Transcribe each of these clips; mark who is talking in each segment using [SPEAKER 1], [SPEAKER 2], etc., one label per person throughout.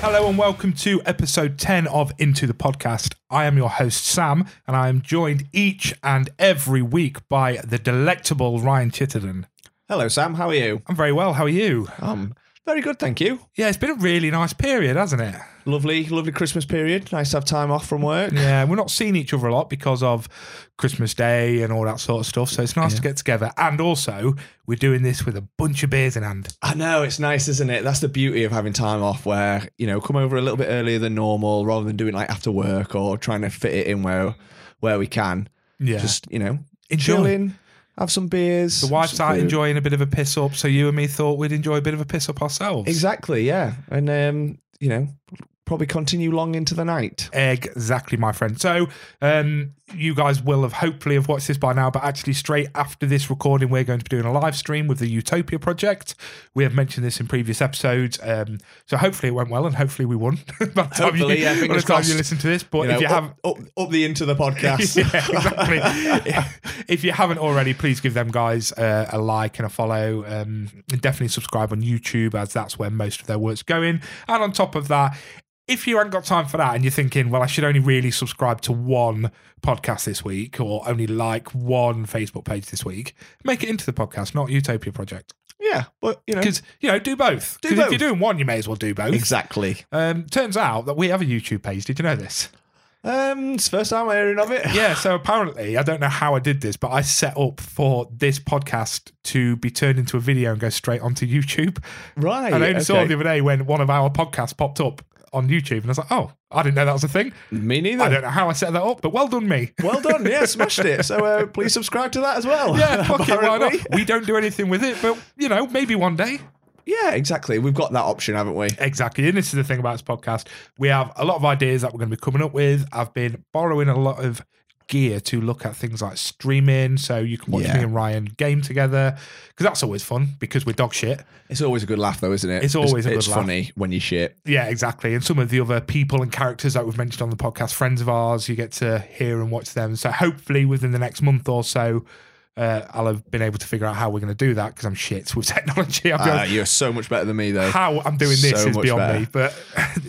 [SPEAKER 1] Hello and welcome to episode 10 of Into the Podcast. I am your host, Sam, and I am joined each and every week by the delectable Ryan Chittenden.
[SPEAKER 2] Hello, Sam. How are you?
[SPEAKER 1] I'm very well. How are you?
[SPEAKER 2] Um, very good, thank you.
[SPEAKER 1] Yeah, it's been a really nice period, hasn't it?
[SPEAKER 2] Lovely, lovely Christmas period. Nice to have time off from work.
[SPEAKER 1] Yeah, we're not seeing each other a lot because of Christmas Day and all that sort of stuff. So it's nice to get together. And also, we're doing this with a bunch of beers in hand.
[SPEAKER 2] I know it's nice, isn't it? That's the beauty of having time off, where you know, come over a little bit earlier than normal, rather than doing like after work or trying to fit it in where where we can.
[SPEAKER 1] Yeah.
[SPEAKER 2] Just you know,
[SPEAKER 1] Enjoy.
[SPEAKER 2] chilling, have some beers.
[SPEAKER 1] the wife's out enjoying a bit of a piss up, so you and me thought we'd enjoy a bit of a piss up ourselves.
[SPEAKER 2] Exactly, yeah, and um, you know, probably continue long into the night.
[SPEAKER 1] Exactly, my friend. So, um, you guys will have hopefully have watched this by now, but actually, straight after this recording, we're going to be doing a live stream with the Utopia Project. We have mentioned this in previous episodes, um, so hopefully it went well, and hopefully we won by the time,
[SPEAKER 2] Hopefully,
[SPEAKER 1] you,
[SPEAKER 2] yeah,
[SPEAKER 1] by the
[SPEAKER 2] fingers
[SPEAKER 1] time you
[SPEAKER 2] crossed.
[SPEAKER 1] listen to this. But
[SPEAKER 2] know,
[SPEAKER 1] if you
[SPEAKER 2] up,
[SPEAKER 1] have,
[SPEAKER 2] up, up the into the podcast.
[SPEAKER 1] yeah, exactly. if you haven't already, please give them guys uh, a like and a follow. Um, and definitely subscribe on YouTube, as that's where most of their work's going. And on top of that, if you haven't got time for that and you're thinking, well, I should only really subscribe to one podcast this week or only like one Facebook page this week, make it into the podcast, not Utopia Project.
[SPEAKER 2] yeah, but you know,
[SPEAKER 1] Because, you know, do both.
[SPEAKER 2] Do
[SPEAKER 1] Because if
[SPEAKER 2] both.
[SPEAKER 1] you're doing one, you may as well do both.
[SPEAKER 2] exactly.
[SPEAKER 1] Um, turns out that we have a YouTube page. Did you know this?
[SPEAKER 2] Um, it's the first time I'm hearing of it.
[SPEAKER 1] yeah, so apparently, I don't know how I did this, but I set up for this podcast to be turned into a video and go straight onto YouTube.
[SPEAKER 2] Right.
[SPEAKER 1] And I only saw
[SPEAKER 2] okay.
[SPEAKER 1] it the other day when one of our podcasts popped up on YouTube, and I was like, oh, I didn't know that was a thing.
[SPEAKER 2] Me neither.
[SPEAKER 1] I don't know how I set that up, but well done, me.
[SPEAKER 2] Well done. Yeah, smashed it. So uh, please subscribe to that as well.
[SPEAKER 1] Yeah, fuck it, why not?
[SPEAKER 2] Apparently.
[SPEAKER 1] We don't do anything with it, but you know, maybe one day.
[SPEAKER 2] Yeah, exactly. We've got that option, haven't we?
[SPEAKER 1] Exactly. And this is the thing about this podcast. We have a lot of ideas that we're going to be coming up with. I've been borrowing a lot of gear to look at things like streaming. So you can watch
[SPEAKER 2] Yeah.
[SPEAKER 1] me and Ryan game together because that's always fun because we're dog shit.
[SPEAKER 2] It's always a good laugh, though, isn't it?
[SPEAKER 1] It's always a good
[SPEAKER 2] it's
[SPEAKER 1] laugh.
[SPEAKER 2] funny when you shit.
[SPEAKER 1] Yeah, exactly. And some of the other people and characters that we've mentioned on the podcast, friends of ours, you get to hear and watch them. So hopefully within the next month or so, uh, I'll have been able to figure out how we're going to do that because I'm shit with technology. I'll be honest.
[SPEAKER 2] Uh, you're so much better than me, though.
[SPEAKER 1] how I'm doing this
[SPEAKER 2] So
[SPEAKER 1] is
[SPEAKER 2] much
[SPEAKER 1] beyond
[SPEAKER 2] better.
[SPEAKER 1] me, but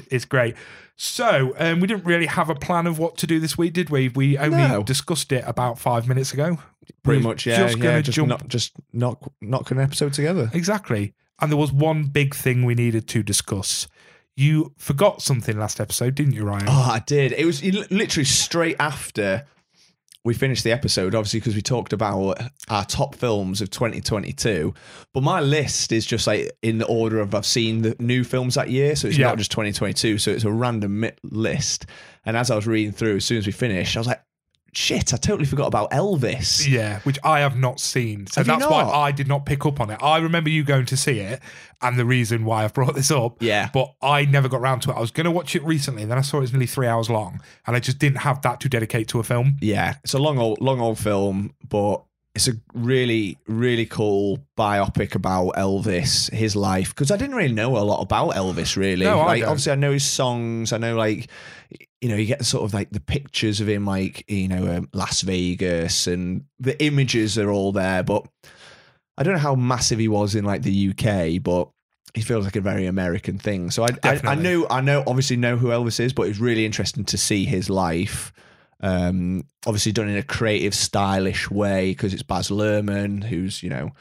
[SPEAKER 1] it's great. So um, we didn't really have a plan of what to do this week, did we? We only
[SPEAKER 2] No.
[SPEAKER 1] discussed it about five minutes ago.
[SPEAKER 2] Pretty
[SPEAKER 1] We're
[SPEAKER 2] much, yeah.
[SPEAKER 1] Just
[SPEAKER 2] yeah,
[SPEAKER 1] gonna
[SPEAKER 2] just
[SPEAKER 1] jump
[SPEAKER 2] Not, just knock, knock an episode together.
[SPEAKER 1] exactly. And there was one big thing we needed to discuss. You forgot something last episode, didn't you, Ryan?
[SPEAKER 2] Oh, I did. It was li- literally straight after we finished the episode, obviously, because we talked about our top films of 2022. But my list is just like in the order of I've seen the new films that year. So it's
[SPEAKER 1] Yeah.
[SPEAKER 2] not just 2022. So it's a random mi- list. And as I was reading through, as soon as we finished, I was like, shit, I totally forgot about Elvis.
[SPEAKER 1] Yeah, which I have not seen. So
[SPEAKER 2] Have you
[SPEAKER 1] that's why
[SPEAKER 2] not?
[SPEAKER 1] I did not pick up on it. I remember you going to see it and the reason why I've brought this up.
[SPEAKER 2] Yeah.
[SPEAKER 1] But I never got round to it. I was going to watch it recently, then I saw it's nearly three hours long and I just didn't have that to dedicate to a film.
[SPEAKER 2] yeah, it's a long old long old film, but it's a really really cool biopic about Elvis, his life. Because I didn't really know a lot about Elvis, really.
[SPEAKER 1] No, I
[SPEAKER 2] like
[SPEAKER 1] don't.
[SPEAKER 2] obviously I know his songs. I know like you know you get sort of like the pictures of him, like you know um, Las Vegas, and the images are all there. But I don't know how massive he was in like the UK, but. He feels like a very American thing, so I, I I
[SPEAKER 1] Definitely.
[SPEAKER 2] know I know obviously know who Elvis is, but it was really interesting to see his life um, obviously done in a creative, stylish way because it's Baz Luhrmann, who's you know,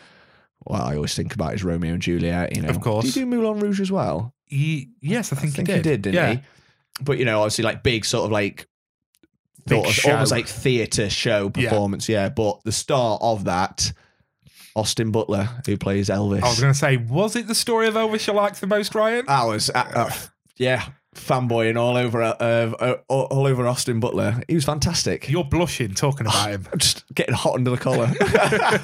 [SPEAKER 2] well, I always think about is Romeo and Juliet. You know,
[SPEAKER 1] Of course.
[SPEAKER 2] Did he do Moulin Rouge as well?
[SPEAKER 1] He, yes, I think,
[SPEAKER 2] I think
[SPEAKER 1] he did.
[SPEAKER 2] didn't
[SPEAKER 1] yeah.
[SPEAKER 2] he? But you know, obviously, like big sort of like
[SPEAKER 1] Big
[SPEAKER 2] sort of-
[SPEAKER 1] show.
[SPEAKER 2] almost like theatre show
[SPEAKER 1] Yeah.
[SPEAKER 2] performance. Yeah. but the star of that, Austin Butler, who plays Elvis.
[SPEAKER 1] I was going to say, was it the story of Elvis you liked the most, Ryan?
[SPEAKER 2] I was, uh, uh, yeah, fanboying all over uh, uh, all over Austin Butler. He was fantastic.
[SPEAKER 1] You're blushing talking about him.
[SPEAKER 2] I'm just getting hot under the collar.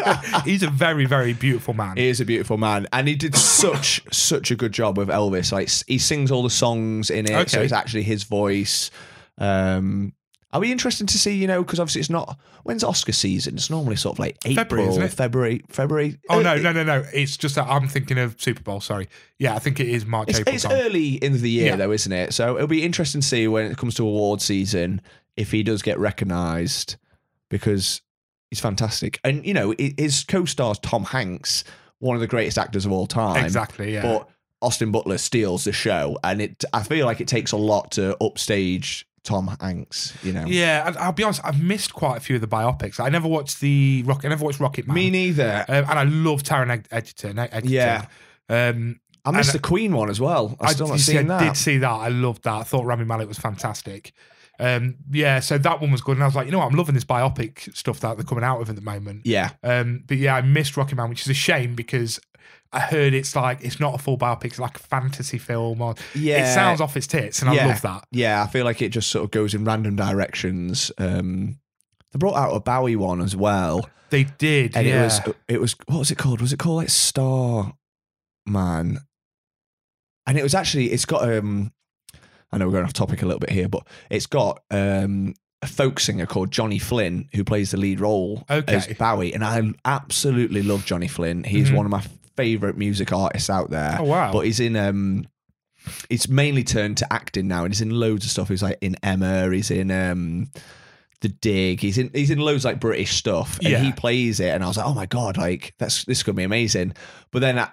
[SPEAKER 2] Uh,
[SPEAKER 1] He's a very, very beautiful man.
[SPEAKER 2] He is a beautiful man, and he did such such a good job with Elvis. Like s- he sings all the songs in it, so
[SPEAKER 1] Okay.
[SPEAKER 2] it's actually his voice. Um, I'll be interested to see, you know, because obviously it's not when's Oscar season. It's normally sort of like
[SPEAKER 1] February,
[SPEAKER 2] April, February,
[SPEAKER 1] isn't it?
[SPEAKER 2] February, February.
[SPEAKER 1] oh,
[SPEAKER 2] Uh,
[SPEAKER 1] no,
[SPEAKER 2] it-
[SPEAKER 1] no, no, no. It's just that I'm thinking of Super Bowl. Sorry. Yeah, I think it is March,
[SPEAKER 2] It's,
[SPEAKER 1] April.
[SPEAKER 2] it's
[SPEAKER 1] time.
[SPEAKER 2] early in the year
[SPEAKER 1] Yeah.
[SPEAKER 2] though, isn't it? So it'll be interesting to see when it comes to award season if he does get recognised because he's fantastic, and you know hi- his co-stars Tom Hanks, one of the greatest actors of all time.
[SPEAKER 1] Exactly. Yeah.
[SPEAKER 2] But Austin Butler steals the show, and it I feel like it takes a lot to upstage Tom Hanks. You know,
[SPEAKER 1] Yeah, and I'll be honest. I've missed quite a few of the biopics. I never watched the Rocket. I never watched Rocket Man.
[SPEAKER 2] me neither.
[SPEAKER 1] um, and I love Taron Eg- Egerton. Eg- Egerton.
[SPEAKER 2] Yeah.
[SPEAKER 1] Um,
[SPEAKER 2] I missed
[SPEAKER 1] and-
[SPEAKER 2] the Queen one as well. I still
[SPEAKER 1] I,
[SPEAKER 2] not
[SPEAKER 1] you see,
[SPEAKER 2] seen
[SPEAKER 1] I
[SPEAKER 2] that.
[SPEAKER 1] did see that. I loved that. I thought Rami Malek was fantastic. Um, yeah, so that one was good, and I was like, you know what, I'm loving this biopic stuff that they're coming out of at the moment.
[SPEAKER 2] yeah,
[SPEAKER 1] Um, but yeah, I missed Rocket Man, which is a shame because I heard it's like it's not a full biopic; it's like a fantasy film. Or
[SPEAKER 2] yeah.
[SPEAKER 1] it sounds off its tits, and I
[SPEAKER 2] Yeah.
[SPEAKER 1] love that.
[SPEAKER 2] yeah, I feel like it just sort of goes in random directions. Um, they brought out a Bowie one as well,
[SPEAKER 1] They did,
[SPEAKER 2] and
[SPEAKER 1] yeah.
[SPEAKER 2] it was it was what was it called? Was it called like Star Man? And it was actually it's got um, I know we're going off topic a little bit here, but it's got um a folk singer called Johnny Flynn who plays the lead role
[SPEAKER 1] Okay.
[SPEAKER 2] as Bowie, and I absolutely love Johnny Flynn. He's
[SPEAKER 1] Mhm.
[SPEAKER 2] one of my favorite music artists out there
[SPEAKER 1] oh wow,
[SPEAKER 2] but he's in um it's mainly turned to acting now and he's in loads of stuff he's like in emma he's in um the dig he's in he's in loads like british stuff and
[SPEAKER 1] Yeah.
[SPEAKER 2] he plays it and i was like oh my god like that's this is gonna be amazing but then I,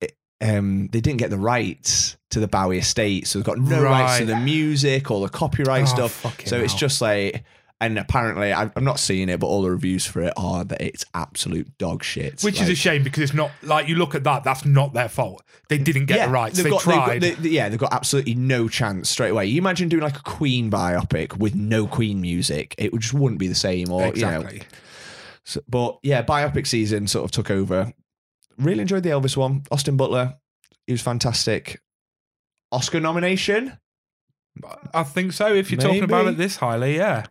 [SPEAKER 2] it- um, they didn't get the rights to the Bowie estate, so they've got no rights to
[SPEAKER 1] Right.
[SPEAKER 2] the music or the copyright
[SPEAKER 1] Oh,
[SPEAKER 2] stuff.
[SPEAKER 1] fucking
[SPEAKER 2] So it's
[SPEAKER 1] hell.
[SPEAKER 2] just like, and apparently, I, I'm not seeing it, but all the reviews for it are that it's absolute dog shit.
[SPEAKER 1] which is a
[SPEAKER 2] Like,
[SPEAKER 1] shame because it's not like you look at that; that's not their fault. They didn't get the rights.
[SPEAKER 2] they've
[SPEAKER 1] They
[SPEAKER 2] got, they've got-
[SPEAKER 1] tried.
[SPEAKER 2] they- they- yeah, they've got absolutely no chance straight away. You imagine doing like a Queen biopic with no Queen music; it would- just wouldn't be the same. Or you know,
[SPEAKER 1] exactly.
[SPEAKER 2] so- but yeah, biopic season sort of took over. Really enjoyed the Elvis one. Austin Butler, he was fantastic. Oscar nomination?
[SPEAKER 1] I think so. If you're talking about
[SPEAKER 2] Maybe.
[SPEAKER 1] it this highly, yeah.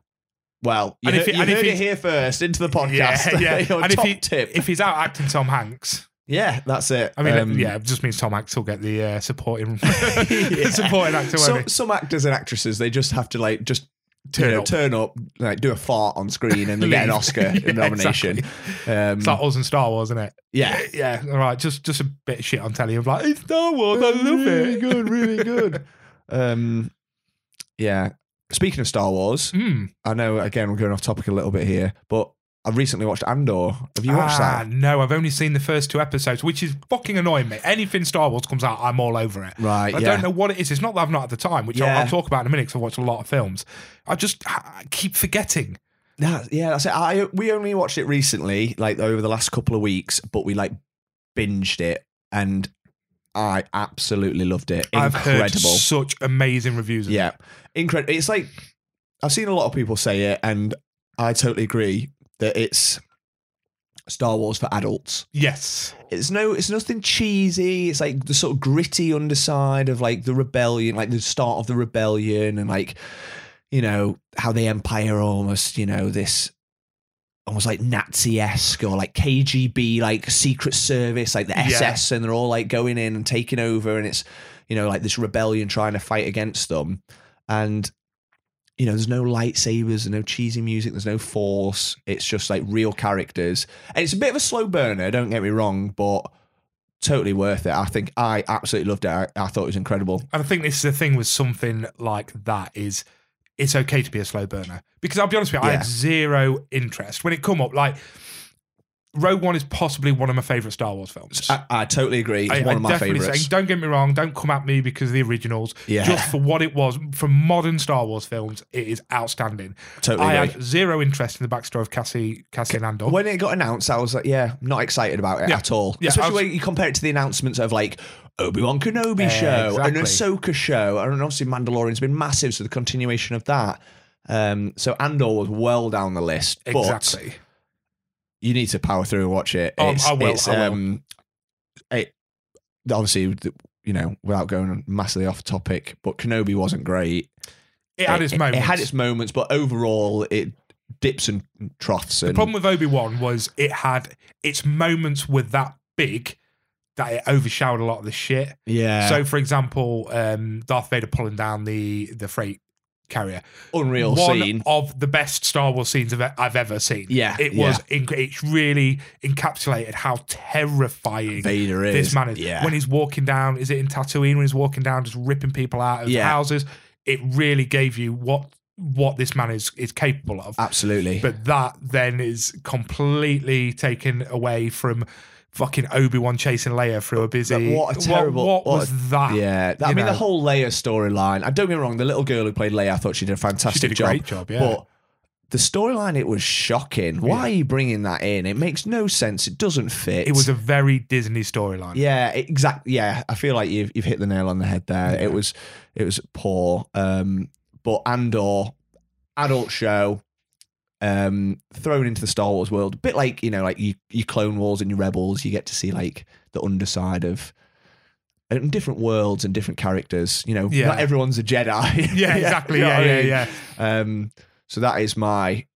[SPEAKER 2] Well, you,
[SPEAKER 1] And if
[SPEAKER 2] heard,
[SPEAKER 1] it-
[SPEAKER 2] you
[SPEAKER 1] and if
[SPEAKER 2] heard it
[SPEAKER 1] he's-
[SPEAKER 2] here first into the podcast.
[SPEAKER 1] Yeah, yeah.
[SPEAKER 2] Your
[SPEAKER 1] and
[SPEAKER 2] top
[SPEAKER 1] if, he,
[SPEAKER 2] tip.
[SPEAKER 1] if he's out acting Tom Hanks,
[SPEAKER 2] yeah, that's it.
[SPEAKER 1] I mean,
[SPEAKER 2] Um,
[SPEAKER 1] yeah, it just means Tom Hanks will get the uh, supporting
[SPEAKER 2] Yeah.
[SPEAKER 1] supporting actor. won't
[SPEAKER 2] some,
[SPEAKER 1] he?
[SPEAKER 2] some actors and actresses they just have to like just you
[SPEAKER 1] Turn
[SPEAKER 2] know,
[SPEAKER 1] up.
[SPEAKER 2] turn up, like do a fart on screen, and they get an
[SPEAKER 1] Leave.
[SPEAKER 2] Oscar
[SPEAKER 1] Yeah,
[SPEAKER 2] nomination. Um,
[SPEAKER 1] It's like us and Star Wars, isn't it?
[SPEAKER 2] yeah,
[SPEAKER 1] Yeah, all right. Just just a bit of shit on telly. I'm like, it's Star Wars. I love
[SPEAKER 2] really
[SPEAKER 1] it.
[SPEAKER 2] good, really good. um, yeah. Speaking of Star Wars,
[SPEAKER 1] Mm.
[SPEAKER 2] I know again we're going off topic a little bit here, but I recently watched Andor. Have you watched
[SPEAKER 1] ah,
[SPEAKER 2] that?
[SPEAKER 1] No, I've only seen the first two episodes, which is fucking annoying me. Anything Star Wars comes out, I'm all over it.
[SPEAKER 2] Right.
[SPEAKER 1] I
[SPEAKER 2] yeah.
[SPEAKER 1] don't know what it is. It's not that I've not had the time, which
[SPEAKER 2] Yeah.
[SPEAKER 1] I'll, I'll talk about in a minute because I've watched a lot of films. I just I keep forgetting.
[SPEAKER 2] That, yeah, that's it. I we only watched it recently, like over the last couple of weeks, but we like binged it, and I absolutely loved it.
[SPEAKER 1] I've
[SPEAKER 2] Incredible.
[SPEAKER 1] heard such amazing reviews. Of
[SPEAKER 2] yeah, incredible. It's like I've seen a lot of people say it, and I totally agree that it's Star Wars for adults.
[SPEAKER 1] it. Yes.
[SPEAKER 2] It's no, it's nothing cheesy. It's like the sort of gritty underside of like the rebellion, like the start of the rebellion, and like you know how the empire almost, you know, this almost like Nazi esque or like KGB, like secret service, like the
[SPEAKER 1] Yeah.
[SPEAKER 2] SS, and they're all like going in and taking over, and it's you know like this rebellion trying to fight against them, and you know there's no lightsabers, there's no cheesy music, there's no force. It's just like real characters, and it's a bit of a slow burner. Don't get me wrong, but. Totally worth it. I think I absolutely loved it. I, I thought it was incredible.
[SPEAKER 1] And I think this is the thing with something like that is it's okay to be a slow burner because I'll be honest with you, I
[SPEAKER 2] Yeah.
[SPEAKER 1] had zero interest when it come up. Like Rogue One is possibly one of my favorite Star Wars films.
[SPEAKER 2] I, I totally agree. Uh, It's
[SPEAKER 1] I-
[SPEAKER 2] one
[SPEAKER 1] I
[SPEAKER 2] of my
[SPEAKER 1] definitely
[SPEAKER 2] favorites.
[SPEAKER 1] say- don't get me wrong. Don't come at me because of the originals.
[SPEAKER 2] Yeah.
[SPEAKER 1] Just for what it was from modern Star Wars films, it is outstanding.
[SPEAKER 2] Totally
[SPEAKER 1] I
[SPEAKER 2] agree.
[SPEAKER 1] had zero interest in the backstory of Cassie, Cassie and Andor.
[SPEAKER 2] when it got announced, I was like, yeah, not excited about it
[SPEAKER 1] Yeah.
[SPEAKER 2] at all.
[SPEAKER 1] Yeah,
[SPEAKER 2] Especially
[SPEAKER 1] I was-
[SPEAKER 2] when you compare it to the announcements of like Obi Wan Kenobi
[SPEAKER 1] Eh,
[SPEAKER 2] show and
[SPEAKER 1] exactly.
[SPEAKER 2] Ahsoka show, and obviously Mandalorian's been massive, so the continuation of that. Um, so Andor was well down the list, but
[SPEAKER 1] exactly.
[SPEAKER 2] you need to power through and watch it.
[SPEAKER 1] Oh, I will, I will.
[SPEAKER 2] Um, it obviously, you know, without going massively off topic, but Kenobi wasn't great.
[SPEAKER 1] It, had its moments.
[SPEAKER 2] It had its moments, but overall, it dips and troughs. And
[SPEAKER 1] The problem with Obi Wan was it had its moments were that big that it overshadowed a lot of the shit.
[SPEAKER 2] yeah,
[SPEAKER 1] So, for example, um, Darth Vader pulling down the the freight carrier,
[SPEAKER 2] unreal
[SPEAKER 1] one
[SPEAKER 2] scene.
[SPEAKER 1] of the best Star Wars scenes I've, e-, I've ever seen.
[SPEAKER 2] Yeah,
[SPEAKER 1] it
[SPEAKER 2] yeah.
[SPEAKER 1] was. inc it really encapsulated how terrifying.
[SPEAKER 2] Vader is
[SPEAKER 1] this man is
[SPEAKER 2] Yeah,
[SPEAKER 1] when he's walking down. Is it in Tatooine when he's walking down, just ripping people out of
[SPEAKER 2] Yeah.
[SPEAKER 1] houses? It really gave you what what this man is is capable of.
[SPEAKER 2] absolutely.
[SPEAKER 1] But that then is completely taken away from fucking Obi Wan chasing Leia through a busy.
[SPEAKER 2] Like, what a terrible-
[SPEAKER 1] What,
[SPEAKER 2] what
[SPEAKER 1] was
[SPEAKER 2] a-
[SPEAKER 1] that?
[SPEAKER 2] Yeah, I
[SPEAKER 1] you
[SPEAKER 2] mean
[SPEAKER 1] know.
[SPEAKER 2] the whole Leia storyline. I don't get me wrong. The little girl who played Leia, I thought she did a
[SPEAKER 1] she
[SPEAKER 2] fantastic
[SPEAKER 1] did a
[SPEAKER 2] job.
[SPEAKER 1] great job. Yeah,
[SPEAKER 2] But the storyline, it was shocking. Why are you bringing that in? It makes no sense. It doesn't fit.
[SPEAKER 1] it was a very Disney storyline.
[SPEAKER 2] yeah, exactly. Yeah, I feel like you've you've hit the nail on the head there.
[SPEAKER 1] Yeah.
[SPEAKER 2] It was it was poor. Um, but Andor, adult show, um, thrown into the Star Wars world, a bit like you know, like you your Clone Wars and your Rebels. You get to see like the underside of. And different worlds and different characters, you know.
[SPEAKER 1] Yeah.
[SPEAKER 2] Not everyone's a Jedi.
[SPEAKER 1] Yeah, exactly.
[SPEAKER 2] you know
[SPEAKER 1] Yeah,
[SPEAKER 2] what I
[SPEAKER 1] yeah,
[SPEAKER 2] mean?
[SPEAKER 1] yeah.
[SPEAKER 2] Um, so that is my.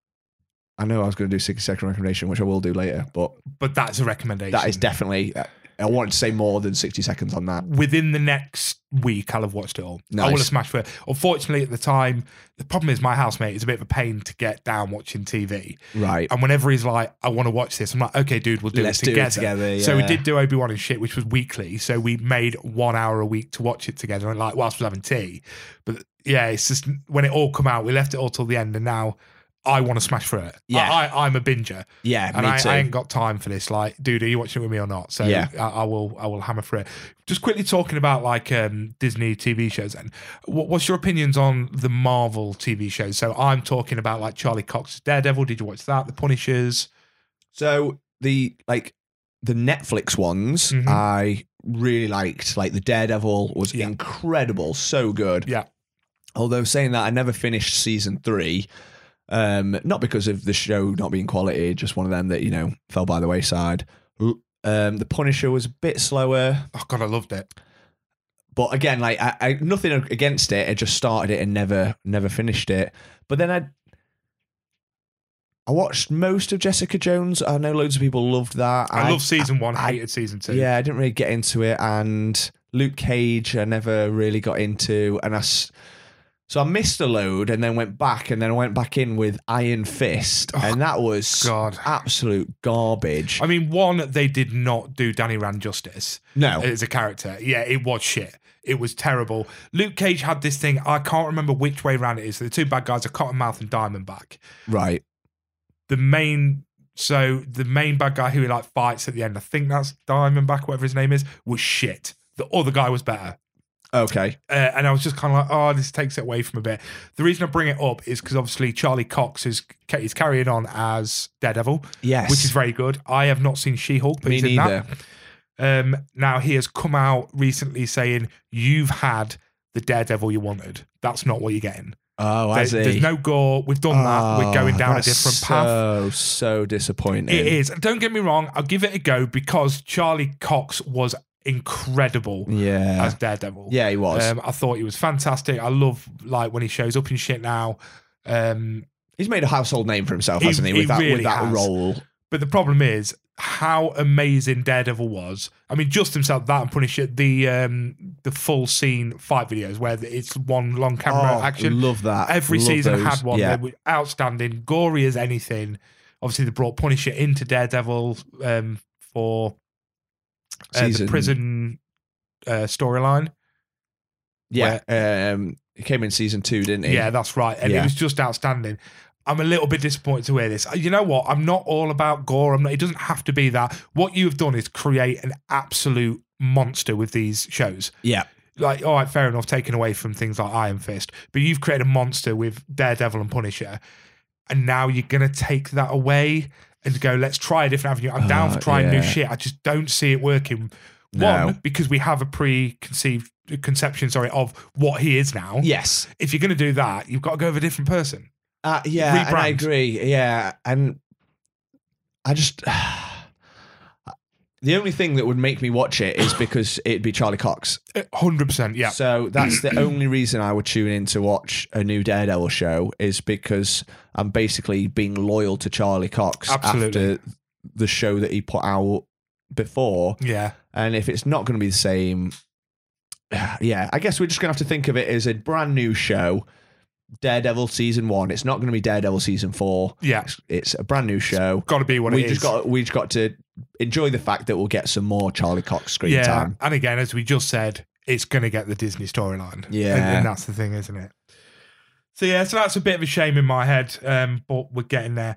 [SPEAKER 2] I know I was going to do 60 second recommendation, which I will do later, but
[SPEAKER 1] But that's a recommendation.
[SPEAKER 2] that is definitely. uh, I wanted to say more than 60 seconds on that.
[SPEAKER 1] within the next week, I'll have watched it all. I
[SPEAKER 2] Nice.
[SPEAKER 1] will have smashed through it. Unfortunately, at the time, the problem is my housemate is a bit of a pain to get down watching TV.
[SPEAKER 2] Right.
[SPEAKER 1] And whenever he's like, I want to watch this, I'm like, okay, dude, we'll do
[SPEAKER 2] Let's
[SPEAKER 1] it
[SPEAKER 2] do
[SPEAKER 1] together.
[SPEAKER 2] it together.
[SPEAKER 1] So we
[SPEAKER 2] yeah.
[SPEAKER 1] did do Obi Wan and shit, which was weekly. So we made one hour a week to watch it together, and like whilst we're having tea. But yeah, it's just when it all come out, we left it all till the end, and now I want to smash through it.
[SPEAKER 2] Yeah.
[SPEAKER 1] I, I, I'm a binger,
[SPEAKER 2] Yeah,
[SPEAKER 1] and
[SPEAKER 2] me
[SPEAKER 1] I,
[SPEAKER 2] too.
[SPEAKER 1] I ain't got time for this. Like, dude, are you watching it with me or not? So
[SPEAKER 2] Yeah.
[SPEAKER 1] I, I will, I will hammer through it. Just quickly talking about like um, Disney TV shows, and what, what's your opinions on the Marvel TV shows? So I'm talking about like Charlie Cox's Daredevil. Did you watch that? The Punishers.
[SPEAKER 2] so the like the Netflix ones,
[SPEAKER 1] Mhm.
[SPEAKER 2] I really liked. Like the Daredevil was
[SPEAKER 1] Yeah.
[SPEAKER 2] incredible, so good.
[SPEAKER 1] Yeah.
[SPEAKER 2] Although saying that, I never finished season three. Um, not because of the show not being quality, just one of them that you know fell by the wayside. Um, the Punisher was a bit slower.
[SPEAKER 1] Oh God, I loved it.
[SPEAKER 2] but again, like I, I nothing against it. I just started it and never never finished it. But then I I watched most of Jessica Jones. I know loads of people loved that.
[SPEAKER 1] I, love season one.
[SPEAKER 2] I-
[SPEAKER 1] hated season two.
[SPEAKER 2] Yeah, I didn't really get into it, and Luke Cage, I never really got into, and I. s- So I missed a load, and then went back, and then I went back in with Iron Fist,
[SPEAKER 1] Oh,
[SPEAKER 2] and that was
[SPEAKER 1] God.
[SPEAKER 2] absolute garbage.
[SPEAKER 1] I mean, one, they did not do Danny Rand justice
[SPEAKER 2] no,
[SPEAKER 1] as a character. Yeah, it was shit. It was terrible. Luke Cage had this thing. I can't remember which way round it is. The two bad guys are Cottonmouth and Diamondback.
[SPEAKER 2] right?
[SPEAKER 1] The main, so the main bad guy who he like fights at the end, I think that's Diamondback, whatever his name is, was shit. The other guy was better.
[SPEAKER 2] Okay,
[SPEAKER 1] Uh, and I was just kind of like, oh, this takes it away from a bit. The reason I bring it up is because obviously Charlie Cox is is carrying on as Daredevil,
[SPEAKER 2] yes,
[SPEAKER 1] which is very good. I have not seen She Hulk, but
[SPEAKER 2] me
[SPEAKER 1] he's in that.
[SPEAKER 2] neither.
[SPEAKER 1] Um, now he has come out recently saying you've had the daredevil you wanted. That's not what you're getting.
[SPEAKER 2] Oh, I
[SPEAKER 1] There-
[SPEAKER 2] see.
[SPEAKER 1] there's no gore. We've done that. We're going down a different path.
[SPEAKER 2] Ah, So so disappointing.
[SPEAKER 1] It is. Don't get me wrong. I'll give it a go because Charlie Cox was incredible
[SPEAKER 2] Yeah,
[SPEAKER 1] as Daredevil.
[SPEAKER 2] yeah, he was.
[SPEAKER 1] Um, I thought he was fantastic. I love like when he shows up and shit now. Um,
[SPEAKER 2] He's made a household name for himself,
[SPEAKER 1] he-
[SPEAKER 2] hasn't he?
[SPEAKER 1] he
[SPEAKER 2] With that,
[SPEAKER 1] really
[SPEAKER 2] with that
[SPEAKER 1] has.
[SPEAKER 2] role.
[SPEAKER 1] but the problem is how amazing Daredevil was. I mean, just himself that and Punisher. The um, the full scene fight videos where it's one long camera
[SPEAKER 2] Oh,
[SPEAKER 1] action.
[SPEAKER 2] Love that.
[SPEAKER 1] Every
[SPEAKER 2] Love
[SPEAKER 1] season
[SPEAKER 2] those.
[SPEAKER 1] had one.
[SPEAKER 2] Yeah.
[SPEAKER 1] They were outstanding, gory as anything. Obviously, they brought Punisher into Daredevil um, for uh, the
[SPEAKER 2] Season-
[SPEAKER 1] prison uh, storyline.
[SPEAKER 2] Yeah. Um, he came in season two, didn't he?
[SPEAKER 1] Yeah, that's right. And it
[SPEAKER 2] Yeah.
[SPEAKER 1] was just outstanding. I'm a little bit disappointed to hear this. Uh, You know what? I'm not all about gore. I'm not, it doesn't have to be that. What you have done is create an absolute monster with these shows.
[SPEAKER 2] Yeah.
[SPEAKER 1] Like, all right, fair enough, taken away from things like Iron Fist, but you've created a monster with Daredevil and Punisher. And now you're going to take that away and go, let's try a different avenue. I'm down
[SPEAKER 2] Uh,
[SPEAKER 1] for trying
[SPEAKER 2] yeah.
[SPEAKER 1] new shit. I just don't see it working.
[SPEAKER 2] No.
[SPEAKER 1] One, because we have a preconceived conception, sorry, of what he is now
[SPEAKER 2] Yes.
[SPEAKER 1] if you're going to do that, you've got to go with a different person.
[SPEAKER 2] Uh, yeah. And
[SPEAKER 1] Rebrand.
[SPEAKER 2] I agree. Yeah. And I just. The only thing that would make me watch it is because it'd be Charlie Cox.
[SPEAKER 1] Hundred percent, yeah.
[SPEAKER 2] So that's the only reason I would tune in to watch a new Daredevil show is because I'm basically being loyal to Charlie Cox
[SPEAKER 1] Absolutely.
[SPEAKER 2] after the show that he put out before.
[SPEAKER 1] Yeah,
[SPEAKER 2] And if it's not going to be the same, yeah, I guess we're just going to have to think of it as a brand new show. Daredevil season one. It's not going to be Daredevil season four.
[SPEAKER 1] yeah.
[SPEAKER 2] It's a brand new show.
[SPEAKER 1] Got to be what
[SPEAKER 2] we
[SPEAKER 1] it
[SPEAKER 2] just
[SPEAKER 1] is.
[SPEAKER 2] got we just got to enjoy the fact that we'll get some more Charlie Cox screen
[SPEAKER 1] yeah,
[SPEAKER 2] time.
[SPEAKER 1] and again, as we just said, it's going to get the Disney storyline.
[SPEAKER 2] Yeah.
[SPEAKER 1] and, and that's the thing, isn't it? So yeah, so that's a bit of a shame in my head, um, but we're getting there.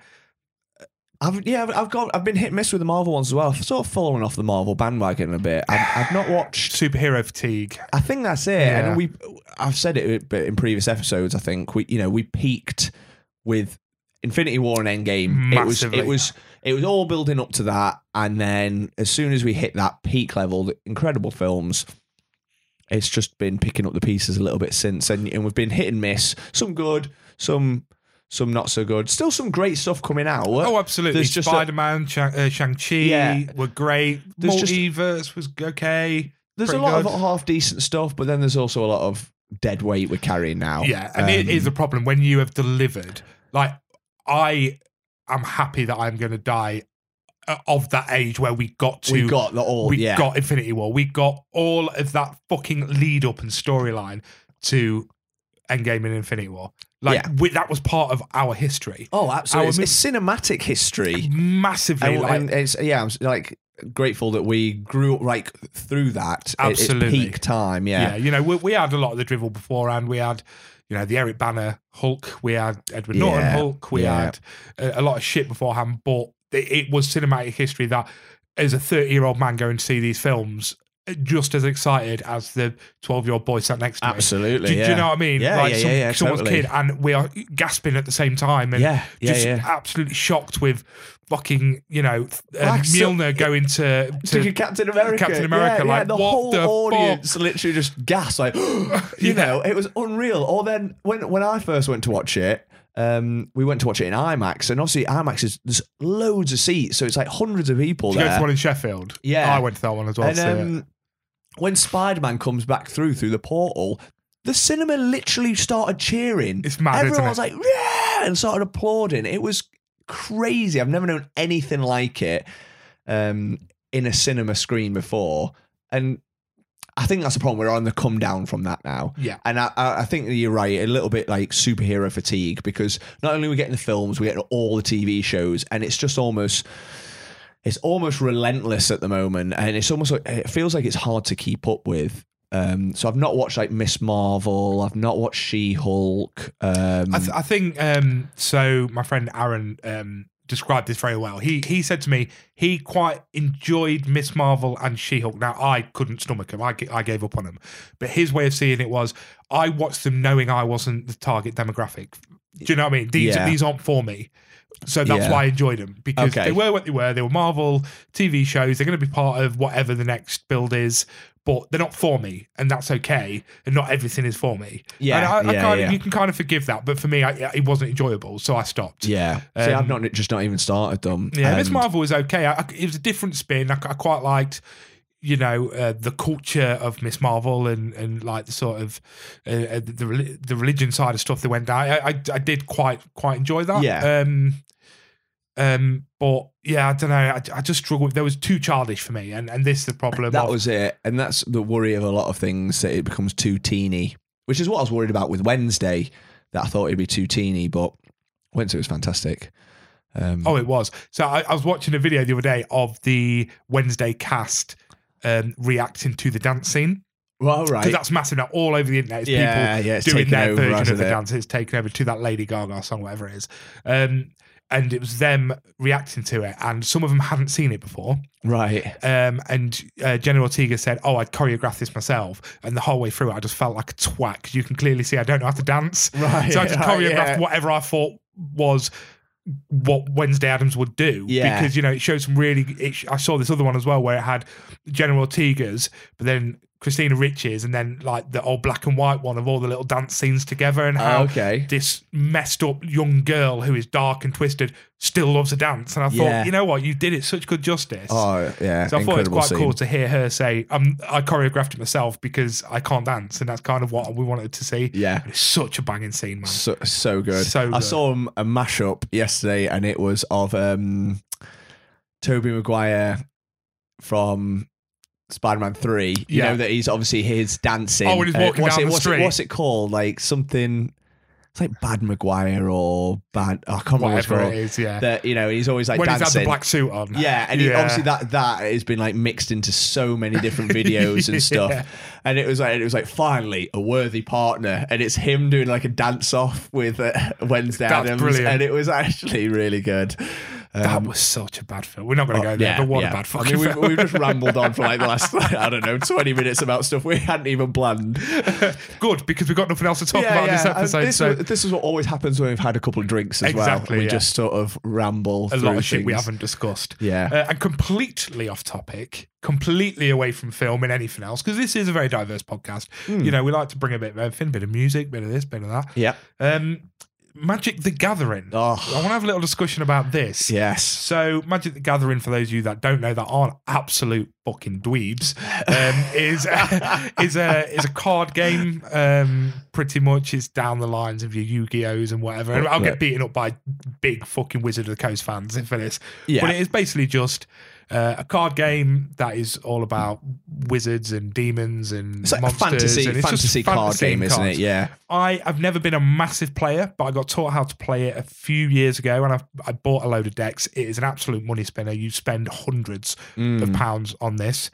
[SPEAKER 2] I've yeah, I've- I've got I've been hit and miss with the Marvel ones as well. I've sort of fallen off the Marvel bandwagon a bit. I've, I've not watched.
[SPEAKER 1] Superhero fatigue.
[SPEAKER 2] I think that's it.
[SPEAKER 1] Yeah.
[SPEAKER 2] And we, I've said it but in previous episodes. I think we, you know, we peaked with Infinity War and Endgame.
[SPEAKER 1] Massively.
[SPEAKER 2] It was, it was, it was all building up to that, and then as soon as we hit that peak level, the incredible films. It's just been picking up the pieces a little bit since, and, and we've been hit and miss. Some good, some, some not so good. Still some great stuff coming out.
[SPEAKER 1] Oh, absolutely.
[SPEAKER 2] there's just a-
[SPEAKER 1] Spider Man, Shang- uh, Shang-Chi
[SPEAKER 2] Yeah.
[SPEAKER 1] were great.
[SPEAKER 2] There's just-
[SPEAKER 1] Multiverse was okay.
[SPEAKER 2] there's a
[SPEAKER 1] pretty
[SPEAKER 2] lot
[SPEAKER 1] good.
[SPEAKER 2] of half decent stuff, but then there's also a lot of dead weight we're carrying now.
[SPEAKER 1] Yeah, and it
[SPEAKER 2] Um,
[SPEAKER 1] is a problem when you have delivered. Like, I am happy that I'm going to die uh, of that age where we got to.
[SPEAKER 2] we got the all.
[SPEAKER 1] we
[SPEAKER 2] yeah.
[SPEAKER 1] got Infinity War. We got all of that fucking lead up and storyline to Endgame and Infinity War. Like
[SPEAKER 2] Yeah.
[SPEAKER 1] we, that was part of our history,
[SPEAKER 2] Oh,
[SPEAKER 1] Our
[SPEAKER 2] absolutely. It's,
[SPEAKER 1] mo-
[SPEAKER 2] it's cinematic history.
[SPEAKER 1] massively.
[SPEAKER 2] And,
[SPEAKER 1] like,
[SPEAKER 2] and it's, yeah, I'm s- like grateful that we grew up like through that. It-
[SPEAKER 1] Absolutely.
[SPEAKER 2] It's peak time.
[SPEAKER 1] yeah.
[SPEAKER 2] Yeah.
[SPEAKER 1] you know, we, we had a lot of the drivel beforehand. We had, you know, the Eric Banner Hulk. We had Edward Norton
[SPEAKER 2] Yeah,
[SPEAKER 1] Hulk. We
[SPEAKER 2] yeah.
[SPEAKER 1] had a, a lot of shit beforehand, but it, it was cinematic history that, as a thirty-year-old man going to see these films, uh, just as excited as the twelve-year-old boy sat next to me.
[SPEAKER 2] Absolutely.
[SPEAKER 1] Do,
[SPEAKER 2] yeah.
[SPEAKER 1] do you know what I mean?
[SPEAKER 2] Yeah,
[SPEAKER 1] like
[SPEAKER 2] yeah,
[SPEAKER 1] some,
[SPEAKER 2] yeah, yeah,
[SPEAKER 1] someone's
[SPEAKER 2] totally.
[SPEAKER 1] kid, and we are gasping at the same time, and
[SPEAKER 2] yeah. Yeah.
[SPEAKER 1] just
[SPEAKER 2] yeah.
[SPEAKER 1] absolutely shocked with fucking you know uh,
[SPEAKER 2] Like, so-
[SPEAKER 1] Milner going to
[SPEAKER 2] To,
[SPEAKER 1] to,
[SPEAKER 2] Captain America,
[SPEAKER 1] Captain
[SPEAKER 2] yeah,
[SPEAKER 1] America,
[SPEAKER 2] yeah,
[SPEAKER 1] like,
[SPEAKER 2] the
[SPEAKER 1] what
[SPEAKER 2] whole
[SPEAKER 1] the fuck?
[SPEAKER 2] audience literally just gasped, like you
[SPEAKER 1] Yeah.
[SPEAKER 2] know, it was unreal. Or then when when I first went to watch it, um, we went to watch it in IMAX, and obviously IMAX is there's loads of seats, so it's like hundreds of people
[SPEAKER 1] to go
[SPEAKER 2] there.
[SPEAKER 1] to one in Sheffield.
[SPEAKER 2] Yeah.
[SPEAKER 1] I went to that one as well.
[SPEAKER 2] And
[SPEAKER 1] so-
[SPEAKER 2] um, when Spider Man comes back through through the portal, the cinema literally started cheering.
[SPEAKER 1] It's mad, isn't
[SPEAKER 2] Everyone
[SPEAKER 1] it?
[SPEAKER 2] was like, yeah, and started applauding. It was crazy. I've never known anything like it um, in a cinema screen before. And I think that's the problem. We're on the come down from that now.
[SPEAKER 1] yeah,
[SPEAKER 2] And I, I I think that you're right, a little bit like superhero fatigue because not only are we getting the films, we're getting all the TV shows, and it's just almost. It's almost relentless at the moment, and it's almost like, it feels like it's hard to keep up with. Um, so I've not watched like Miss Marvel, I've not watched She Hulk. Um,
[SPEAKER 1] I, th- I think um, so. My friend Aaron um, described this very well. He he said to me he quite enjoyed Miss Marvel and She Hulk. Now I couldn't stomach them. I g- I gave up on them. But his way of seeing it was I watched them knowing I wasn't the target demographic. Do you know what I mean? These
[SPEAKER 2] Yeah.
[SPEAKER 1] these aren't for me. So that's
[SPEAKER 2] Yeah.
[SPEAKER 1] why I enjoyed them because
[SPEAKER 2] Okay.
[SPEAKER 1] they were what they were. They were Marvel TV shows. They're going to be part of whatever the next build is, but they're not for me, and that's okay. And not everything is for me.
[SPEAKER 2] yeah,
[SPEAKER 1] and I,
[SPEAKER 2] yeah,
[SPEAKER 1] I kind
[SPEAKER 2] yeah.
[SPEAKER 1] of you can kind of forgive that, but for me, I, it wasn't enjoyable, so I stopped.
[SPEAKER 2] yeah. See, I've
[SPEAKER 1] Um,
[SPEAKER 2] not just not even started them. Um,
[SPEAKER 1] Yeah, Miss
[SPEAKER 2] and-
[SPEAKER 1] Marvel was okay. I, I- it was a different spin. I, I quite liked, you know, uh, the culture of Miss Marvel and and like the sort of uh, uh, the reli- the religion side of stuff that went down. I, I I did quite quite enjoy that.
[SPEAKER 2] Yeah.
[SPEAKER 1] Um, um, but yeah, I don't know. I, I just struggled. There was too childish for me, and and this is the problem.
[SPEAKER 2] That
[SPEAKER 1] of-
[SPEAKER 2] was it. And that's the worry of a lot of things that it becomes too teeny, which is what I was worried about with Wednesday, that I thought it'd be too teeny, but Wednesday was fantastic. Um,
[SPEAKER 1] Oh, it was. So I, I was watching a video the other day of the Wednesday cast um, reacting to the dance scene
[SPEAKER 2] well, all
[SPEAKER 1] because
[SPEAKER 2] right.
[SPEAKER 1] that's massive now. All over the internet, it's people
[SPEAKER 2] Yeah, yeah, it's
[SPEAKER 1] doing
[SPEAKER 2] taken
[SPEAKER 1] their
[SPEAKER 2] over,
[SPEAKER 1] version of
[SPEAKER 2] hasn't
[SPEAKER 1] the
[SPEAKER 2] it?
[SPEAKER 1] dance. It's taken over to that Lady Gaga song, whatever it is. Um, and it was them reacting to it, and some of them hadn't seen it before.
[SPEAKER 2] Right.
[SPEAKER 1] Um, and uh, Jenna Ortega said, "Oh, I'd choreographed this myself," and the whole way through, I just felt like a twat 'cause you can clearly see I don't know how to dance.
[SPEAKER 2] Right.
[SPEAKER 1] So I just
[SPEAKER 2] right,
[SPEAKER 1] choreographed
[SPEAKER 2] yeah.
[SPEAKER 1] whatever I thought was what Wednesday Adams would do.
[SPEAKER 2] Yeah.
[SPEAKER 1] Because, you know, it showed some really. It, sh- I saw this other one as well where it had General Ortega's, but then Christina Rich's, and then like the old black and white one of all the little dance scenes together and how.
[SPEAKER 2] Oh, okay.
[SPEAKER 1] This messed up young girl who is dark and twisted still loves to dance, and I thought,
[SPEAKER 2] Yeah.
[SPEAKER 1] you know what, you did it such good justice.
[SPEAKER 2] Oh, yeah.
[SPEAKER 1] So I thought it was
[SPEAKER 2] incredible
[SPEAKER 1] quite
[SPEAKER 2] scene.
[SPEAKER 1] cool to hear her say, um, I choreographed it myself because I can't dance. And that's kind of what we wanted to see.
[SPEAKER 2] Yeah.
[SPEAKER 1] It's such a banging scene, man.
[SPEAKER 2] So, so good.
[SPEAKER 1] So
[SPEAKER 2] I
[SPEAKER 1] good.
[SPEAKER 2] saw um, a mashup yesterday and it was of um, Toby Maguire from Spider Man 3. You
[SPEAKER 1] Yeah.
[SPEAKER 2] know that he's obviously his dancing. Uh,
[SPEAKER 1] Oh, when he's walking
[SPEAKER 2] what's
[SPEAKER 1] down
[SPEAKER 2] it,
[SPEAKER 1] the
[SPEAKER 2] what's
[SPEAKER 1] street.
[SPEAKER 2] It, what's it called? Like something. It's like Bad Maguire or Bad. I can't remember what it's
[SPEAKER 1] Whatever
[SPEAKER 2] called.
[SPEAKER 1] it is, yeah.
[SPEAKER 2] That, you know, he's always like
[SPEAKER 1] when he's had
[SPEAKER 2] dancing.
[SPEAKER 1] the black suit on.
[SPEAKER 2] Yeah, and He, obviously that that has been like mixed into so many different videos and stuff.
[SPEAKER 1] Yeah.
[SPEAKER 2] And it was like it was like finally a worthy partner, and it's him doing like a dance off with uh, Wednesday
[SPEAKER 1] That's
[SPEAKER 2] Adams,
[SPEAKER 1] brilliant.
[SPEAKER 2] and it was actually really good.
[SPEAKER 1] That
[SPEAKER 2] Um,
[SPEAKER 1] was such a bad film. We're not going to
[SPEAKER 2] oh,
[SPEAKER 1] go there,
[SPEAKER 2] yeah,
[SPEAKER 1] but what
[SPEAKER 2] yeah.
[SPEAKER 1] a bad
[SPEAKER 2] I
[SPEAKER 1] fucking
[SPEAKER 2] mean, we've,
[SPEAKER 1] film.
[SPEAKER 2] we've just rambled on for like the last, I don't know, 20 minutes about stuff we hadn't even planned.
[SPEAKER 1] Good, because we've got nothing else to talk about in this
[SPEAKER 2] And
[SPEAKER 1] episode.
[SPEAKER 2] This,
[SPEAKER 1] so
[SPEAKER 2] was- this is what always happens when we've had a couple of drinks as
[SPEAKER 1] Exactly,
[SPEAKER 2] well. We
[SPEAKER 1] yeah.
[SPEAKER 2] just sort of ramble
[SPEAKER 1] a
[SPEAKER 2] through
[SPEAKER 1] lot of shit we
[SPEAKER 2] things.
[SPEAKER 1] haven't discussed.
[SPEAKER 2] Yeah.
[SPEAKER 1] Uh, and completely off topic, completely away from film and anything else, because this is a very diverse podcast.
[SPEAKER 2] Hmm.
[SPEAKER 1] You know, we like to bring a bit of everything, bit of music, bit of this, bit of that.
[SPEAKER 2] yeah.
[SPEAKER 1] Um, Magic the Gathering. I
[SPEAKER 2] Oh,
[SPEAKER 1] want to have a little discussion about this.
[SPEAKER 2] yes.
[SPEAKER 1] So, Magic the Gathering, for those of you that don't know, that aren't absolute fucking dweebs, um, is is a is a card game. Um, pretty much, it's down the lines of your Yu Gi Ohs and whatever. And I'll get beaten up by big fucking Wizard of the Coast fans for this.
[SPEAKER 2] Yeah.
[SPEAKER 1] But it is basically just uh, a card game that is all about wizards and demons and
[SPEAKER 2] It's like a
[SPEAKER 1] monsters.
[SPEAKER 2] fantasy,
[SPEAKER 1] and it's just
[SPEAKER 2] fantasy card
[SPEAKER 1] fantasy
[SPEAKER 2] game,
[SPEAKER 1] and
[SPEAKER 2] isn't
[SPEAKER 1] cards.
[SPEAKER 2] it? Yeah.
[SPEAKER 1] I have never been a massive player, but I got taught how to play it a few years ago, and I, I bought a load of decks. It is an absolute money spinner. You spend hundreds of
[SPEAKER 2] Mm,
[SPEAKER 1] pounds on this,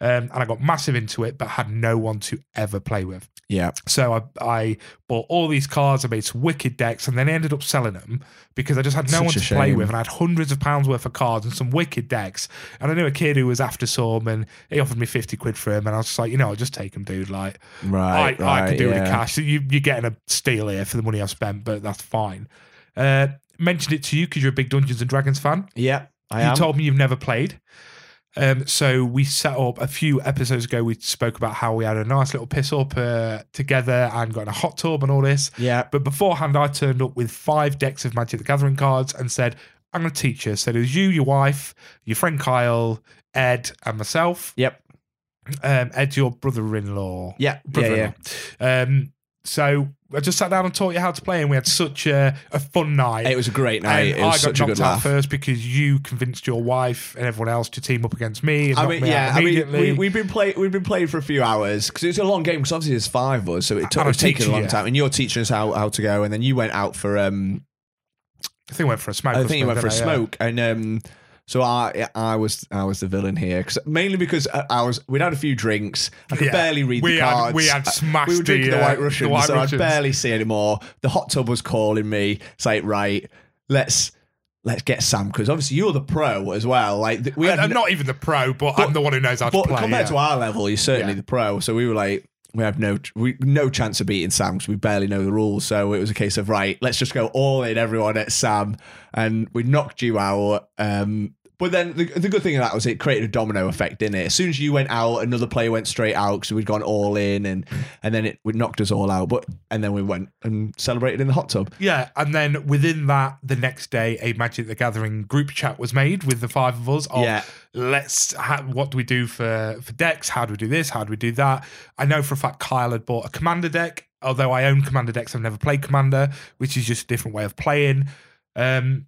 [SPEAKER 1] um, and I got massive into it, but had no one to ever play with.
[SPEAKER 2] yeah.
[SPEAKER 1] So I, I bought all these cards. I made some wicked decks, and then ended up selling them because I just had no
[SPEAKER 2] Such
[SPEAKER 1] one
[SPEAKER 2] a
[SPEAKER 1] to play
[SPEAKER 2] shame.
[SPEAKER 1] with, and I had hundreds of pounds worth of cards and some wicked decks. And I knew a kid who was after some, and he offered me fifty quid for him, and I was just like, you know, I'll just take him, dude. Like.
[SPEAKER 2] Right.
[SPEAKER 1] I, I
[SPEAKER 2] right,
[SPEAKER 1] could do with
[SPEAKER 2] yeah.
[SPEAKER 1] the cash. You, you're getting a steal here for the money I've spent, but that's fine. Uh, mentioned it to you because you're a big Dungeons and Dragons fan.
[SPEAKER 2] Yeah. I
[SPEAKER 1] you
[SPEAKER 2] am.
[SPEAKER 1] told me you've never played. Um, so we set up a few episodes ago. We spoke about how we had a nice little piss up uh, together and got in a hot tub and all this.
[SPEAKER 2] yeah.
[SPEAKER 1] But beforehand, I turned up with five decks of Magic the Gathering cards and said, "I'm going to teach you." So there's you, your wife, your friend Kyle, Ed, and myself.
[SPEAKER 2] Yep.
[SPEAKER 1] Um, Ed, your brother-in-law
[SPEAKER 2] Yeah. Yeah.
[SPEAKER 1] brother
[SPEAKER 2] Yeah.
[SPEAKER 1] Um, so I just sat down and taught you how to play, and we had such a, a fun night.
[SPEAKER 2] It was a great night.
[SPEAKER 1] and
[SPEAKER 2] it was
[SPEAKER 1] I got
[SPEAKER 2] such a
[SPEAKER 1] knocked
[SPEAKER 2] good
[SPEAKER 1] out
[SPEAKER 2] laugh.
[SPEAKER 1] first because you convinced your wife and everyone else to team up against me. And
[SPEAKER 2] I
[SPEAKER 1] knock
[SPEAKER 2] mean,
[SPEAKER 1] me
[SPEAKER 2] yeah.
[SPEAKER 1] out
[SPEAKER 2] I mean,
[SPEAKER 1] immediately.
[SPEAKER 2] we, we've been playing. We've been playing for a few hours because it was a long game. Because obviously, there's five of us, so it
[SPEAKER 1] And
[SPEAKER 2] took
[SPEAKER 1] I'm
[SPEAKER 2] it's taken a
[SPEAKER 1] teaching
[SPEAKER 2] long
[SPEAKER 1] you.
[SPEAKER 2] time. And you're teaching us how, how to go, and then you went out for um.
[SPEAKER 1] I think we went for a smoke.
[SPEAKER 2] I
[SPEAKER 1] or
[SPEAKER 2] think you went for a
[SPEAKER 1] something, didn't
[SPEAKER 2] smoke, and um. So I I was I was the villain here 'cause- mainly because I, I was we'd had a few drinks. I could
[SPEAKER 1] Yeah.
[SPEAKER 2] barely read
[SPEAKER 1] We
[SPEAKER 2] the
[SPEAKER 1] had-
[SPEAKER 2] cards.
[SPEAKER 1] we had
[SPEAKER 2] I-
[SPEAKER 1] smashed
[SPEAKER 2] we were
[SPEAKER 1] the,
[SPEAKER 2] drinking the,
[SPEAKER 1] uh,
[SPEAKER 2] White
[SPEAKER 1] the
[SPEAKER 2] Russian,
[SPEAKER 1] White
[SPEAKER 2] so
[SPEAKER 1] Russians.
[SPEAKER 2] I barely see anymore. The hot tub was calling me. It's like right, let's let's get Sam because obviously you're the pro as well. Like th- we
[SPEAKER 1] I?
[SPEAKER 2] had
[SPEAKER 1] And I'm uh,
[SPEAKER 2] no-
[SPEAKER 1] not even the pro, but, I'm the one who knows how
[SPEAKER 2] but
[SPEAKER 1] to play.
[SPEAKER 2] compared
[SPEAKER 1] yeah.
[SPEAKER 2] to our level, you're certainly
[SPEAKER 1] Yeah.
[SPEAKER 2] the pro. So we were like, we have no we no chance of beating Sam because we barely know the rules. So it was a case of right, let's just go all in, everyone at Sam, and we knocked you out. Um, but then the, the good thing of that was it created a domino effect in it. As soon as you went out, another player went straight out because we'd gone all in, and and then it, it knocked us all out. But and then we went and celebrated in the hot tub.
[SPEAKER 1] Yeah, and then within that, the next day, a Magic the Gathering group chat was made with the five of us. Of
[SPEAKER 2] Yeah.
[SPEAKER 1] let's ha- what do we do for for decks? How do we do this? How do we do that? I know for a fact Kyle had bought a Commander deck, although I own Commander decks. I've never played Commander, which is just a different way of playing. Um,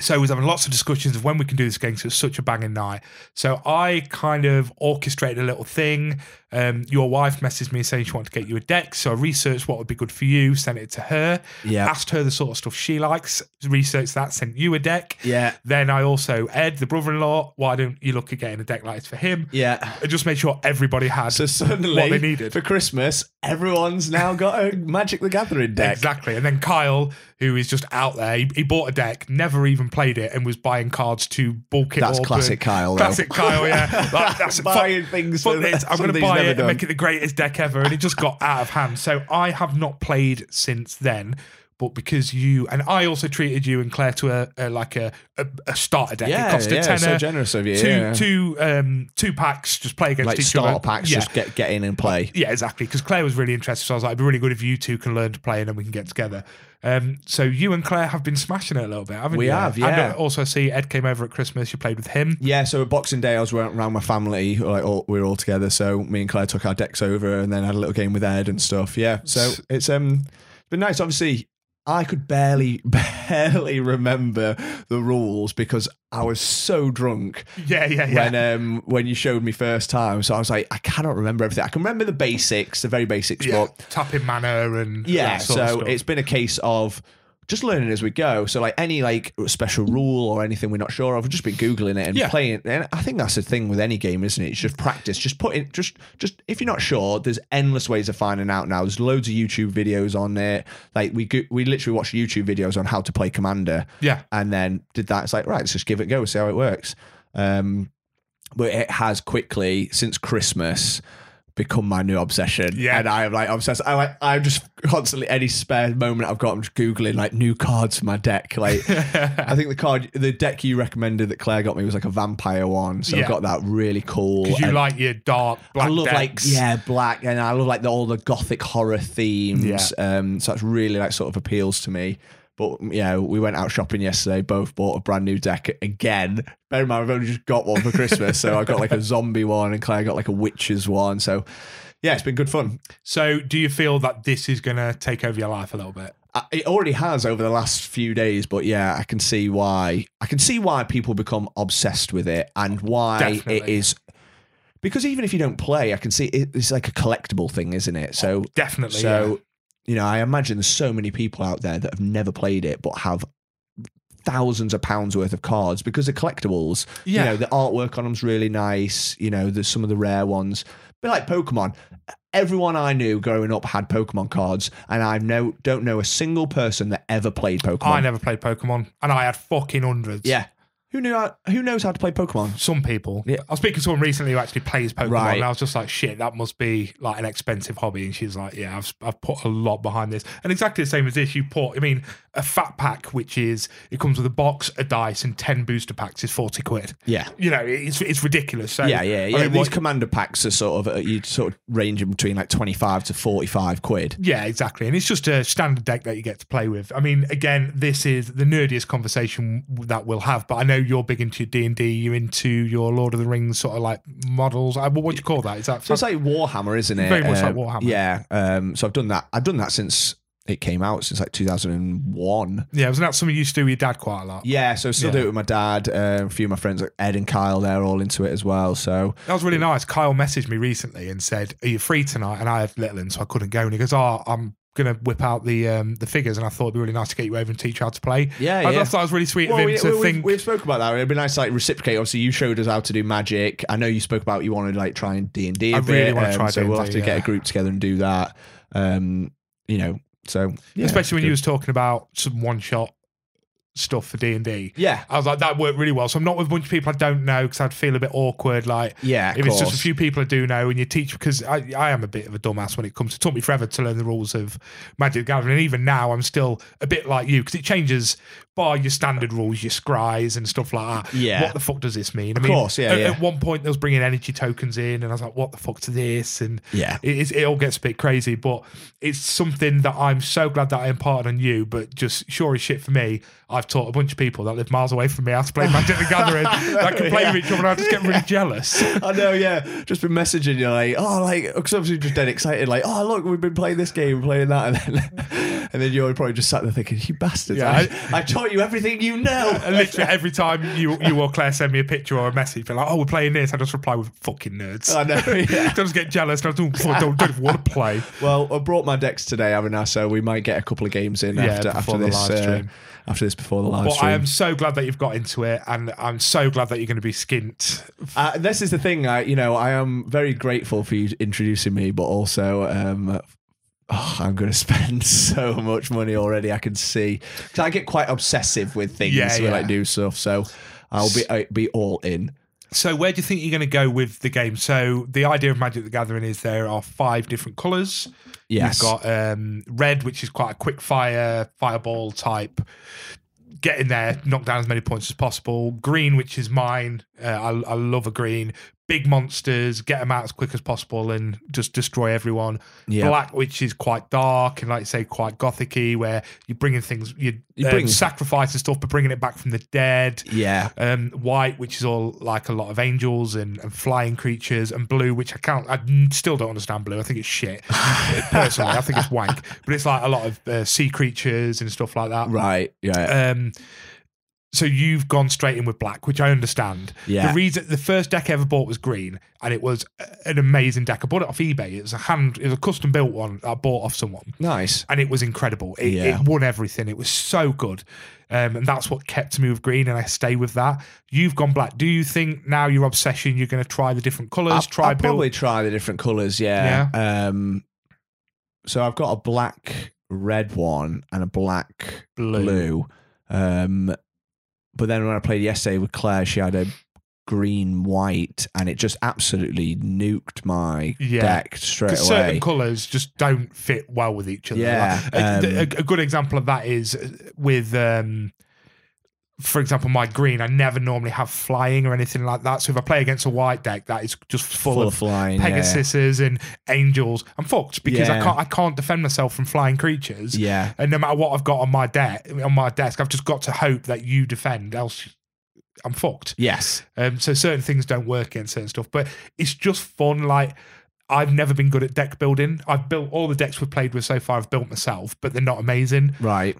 [SPEAKER 1] so I was having lots of discussions of when we can do this game. So it's such a banging night. So I kind of orchestrated a little thing. Um, your wife messaged me saying she wanted to get you a deck. So I researched what would be good for you, sent it to her
[SPEAKER 2] Yeah,
[SPEAKER 1] asked her the sort of stuff she likes, researched that, sent you a deck.
[SPEAKER 2] yeah,
[SPEAKER 1] Then I also, Ed, the brother in law, why don't you look at getting a deck like this for him?
[SPEAKER 2] yeah.
[SPEAKER 1] And just make sure everybody has
[SPEAKER 2] So suddenly,
[SPEAKER 1] what they needed.
[SPEAKER 2] for Christmas, everyone's now got a Magic the Gathering deck.
[SPEAKER 1] Exactly. And then Kyle, who is just out there, he, he bought a deck, never even played it, and was buying cards to bulk it
[SPEAKER 2] That's
[SPEAKER 1] up.
[SPEAKER 2] classic
[SPEAKER 1] and-
[SPEAKER 2] Kyle. though.
[SPEAKER 1] Classic Kyle, yeah. Like, that's
[SPEAKER 2] buying things.
[SPEAKER 1] But
[SPEAKER 2] that
[SPEAKER 1] this, I'm going to buy
[SPEAKER 2] something's
[SPEAKER 1] it
[SPEAKER 2] never
[SPEAKER 1] and
[SPEAKER 2] done.
[SPEAKER 1] make it the greatest deck ever. And it just got out of hand. So I have not played since then. But because you and I also treated you and Claire to a, a like a, a, a starter deck.
[SPEAKER 2] yeah,
[SPEAKER 1] it cost a
[SPEAKER 2] yeah,
[SPEAKER 1] tenner.
[SPEAKER 2] so generous of you.
[SPEAKER 1] two
[SPEAKER 2] yeah.
[SPEAKER 1] two um two packs just play against
[SPEAKER 2] like
[SPEAKER 1] each
[SPEAKER 2] starter
[SPEAKER 1] other.
[SPEAKER 2] packs,
[SPEAKER 1] Yeah.
[SPEAKER 2] just get get in and play.
[SPEAKER 1] Yeah, exactly. Because Claire was really interested, so I was like, "It'd be really good if you two can learn to play, and then we can get together." Um, so you and Claire have been smashing it a little bit, haven't
[SPEAKER 2] We
[SPEAKER 1] you?
[SPEAKER 2] have,
[SPEAKER 1] And
[SPEAKER 2] yeah.
[SPEAKER 1] I also, see Ed came over at Christmas. You played with him.
[SPEAKER 2] Yeah, so at Boxing Day, I was around my family, like all, we were all together. So me and Claire took our decks over, and then had a little game with Ed and stuff. Yeah, so it's um, it's been nice. Obviously, I could barely barely remember the rules because I was so drunk
[SPEAKER 1] Yeah, yeah, yeah.
[SPEAKER 2] when um when you showed me first time. So I was like, I cannot remember everything. I can remember the basics, the very basics,
[SPEAKER 1] yeah.
[SPEAKER 2] but
[SPEAKER 1] Tapping manner and
[SPEAKER 2] yeah.
[SPEAKER 1] that sort of
[SPEAKER 2] So
[SPEAKER 1] stuff.
[SPEAKER 2] it's been a case of just learning as we go. So like any like special rule or anything we're not sure of, we've just been googling it and
[SPEAKER 1] Yeah.
[SPEAKER 2] playing. And I think that's the thing with any game, isn't it? It's just practice. Just put it. Just just if you're not sure, there's endless ways of finding out now. There's loads of YouTube videos on it. Like we go, we literally watch YouTube videos on how to play Commander
[SPEAKER 1] Yeah.
[SPEAKER 2] and then did that. It's like, right, let's just give it a go, see how it works. Um, but it has quickly, since Christmas, become my new obsession.
[SPEAKER 1] Yeah.
[SPEAKER 2] And I am like obsessed. I like I'm just constantly any spare moment I've got, I'm just googling like new cards for my deck. Like I think the card the deck you recommended that Claire got me was like a vampire one. So
[SPEAKER 1] Yeah.
[SPEAKER 2] I got that really cool.
[SPEAKER 1] Because you
[SPEAKER 2] and
[SPEAKER 1] like your dark black
[SPEAKER 2] I love
[SPEAKER 1] decks.
[SPEAKER 2] like yeah, black and I love like the, all the gothic horror themes.
[SPEAKER 1] Yeah.
[SPEAKER 2] Um so that's really like sort of appeals to me. But yeah, we went out shopping yesterday, both bought a brand new deck again. Bear in mind I've only just got one for Christmas. so I got like a zombie one and Claire got like a witch's one. So yeah, it's been good fun.
[SPEAKER 1] So do you feel that this is going to take over your life a little bit?
[SPEAKER 2] I- it already has over the last few days but yeah i can see why i can see why people become obsessed with it and why it
[SPEAKER 1] Definitely.
[SPEAKER 2] is because even if you don't play i can see it, it's like a collectible thing isn't it so
[SPEAKER 1] Definitely. yeah.
[SPEAKER 2] so you know i imagine there's so many people out there that have never played it but have thousands of pounds worth of cards because they're collectibles
[SPEAKER 1] yeah.
[SPEAKER 2] you know, the artwork on them's really nice. You know, there's some of the rare ones. But like Pokemon, everyone I knew growing up had Pokemon cards, and I know don't know a single person that ever played Pokemon.
[SPEAKER 1] I never played Pokemon, and I had fucking hundreds.
[SPEAKER 2] Yeah, who knew? how- Who knows how to play Pokemon?
[SPEAKER 1] Some people.
[SPEAKER 2] Yeah.
[SPEAKER 1] I was speaking to someone recently who actually plays Pokemon,
[SPEAKER 2] Right.
[SPEAKER 1] and I was just like, "Shit, that must be like an expensive hobby." And she's like, "Yeah, I've I've put a lot behind this." And exactly the same as this, you put. I mean, a fat pack, which is it comes with a box, a dice, and ten booster packs, is forty quid.
[SPEAKER 2] Yeah.
[SPEAKER 1] You know, it's it's ridiculous. So
[SPEAKER 2] Yeah, yeah, yeah.
[SPEAKER 1] I mean,
[SPEAKER 2] These
[SPEAKER 1] what-
[SPEAKER 2] commander packs are sort of you sort of ranging between like twenty five to forty five quid.
[SPEAKER 1] Yeah, exactly. And it's just a standard deck that you get to play with. I mean, again, this is the nerdiest conversation that we'll have, but I know you're big into your D&D, you're into your Lord of the Rings sort of like models. Uh, What do you call that? Is that
[SPEAKER 2] So it's like Warhammer, isn't it?
[SPEAKER 1] Very much like
[SPEAKER 2] Um,
[SPEAKER 1] Warhammer.
[SPEAKER 2] Yeah. Um, so I've done that. I've done that since it came out, since like two thousand and one.
[SPEAKER 1] Yeah, wasn't that something you used to do with your dad quite a lot?
[SPEAKER 2] Yeah, so I still
[SPEAKER 1] Yeah.
[SPEAKER 2] do it with my dad. Um, a few of my friends, like Ed and Kyle, they're all into it as well. So
[SPEAKER 1] That was really nice. Kyle messaged me recently and said, "Are you free tonight?" And I had little and so I couldn't go. And he goes, "Oh, I'm." Gonna whip out the um, the figures, and I thought it'd be really nice to get you over and teach you how to play.
[SPEAKER 2] Yeah,
[SPEAKER 1] I
[SPEAKER 2] yeah.
[SPEAKER 1] thought that was really sweet
[SPEAKER 2] well,
[SPEAKER 1] of him
[SPEAKER 2] we,
[SPEAKER 1] to
[SPEAKER 2] we,
[SPEAKER 1] think.
[SPEAKER 2] we, have spoken about that. It'd be nice to like reciprocate. Obviously, you showed us how to do magic. I know you spoke about you wanted to like try and D and D.
[SPEAKER 1] I really wanna
[SPEAKER 2] to
[SPEAKER 1] try
[SPEAKER 2] So we'll
[SPEAKER 1] D&D,
[SPEAKER 2] have to
[SPEAKER 1] yeah.
[SPEAKER 2] get a group together and do that. Um, you know, so yeah,
[SPEAKER 1] especially when
[SPEAKER 2] good.
[SPEAKER 1] you was talking about some one shot stuff for D and D.
[SPEAKER 2] yeah,
[SPEAKER 1] I was like, that worked really well. So I'm not with a bunch of people I don't know because I'd feel a bit awkward. Like
[SPEAKER 2] yeah.
[SPEAKER 1] if it's just a
[SPEAKER 2] course.
[SPEAKER 1] few people I do know and you teach, because I, I am a bit of a dumbass when it comes to. It took me forever to learn the rules of Magic the Gathering, and even now I'm still a bit like you because it changes by your standard rules, your scries and stuff like that.
[SPEAKER 2] Yeah.
[SPEAKER 1] What the fuck does this mean? I
[SPEAKER 2] Of
[SPEAKER 1] mean,
[SPEAKER 2] course, yeah,
[SPEAKER 1] at,
[SPEAKER 2] yeah.
[SPEAKER 1] at one point they was bringing energy tokens in, and I was like, what the fuck's this? And
[SPEAKER 2] yeah.
[SPEAKER 1] it, is- it all gets a bit crazy, but it's something that I'm so glad that I imparted on you. But just sure as shit for me, I've taught a bunch of people that live miles away from me how to play Magic the Gathering that can play with each other, and I just get really jealous.
[SPEAKER 2] I know, yeah. Just been messaging you like, oh, like, because obviously just dead excited, like, oh, look, we've been playing this game, playing that, and then, and then you're probably just sat there thinking, you bastards,
[SPEAKER 1] Yeah,
[SPEAKER 2] I, I taught you everything you know.
[SPEAKER 1] And literally every time you you or Claire send me a picture or a message, be like, "Oh, we're playing this," I just reply with "fucking nerds."
[SPEAKER 2] I know. Yeah.
[SPEAKER 1] I just get jealous, and I don't don't, don't want to play.
[SPEAKER 2] Well, I brought my decks today, haven't I? So we might get a couple of games in
[SPEAKER 1] Yeah,
[SPEAKER 2] after after
[SPEAKER 1] before the
[SPEAKER 2] this
[SPEAKER 1] live
[SPEAKER 2] uh,
[SPEAKER 1] stream.
[SPEAKER 2] after this before the live
[SPEAKER 1] But I
[SPEAKER 2] stream.
[SPEAKER 1] am so glad that you've got into it, and I'm so glad that you're going to be skint.
[SPEAKER 2] Uh, this is the thing, I you know, I am very grateful for you introducing me, but also. Um, oh, I'm going to spend so much money already. I can see 'Cause I get quite obsessive with things
[SPEAKER 1] Yeah,
[SPEAKER 2] when I
[SPEAKER 1] yeah.
[SPEAKER 2] do stuff. So I'll be I'll be all in.
[SPEAKER 1] So where do you think you're going to go with the game? So the idea of Magic the Gathering is there are five different colours.
[SPEAKER 2] Yes,
[SPEAKER 1] You've got um, red, which is quite a quick fire fireball type. Get in there, knock down as many points as possible. Green, which is mine. Uh, I, I love a green. Big monsters, get them out as quick as possible and just destroy everyone.
[SPEAKER 2] yeah.
[SPEAKER 1] Black, which is quite dark and, like you say, quite gothicy, where you're bringing things, you're
[SPEAKER 2] You
[SPEAKER 1] um,
[SPEAKER 2] bring-
[SPEAKER 1] sacrificing stuff, but bringing it back from the dead
[SPEAKER 2] yeah.
[SPEAKER 1] um, white, which is all like a lot of angels and, and flying creatures, and blue, which I can't, I n- still don't understand blue. I think it's shit. Personally, I think it's wank. But it's like a lot of uh, sea creatures and stuff like that.
[SPEAKER 2] Right. Yeah.
[SPEAKER 1] Um, so you've gone straight in with black, which I understand.
[SPEAKER 2] Yeah.
[SPEAKER 1] The reason the first deck I ever bought was green, and it was a- an amazing deck. I bought it off eBay. It was a hand, it was a custom built one I bought off someone,
[SPEAKER 2] Nice.
[SPEAKER 1] and it was incredible. It,
[SPEAKER 2] Yeah.
[SPEAKER 1] it won everything. It was so good, um, and that's what kept me with green, and I stay with that. You've gone black. Do you think now your obsession? You're going to try the different colors.
[SPEAKER 2] I'll,
[SPEAKER 1] try
[SPEAKER 2] I'll
[SPEAKER 1] build.
[SPEAKER 2] probably try the different colours. Yeah. Um. So I've got a black red one and a black blue. Um. But then when I played yesterday with Claire, she had a green white, and it just absolutely nuked my
[SPEAKER 1] Yeah.
[SPEAKER 2] deck straight
[SPEAKER 1] Because certain
[SPEAKER 2] away.
[SPEAKER 1] colours just don't fit well with each other.
[SPEAKER 2] Yeah,
[SPEAKER 1] Like, a-
[SPEAKER 2] um,
[SPEAKER 1] a, a good example of that is uh, with, um, for example, my green. I never normally have flying or anything like that. So if I play against a white deck, that is just full,
[SPEAKER 2] Full of
[SPEAKER 1] of.
[SPEAKER 2] flying. Yeah.
[SPEAKER 1] Pegasuses and angels. I'm fucked because I
[SPEAKER 2] Yeah.
[SPEAKER 1] can't. I can't defend myself from flying creatures.
[SPEAKER 2] Yeah.
[SPEAKER 1] And no matter what I've got on my deck, on my desk, I've just got to hope that you defend. Else, I'm fucked.
[SPEAKER 2] Yes.
[SPEAKER 1] Um, so certain things don't work against certain stuff, but it's just fun. Like I've never been good at deck building. I've built all the decks we've played with so far. I've built myself, but they're not amazing.
[SPEAKER 2] Right.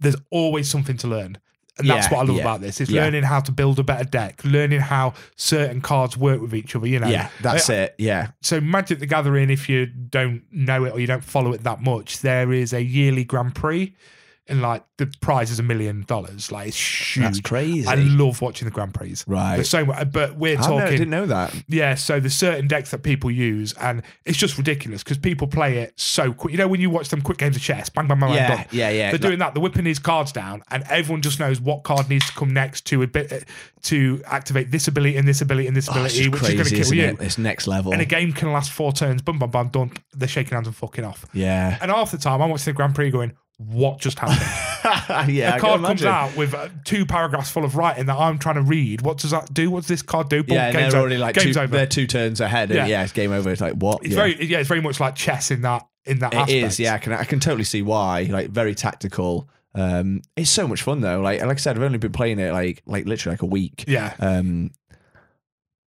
[SPEAKER 1] There's always something to learn. And that's
[SPEAKER 2] Yeah,
[SPEAKER 1] what I love
[SPEAKER 2] yeah,
[SPEAKER 1] about this. It's
[SPEAKER 2] yeah.
[SPEAKER 1] learning how to build a better deck, learning how certain cards work with each other, you know.
[SPEAKER 2] Yeah. That's it. Yeah.
[SPEAKER 1] So Magic the Gathering, if you don't know it or you don't follow it that much, there is a yearly Grand Prix and like the prize is a million dollars. Like it's huge.
[SPEAKER 2] That's crazy.
[SPEAKER 1] I love watching the Grand Prix.
[SPEAKER 2] right. Oh,
[SPEAKER 1] There's so much, but we're
[SPEAKER 2] I know-
[SPEAKER 1] talking
[SPEAKER 2] didn't know that.
[SPEAKER 1] yeah, so there's certain decks that people use, and it's just ridiculous because people play it so quick. You know, when you watch them quick games of chess, bang, bang, bang, bang,
[SPEAKER 2] Yeah.
[SPEAKER 1] done.
[SPEAKER 2] Yeah. Yeah.
[SPEAKER 1] They're doing that. They're whipping these cards down, and everyone just knows what card needs to come next to a bit to activate this ability and this ability and this
[SPEAKER 2] Oh, it's
[SPEAKER 1] ability, which is
[SPEAKER 2] crazy,
[SPEAKER 1] going to
[SPEAKER 2] isn't
[SPEAKER 1] kill you.
[SPEAKER 2] it? It's next level.
[SPEAKER 1] And a game can last four turns. Bum, bum, bum, done. They're shaking hands and fucking off.
[SPEAKER 2] Yeah.
[SPEAKER 1] And half the time, I'm watching the Grand Prix going, "What just happened?"
[SPEAKER 2] yeah.
[SPEAKER 1] a card comes out with uh, two paragraphs full of writing that I'm trying to read. What does that do? What does this card do? Boom,
[SPEAKER 2] Yeah, and
[SPEAKER 1] game's
[SPEAKER 2] they're
[SPEAKER 1] over.
[SPEAKER 2] already like two,
[SPEAKER 1] game's over.
[SPEAKER 2] they're two turns ahead. Yeah.
[SPEAKER 1] Yeah.
[SPEAKER 2] And yeah, it's game over. It's like what?
[SPEAKER 1] It's
[SPEAKER 2] yeah.
[SPEAKER 1] very yeah, it's very much like chess in that in that
[SPEAKER 2] It
[SPEAKER 1] aspect.
[SPEAKER 2] is, yeah. I can I can totally see why. Like very tactical. Um, it's so much fun though. Like like I said, I've only been playing it like like literally like a week.
[SPEAKER 1] yeah,
[SPEAKER 2] Um,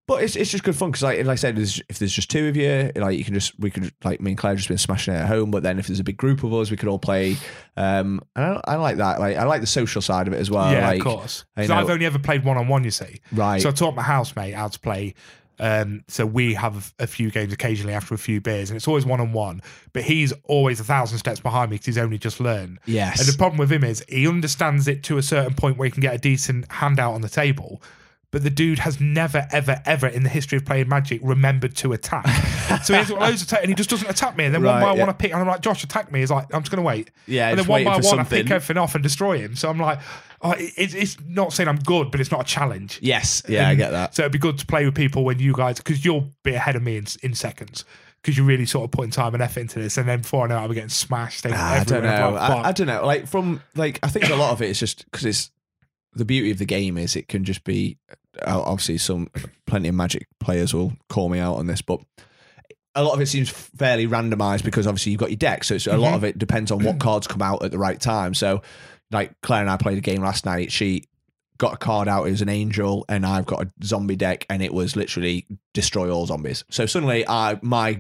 [SPEAKER 2] but it's it's just good fun because like, like I said, there's, if there's just two of you, like you can just we could like me and Claire have just been smashing it at home. But then if there's a big group of us, we could all play. Um, and I, I like that. Like I like the social side of it as well.
[SPEAKER 1] yeah.
[SPEAKER 2] like,
[SPEAKER 1] of course,
[SPEAKER 2] I
[SPEAKER 1] because
[SPEAKER 2] know-
[SPEAKER 1] I've only ever played one on one. You see,
[SPEAKER 2] Right.
[SPEAKER 1] so I taught my housemate how to play. Um, so we have a few games occasionally after a few beers, and it's always one on one. But he's always a thousand steps behind me because he's only just learned.
[SPEAKER 2] yes.
[SPEAKER 1] And the problem with him is he understands it to a certain point where he can get a decent handout on the table. But the dude has never, ever, ever in the history of playing Magic remembered to attack. so he's got loads of attack, and he just doesn't attack me. And then
[SPEAKER 2] Right,
[SPEAKER 1] one by
[SPEAKER 2] yeah.
[SPEAKER 1] one, I pick, and I'm like, Josh, attack me. He's like, I'm just going to wait.
[SPEAKER 2] Yeah,
[SPEAKER 1] and then
[SPEAKER 2] just
[SPEAKER 1] one
[SPEAKER 2] waiting
[SPEAKER 1] by
[SPEAKER 2] for
[SPEAKER 1] one, I
[SPEAKER 2] something.
[SPEAKER 1] pick everything off and destroy him. So I'm like, oh, it, it's- it's not saying I'm good, but it's not a challenge.
[SPEAKER 2] Yes. Yeah, I
[SPEAKER 1] And
[SPEAKER 2] get that.
[SPEAKER 1] So it'd be good to play with people when you guys, because you'll be ahead of me in, in seconds. Because you're really sort of putting time and effort into this, and then before I know, it, I'll be getting smashed. taking
[SPEAKER 2] Ah, I don't
[SPEAKER 1] everyone
[SPEAKER 2] know.
[SPEAKER 1] apart.
[SPEAKER 2] I, I don't know. Like from like I think a lot of it is just because it's the beauty of the game is it can just be uh, obviously some plenty of magic players will call me out on this, but a lot of it seems fairly randomized because obviously you've got your deck, so it's, a lot of it depends on what cards come out at the right time. So like Claire and I played a game last night. She got a card out. It was an angel, and I've got a zombie deck, and it was literally destroy all zombies. So suddenly, I my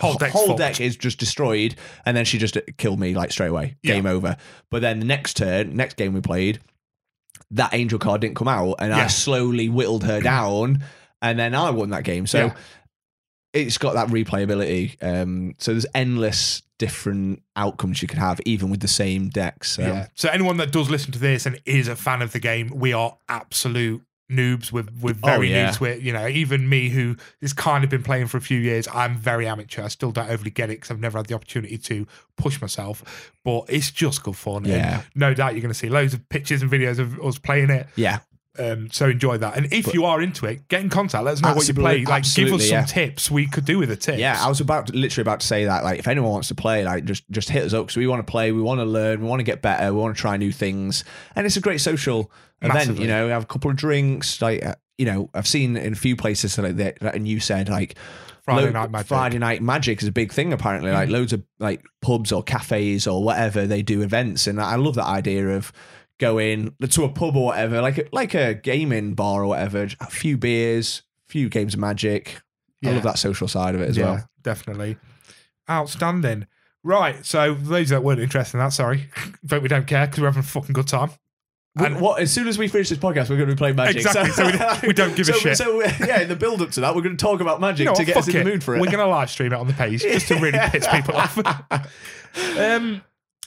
[SPEAKER 1] Whole
[SPEAKER 2] wh-
[SPEAKER 1] deck's
[SPEAKER 2] whole
[SPEAKER 1] fucked.
[SPEAKER 2] deck is just destroyed, and then she just killed me like straight away.
[SPEAKER 1] Yeah.
[SPEAKER 2] Game over. But then the next turn, next game we played, that angel card didn't come out, and I
[SPEAKER 1] Yeah.
[SPEAKER 2] slowly whittled her down, and then I won that game. So.
[SPEAKER 1] Yeah.
[SPEAKER 2] It's got that replayability, um, so there's endless different outcomes you could have, even with the same decks. So.
[SPEAKER 1] Yeah. So anyone that does listen to this and is a fan of the game, we are absolute noobs. We're, we're
[SPEAKER 2] Oh,
[SPEAKER 1] very
[SPEAKER 2] yeah.
[SPEAKER 1] new to it. You know, even me who has kind of been playing for a few years, I'm very amateur. I still don't overly get it because I've never had the opportunity to push myself. But it's just good fun.
[SPEAKER 2] Yeah.
[SPEAKER 1] And no doubt you're going to see loads of pictures and videos of us playing it.
[SPEAKER 2] yeah,
[SPEAKER 1] Um, so enjoy that. And if you are into it, get in contact. Let us know what you
[SPEAKER 2] Absolutely,
[SPEAKER 1] play. Like, give us
[SPEAKER 2] absolutely,
[SPEAKER 1] some
[SPEAKER 2] yeah.
[SPEAKER 1] tips. We could do with the tips.
[SPEAKER 2] Yeah, I was about to, literally about to say that. Like, if anyone wants to play, like, just just hit us up because we want to play, we want to learn, we want to get better, we want to try new things, and it's a great social event.
[SPEAKER 1] Massively.
[SPEAKER 2] You know, have a couple of drinks. Like, uh, you know, I've seen in a few places like that, that- and you said like
[SPEAKER 1] Friday
[SPEAKER 2] lo-
[SPEAKER 1] night magic. Mm.
[SPEAKER 2] Friday night magic is a big thing apparently. Like loads of like pubs or cafes or whatever they do events, and I love that idea of going to a pub or whatever, like a, like a gaming bar or whatever, a few beers, few games of magic. I
[SPEAKER 1] Yeah.
[SPEAKER 2] love that social side of it as
[SPEAKER 1] yeah,
[SPEAKER 2] well.
[SPEAKER 1] Definitely. Outstanding. Right. So, for those that weren't interested in that, sorry, but we don't care because we're having a fucking good time.
[SPEAKER 2] We-
[SPEAKER 1] And-
[SPEAKER 2] what, as soon as we finish this podcast, we're going to be playing magic.
[SPEAKER 1] Exactly, so we- we don't give a
[SPEAKER 2] so-
[SPEAKER 1] shit.
[SPEAKER 2] So uh, yeah, in the build up to that, we're going to talk about magic
[SPEAKER 1] You know
[SPEAKER 2] to
[SPEAKER 1] what,
[SPEAKER 2] get us
[SPEAKER 1] fuck
[SPEAKER 2] in the
[SPEAKER 1] it.
[SPEAKER 2] mood for it.
[SPEAKER 1] We're going to live stream it on the page just to really piss people off. um,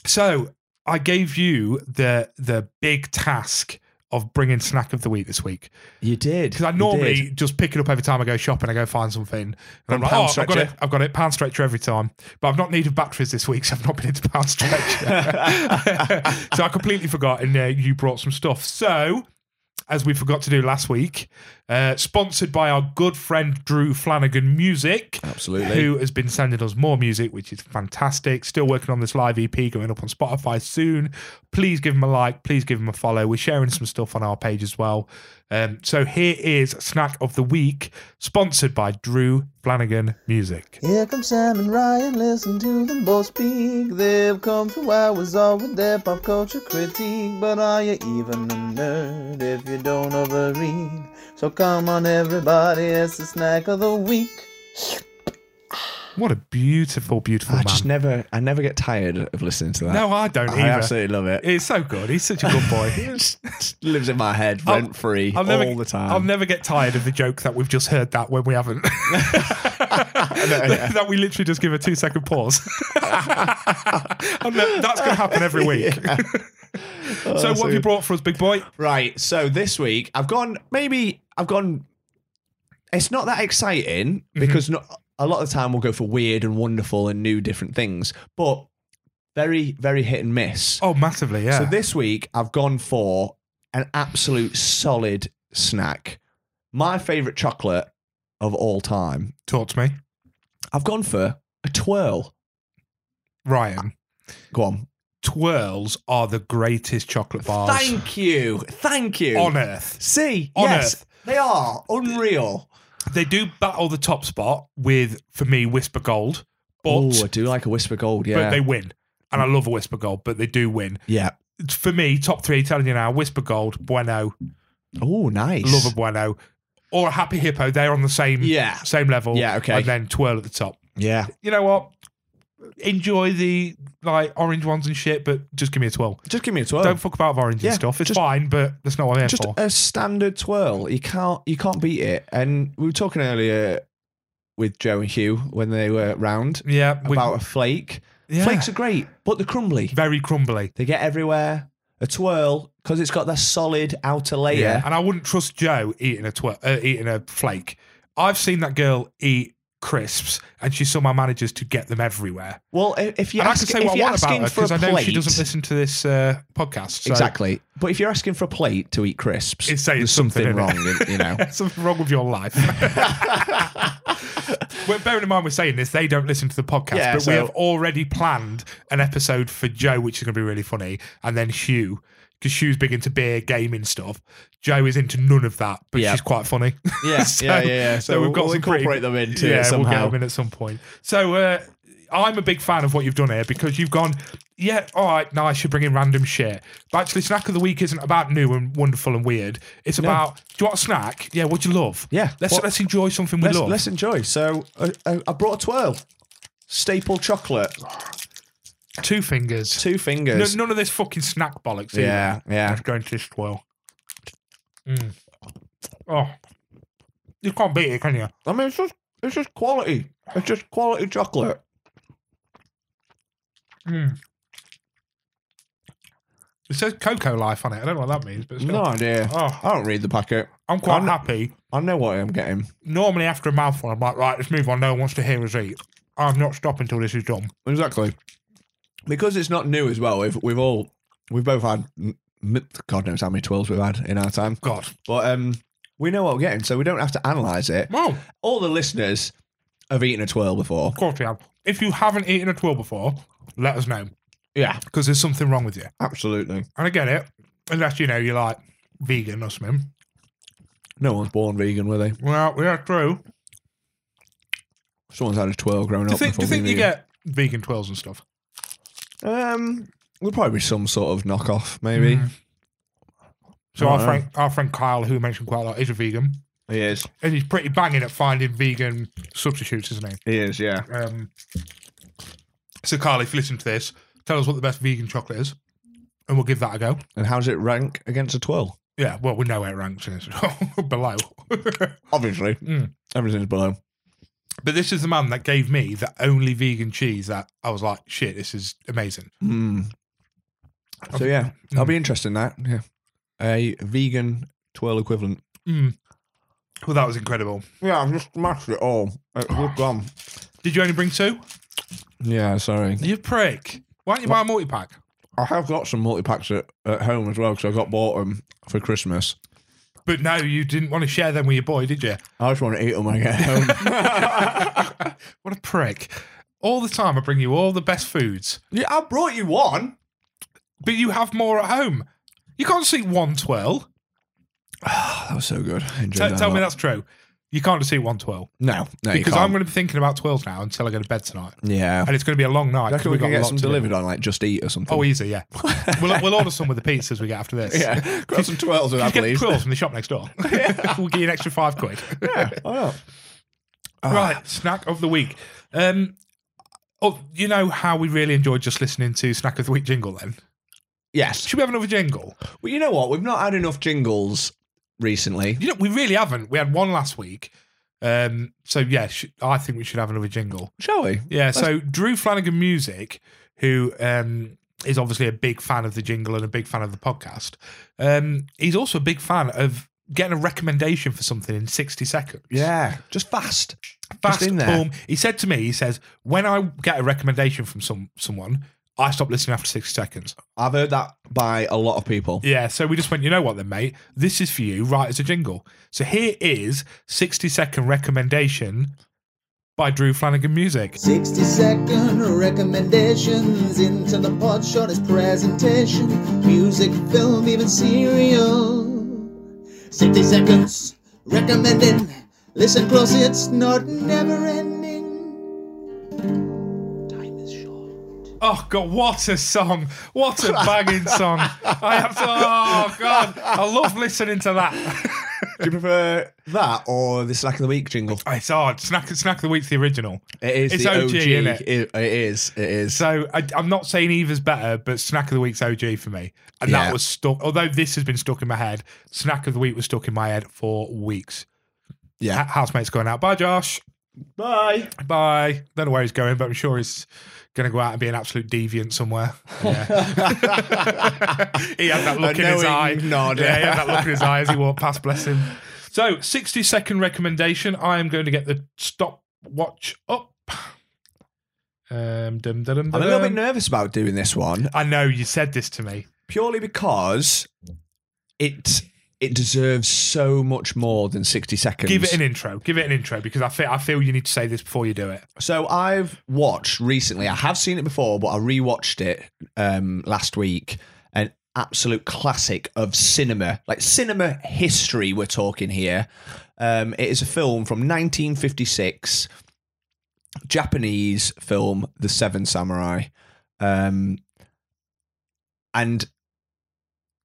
[SPEAKER 1] so I gave you the the big task of bringing snack of the week this week
[SPEAKER 2] you did
[SPEAKER 1] because I normally just pick it up every time I go shopping. I go find something. And I'm
[SPEAKER 2] And
[SPEAKER 1] like,
[SPEAKER 2] pound
[SPEAKER 1] oh, I've got
[SPEAKER 2] stretcher.
[SPEAKER 1] it. I've got it. Pound stretcher every time. But I've not needed batteries this week, so I've not been into pound stretcher. so I completely forgot, and uh, you brought some stuff. So. As we forgot to do last week, uh, sponsored by our good friend Drew Flanagan Music,
[SPEAKER 2] absolutely.
[SPEAKER 1] who has been sending us more music, which is fantastic. Still working on this live EP going up on Spotify soon. Please give him a like. Please give him a follow. We're sharing some stuff on our page as well. Um, so here is Snack of the Week, sponsored by Drew Flanagan Music.
[SPEAKER 3] Here come Sam and Ryan, listen to them both speak. They've come two hours on with their pop culture critique. But are you even a nerd if you don't overread? So come on, everybody, it's the snack of the week.
[SPEAKER 1] What a beautiful, beautiful
[SPEAKER 2] I
[SPEAKER 1] man.
[SPEAKER 2] just never, I never get tired of listening to that.
[SPEAKER 1] no, I don't
[SPEAKER 2] I
[SPEAKER 1] either.
[SPEAKER 2] absolutely love it.
[SPEAKER 1] It's so good. He's such a good boy.
[SPEAKER 2] It just lives in my head,
[SPEAKER 1] I'll-
[SPEAKER 2] rent free, all
[SPEAKER 1] I'll never-
[SPEAKER 2] the time.
[SPEAKER 1] I'll never get tired of the joke that we've just heard that when we haven't.
[SPEAKER 2] yeah.
[SPEAKER 1] that we literally just give a two second pause. And that- that's going to happen every week.
[SPEAKER 2] Oh,
[SPEAKER 1] so, what have
[SPEAKER 2] good.
[SPEAKER 1] you brought for us, big boy?
[SPEAKER 2] Right. So this week I've gone maybe I've gone it's not that exciting
[SPEAKER 1] Mm-hmm.
[SPEAKER 2] because not, a lot of the time we'll go for weird and wonderful and new different things, but very very hit and miss.
[SPEAKER 1] Oh, massively, yeah.
[SPEAKER 2] So this week I've gone for an absolute solid snack. My favorite chocolate of all time.
[SPEAKER 1] Talk to me.
[SPEAKER 2] I've gone for a twirl.
[SPEAKER 1] Ryan,
[SPEAKER 2] Go on.
[SPEAKER 1] twirls are the greatest chocolate bars
[SPEAKER 2] Thank you. Thank you.
[SPEAKER 1] on earth.
[SPEAKER 2] See,
[SPEAKER 1] On
[SPEAKER 2] yes,
[SPEAKER 1] earth.
[SPEAKER 2] they are unreal.
[SPEAKER 1] They do battle the top spot with, for me, Whisper Gold, but,
[SPEAKER 2] oh, I do like a whisper gold. Yeah,
[SPEAKER 1] but they win. And I love a Whisper Gold, but they do win.
[SPEAKER 2] yeah.
[SPEAKER 1] It's- For me, top three, telling you now, Whisper Gold, Bueno,
[SPEAKER 2] Oh, nice.
[SPEAKER 1] Love a Bueno, or a Happy Hippo. They're on the same
[SPEAKER 2] Yeah.
[SPEAKER 1] same level.
[SPEAKER 2] Yeah, okay.
[SPEAKER 1] And then twirl at the top.
[SPEAKER 2] Yeah.
[SPEAKER 1] you know what? Enjoy the like orange ones and shit, but just give me a twirl.
[SPEAKER 2] Just give me a twirl.
[SPEAKER 1] Don't fuck about with orange
[SPEAKER 2] Oh. Yeah,
[SPEAKER 1] and stuff. It's
[SPEAKER 2] just-
[SPEAKER 1] fine, but that's not what I'm here
[SPEAKER 2] just
[SPEAKER 1] for.
[SPEAKER 2] a standard twirl. You can't you can't beat it. And we were talking earlier with Joe and Hugh when they were round
[SPEAKER 1] yeah, we-
[SPEAKER 2] about a flake.
[SPEAKER 1] yeah.
[SPEAKER 2] Flakes are great, but they're crumbly.
[SPEAKER 1] very crumbly.
[SPEAKER 2] They get everywhere. A twirl because it's got that solid outer layer.
[SPEAKER 1] and I wouldn't trust Joe eating a twirl, uh, eating a flake. I've seen that girl eat crisps, and she somehow manages to get them everywhere.
[SPEAKER 2] Well, i- if you
[SPEAKER 1] and I
[SPEAKER 2] ask,
[SPEAKER 1] can say
[SPEAKER 2] if
[SPEAKER 1] what I
[SPEAKER 2] you're
[SPEAKER 1] want
[SPEAKER 2] asking
[SPEAKER 1] about her
[SPEAKER 2] for a
[SPEAKER 1] because I know
[SPEAKER 2] plate,
[SPEAKER 1] she doesn't listen to this uh, podcast. So
[SPEAKER 2] exactly. But if you're asking for a plate to eat crisps,
[SPEAKER 1] It's saying
[SPEAKER 2] there's
[SPEAKER 1] something,
[SPEAKER 2] something wrong.
[SPEAKER 1] isn't
[SPEAKER 2] you know.
[SPEAKER 1] something wrong with your life. Well, bearing in mind we're saying this, they don't listen to the podcast,
[SPEAKER 2] Yeah,
[SPEAKER 1] but
[SPEAKER 2] so-
[SPEAKER 1] we have already planned an episode for Joe, which is going to be really funny, and then Hugh, because Hugh's big into beer, gaming stuff. Joe is into none of that, but
[SPEAKER 2] Yeah.
[SPEAKER 1] she's quite funny.
[SPEAKER 2] Yeah,
[SPEAKER 1] So-
[SPEAKER 2] yeah, yeah, yeah.
[SPEAKER 1] so
[SPEAKER 2] So,
[SPEAKER 1] we've
[SPEAKER 2] we've
[SPEAKER 1] got
[SPEAKER 2] got to
[SPEAKER 1] some pretty-
[SPEAKER 2] incorporate them into
[SPEAKER 1] yeah,
[SPEAKER 2] it
[SPEAKER 1] we'll
[SPEAKER 2] somehow.
[SPEAKER 1] get him in at some point. So uh, I'm a big fan of what you've done here because you've gone, yeah, all right, nice, you're bringing random shit. But actually, snack of the week isn't about new and wonderful and weird. It's about, do you want a snack? Yeah, what do you love?
[SPEAKER 2] Yeah,
[SPEAKER 1] Let's
[SPEAKER 2] what-
[SPEAKER 1] let's enjoy something we
[SPEAKER 2] let's,
[SPEAKER 1] love.
[SPEAKER 2] let's enjoy. So uh, uh, I brought a twirl, staple chocolate,
[SPEAKER 1] Two fingers.
[SPEAKER 2] two
[SPEAKER 1] No,
[SPEAKER 2] fingers.
[SPEAKER 1] none of this fucking snack bollocks. either.
[SPEAKER 2] yeah, yeah.
[SPEAKER 1] I'm going to this twirl. Mm. Oh, you can't beat it, can you?
[SPEAKER 2] I mean, it's just it's just quality. It's just quality chocolate.
[SPEAKER 1] Mm. It says Cocoa Life on it. I don't know what that means, but still.
[SPEAKER 2] No idea.
[SPEAKER 1] Oh,
[SPEAKER 2] I don't read the packet.
[SPEAKER 1] I'm quite
[SPEAKER 2] I'm-
[SPEAKER 1] happy.
[SPEAKER 2] I know what I'm getting.
[SPEAKER 1] Normally, after a mouthful, I'm like, right, let's move on. No one wants to hear us eat. I'm not stopping until this is done.
[SPEAKER 2] Exactly. Because it's not new as well. We've we've all we've both had m- m- God knows how many twirls we've had in our time,
[SPEAKER 1] God.
[SPEAKER 2] but um, we know what we're getting, so we don't have to analyze it.
[SPEAKER 1] Well,
[SPEAKER 2] All the listeners have eaten a twirl before.
[SPEAKER 1] of course we have. If you haven't eaten a twirl before, let us know
[SPEAKER 2] Yeah,
[SPEAKER 1] because there's something wrong with you.
[SPEAKER 2] absolutely.
[SPEAKER 1] And I get it, unless, you know, you're like vegan or something.
[SPEAKER 2] No one's born vegan, were they?
[SPEAKER 1] Well, yeah, true.
[SPEAKER 2] Someone's had a twirl growing
[SPEAKER 1] Do you
[SPEAKER 2] up.
[SPEAKER 1] think, do
[SPEAKER 2] before
[SPEAKER 1] you, think
[SPEAKER 2] being
[SPEAKER 1] you get vegan twirls and stuff?
[SPEAKER 2] vegan. Um, there'll probably be some sort of knockoff, maybe.
[SPEAKER 1] Mm. So
[SPEAKER 2] I
[SPEAKER 1] our
[SPEAKER 2] don't
[SPEAKER 1] friend, our friend Kyle, who we mentioned quite a lot, is a vegan,
[SPEAKER 2] He is.
[SPEAKER 1] and he's pretty banging at finding vegan substitutes, isn't he?
[SPEAKER 2] He is. Yeah.
[SPEAKER 1] Um, so Kyle, if you listen to this, tell us what the best vegan chocolate is. and we'll give that a go.
[SPEAKER 2] And how's it rank against a twirl?
[SPEAKER 1] Yeah, well, we know where it ranks is below. but
[SPEAKER 2] Obviously,
[SPEAKER 1] Mm.
[SPEAKER 2] everything's below.
[SPEAKER 1] this is the man that gave me the only vegan cheese that I was like, shit, this is amazing.
[SPEAKER 2] Mm. So yeah, I'll be interested in that. Yeah, a vegan twirl equivalent.
[SPEAKER 1] Mm. Well, that was incredible.
[SPEAKER 2] Yeah, I've just smashed it all. It's all gone.
[SPEAKER 1] Did you only bring two?
[SPEAKER 2] Yeah, sorry.
[SPEAKER 1] You prick. Why don't you buy a multi pack?
[SPEAKER 2] I have got some multi packs at, at home as well because I got bought them for Christmas.
[SPEAKER 1] But no, you didn't want to share them with your boy, did you?
[SPEAKER 2] I just want to eat them when I get home.
[SPEAKER 1] What a prick. All the time I bring you all the best foods,
[SPEAKER 2] yeah, I brought you one.
[SPEAKER 1] but you have more at home. You can't just eat one twirl.
[SPEAKER 2] that was so good. I enjoyed
[SPEAKER 1] Tell-
[SPEAKER 2] that a
[SPEAKER 1] tell me
[SPEAKER 2] lot.
[SPEAKER 1] that's true. You can't just eat one twirl.
[SPEAKER 2] No, no, you
[SPEAKER 1] because
[SPEAKER 2] can't.
[SPEAKER 1] I'm going to be thinking about twirls now until I go to bed tonight.
[SPEAKER 2] Yeah.
[SPEAKER 1] And it's going to be a long night.
[SPEAKER 2] I reckon
[SPEAKER 1] 'cause
[SPEAKER 2] we
[SPEAKER 1] we've
[SPEAKER 2] can
[SPEAKER 1] got a
[SPEAKER 2] get
[SPEAKER 1] lot
[SPEAKER 2] some
[SPEAKER 1] to do.
[SPEAKER 2] delivered on like Just Eat or something.
[SPEAKER 1] Oh, easy, yeah. we'll, we'll order some with the pizzas we get after this.
[SPEAKER 2] yeah. Grab some twirls with
[SPEAKER 1] Just
[SPEAKER 2] that,
[SPEAKER 1] get
[SPEAKER 2] please.
[SPEAKER 1] twirls from the shop next door. we'll give you an extra five quid.
[SPEAKER 2] Oh, Yeah, Ah, why not?
[SPEAKER 1] Right, snack of the week. Um, oh, you know how we really enjoyed just listening to snack of the week jingle. Then
[SPEAKER 2] Yes.
[SPEAKER 1] should we have another jingle?
[SPEAKER 2] Well, you know what? We've not had enough jingles recently.
[SPEAKER 1] You know, we really haven't. We had one last week. Um, so yeah, sh- I think we should have another jingle.
[SPEAKER 2] Shall we?
[SPEAKER 1] Yeah. So Drew Flanagan Music, who um, is obviously a big fan of the jingle and a big fan of the podcast, um, he's also a big fan of getting a recommendation for something in sixty seconds.
[SPEAKER 2] Yeah. Just fast.
[SPEAKER 1] fast
[SPEAKER 2] in there.
[SPEAKER 1] boom. He said to me, he says, when I get a recommendation from some someone, I stop listening after sixty seconds.
[SPEAKER 2] I've heard that by a lot of people.
[SPEAKER 1] Yeah, so we just went, you know what then, mate? This is for you, right as a jingle. So here is 60 second recommendation by Drew Flanagan Music.
[SPEAKER 3] 60 second recommendations into the pod shortest presentation. Music, film, even serial. 60 seconds recommending. Listen close, it's not never ending. Time is short.
[SPEAKER 1] Oh god, what a song. What a banging song. I have to, oh god. I love listening to that.
[SPEAKER 2] Do you prefer that or the Slack of the Week jingle?
[SPEAKER 1] it's hard. Snack snack of the week's the original.
[SPEAKER 2] It is
[SPEAKER 1] It's
[SPEAKER 2] the
[SPEAKER 1] OG,
[SPEAKER 2] OG.
[SPEAKER 1] innit?
[SPEAKER 2] It- it is. It is.
[SPEAKER 1] So I, I'm not saying either's better, but snack of the week's OG for me, and
[SPEAKER 2] Yeah.
[SPEAKER 1] that was stuck. Although this has been stuck in my head, snack of the week was stuck in my head for weeks.
[SPEAKER 2] Yeah.
[SPEAKER 1] H- housemates going out. Bye, Josh.
[SPEAKER 2] Bye.
[SPEAKER 1] Bye. Don't know where he's going, but I'm sure he's going to go out and be an absolute deviant somewhere. Yeah. he had that look
[SPEAKER 2] A
[SPEAKER 1] in his
[SPEAKER 2] knowing
[SPEAKER 1] eye.
[SPEAKER 2] nod.
[SPEAKER 1] Yeah, he had that look in his eye as he walked past. Bless him. So, 60 second recommendation. I am going to get the stopwatch up. Um, dum, dum, dum,
[SPEAKER 2] I'm a little bit
[SPEAKER 1] dum.
[SPEAKER 2] nervous about doing this one
[SPEAKER 1] I know you said this to me.
[SPEAKER 2] purely because it it deserves so much more than 60 seconds.
[SPEAKER 1] Give it an intro. Give it an intro because I feel I feel you need to say this before you do it.
[SPEAKER 2] So I've watched recently. I have seen it before, but I rewatched it um, last week. An absolute classic of cinema, like cinema history. We're talking here. Um, it is a film from 1956, Japanese film, The Seven Samurai, um, and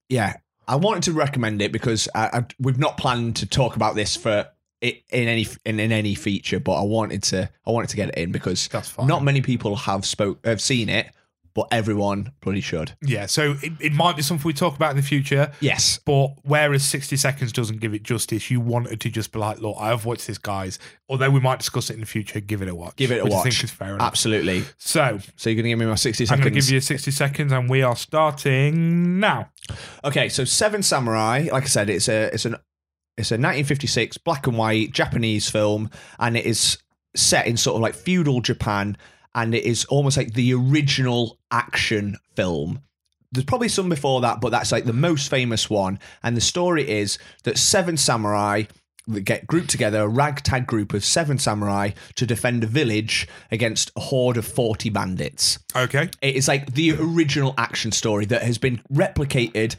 [SPEAKER 2] yeah, I wanted to recommend it because I, I, we've not planned to talk about this for it in any in, in any feature, but I wanted to I wanted to get it in because
[SPEAKER 1] That's fine.
[SPEAKER 2] not many people have spoke have seen it, but everyone bloody should.
[SPEAKER 1] Yeah, so it, it might be something we talk about in the future.
[SPEAKER 2] Yes,
[SPEAKER 1] But whereas 60 seconds doesn't give it justice, you wanted to just be like, look, I have watched this, guys. Although we might discuss it in the future, give it a watch.
[SPEAKER 2] Give it a
[SPEAKER 1] which I
[SPEAKER 2] watch.
[SPEAKER 1] think is fair enough.
[SPEAKER 2] absolutely.
[SPEAKER 1] So
[SPEAKER 2] So you're gonna give me my sixty
[SPEAKER 1] I'm
[SPEAKER 2] seconds.
[SPEAKER 1] going to give you 60 seconds and we are starting now.
[SPEAKER 2] Okay, so Seven Samurai, like I said, it's a it's an it's a 1956 black and white Japanese film, and it is set in sort of like feudal Japan, and it is almost like the original action film. There's probably some before that, but that's like the most famous one. And the story is that seven samurai that get grouped together, a ragtag group of seven samurai, to defend a village against a horde of 40 bandits.
[SPEAKER 1] Okay.
[SPEAKER 2] It is like the original action story that has been replicated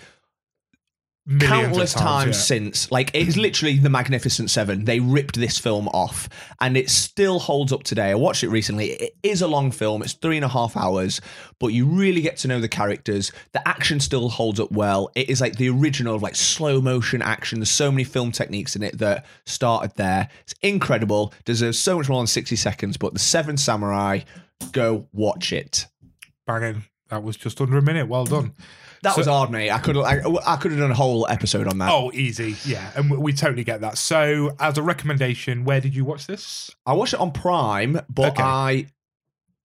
[SPEAKER 1] Millions of
[SPEAKER 2] countless times,
[SPEAKER 1] yeah.
[SPEAKER 2] since. Like it's literally the Magnificent Seven. They ripped this film off, and it still holds up today. I watched it recently. It is a long film. It's three and a half hours, but you really get to know the characters. The action still holds up well. It is like the original of like slow motion action. There's so many film techniques in it that started there. It's incredible. Deserves so much more than sixty seconds. But the Seven Samurai, go watch it.
[SPEAKER 1] Banging. That was just under a minute. Well done.
[SPEAKER 2] That
[SPEAKER 1] So-
[SPEAKER 2] was hard, mate. I could I, I could have done a whole episode on that.
[SPEAKER 1] Oh, easy. Yeah. And we, we totally get that. So, as a recommendation, where did you watch this?
[SPEAKER 2] I watched it on Prime, but
[SPEAKER 1] Okay.
[SPEAKER 2] I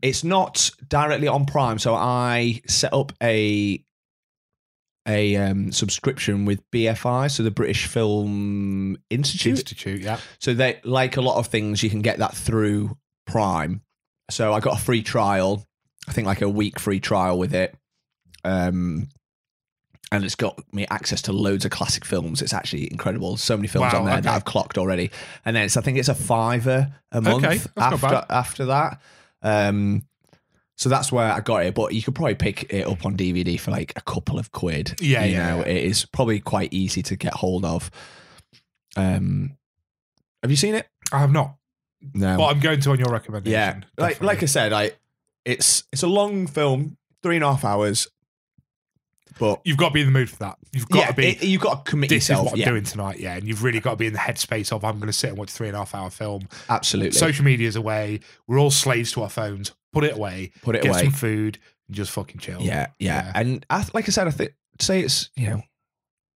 [SPEAKER 2] it's not directly on Prime, so I set up a a um, subscription with BFI, so the British Film Institute.
[SPEAKER 1] Institute. Yeah.
[SPEAKER 2] So they like a lot of things you can get that through Prime. So I got a free trial, I think like a week free trial with it. Um and it's got me access to loads of classic films. It's actually incredible. So many films
[SPEAKER 1] Wow,
[SPEAKER 2] on there
[SPEAKER 1] okay.
[SPEAKER 2] that I've clocked already. And then it's I think it's a fiver a month
[SPEAKER 1] that's not bad.
[SPEAKER 2] after after that. Um so that's where I got it, but you could probably pick it up on DVD for like a couple of quid.
[SPEAKER 1] Yeah,
[SPEAKER 2] you
[SPEAKER 1] yeah,
[SPEAKER 2] know,
[SPEAKER 1] yeah.
[SPEAKER 2] it is probably quite easy to get hold of. Um, have you seen it?
[SPEAKER 1] I have not.
[SPEAKER 2] No.
[SPEAKER 1] But I'm going to on your
[SPEAKER 2] yeah.
[SPEAKER 1] recommendation.
[SPEAKER 2] Like like I said, I it's it's a long film, three and a half hours. But
[SPEAKER 1] you've got to be in the mood for that. You've got
[SPEAKER 2] yeah,
[SPEAKER 1] to be.
[SPEAKER 2] it- you've got to commit
[SPEAKER 1] this is
[SPEAKER 2] yourself.
[SPEAKER 1] what I'm
[SPEAKER 2] yeah,
[SPEAKER 1] doing tonight. Yeah. And you've really got to be in the headspace of I'm going to sit and watch a three and a half hour film.
[SPEAKER 2] absolutely.
[SPEAKER 1] Social media's away. We're all slaves to our phones. Put it away.
[SPEAKER 2] Put it
[SPEAKER 1] get
[SPEAKER 2] away.
[SPEAKER 1] some food and just fucking chill.
[SPEAKER 2] yeah, yeah,
[SPEAKER 1] Yeah.
[SPEAKER 2] And I, th- like I said, I think say it's you know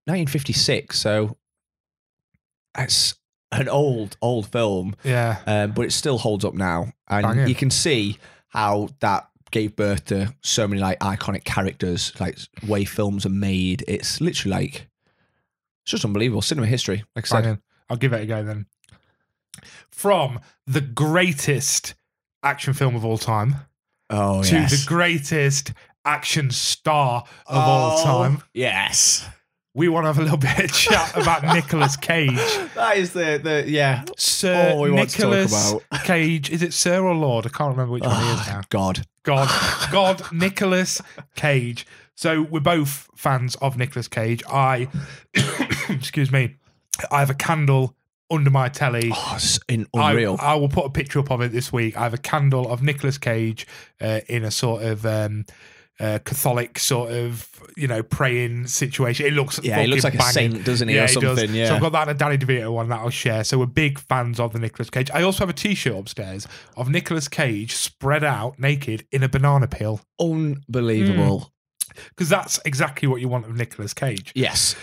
[SPEAKER 2] 1956, so it's an old old film.
[SPEAKER 1] Yeah.
[SPEAKER 2] um, but it still holds up now, and
[SPEAKER 1] Banging.
[SPEAKER 2] you can see how that gave birth to so many like iconic characters, like way films are made. It's literally like it's just unbelievable cinema history. Like I said,
[SPEAKER 1] Banging. I'll give it a go then. From the greatest action film of all time
[SPEAKER 2] oh
[SPEAKER 1] to the greatest action star of
[SPEAKER 2] Oh.
[SPEAKER 1] all time,
[SPEAKER 2] Yes,
[SPEAKER 1] we want to have a little bit of chat about Nicolas Cage.
[SPEAKER 2] that is the the yeah.
[SPEAKER 1] Sir
[SPEAKER 2] All we want to talk
[SPEAKER 1] Nicolas Cage, is it Sir or Lord? I can't remember which one he is now.
[SPEAKER 2] Oh, God,
[SPEAKER 1] God, God, Nicholas Cage. So we're both fans of Nicolas Cage. I, excuse me, I have a candle under my telly.
[SPEAKER 2] oh, it's in,
[SPEAKER 1] I,
[SPEAKER 2] unreal.
[SPEAKER 1] I will put a picture up of it this week. I have a candle of Nicolas Cage uh, in a sort of um, uh, Catholic sort of you know praying situation. It looks
[SPEAKER 2] yeah, he looks like
[SPEAKER 1] fucking
[SPEAKER 2] a
[SPEAKER 1] banging.
[SPEAKER 2] saint, doesn't he,
[SPEAKER 1] he
[SPEAKER 2] or something?
[SPEAKER 1] does.
[SPEAKER 2] Yeah.
[SPEAKER 1] So I've got that and a Danny DeVito one that I'll share. So we're big fans of the Nicolas Cage. I also have a T-shirt upstairs of Nicolas Cage spread out naked in a banana peel
[SPEAKER 2] Unbelievable.
[SPEAKER 1] Hmm. because that's exactly what you want of Nicolas Cage.
[SPEAKER 2] Yes.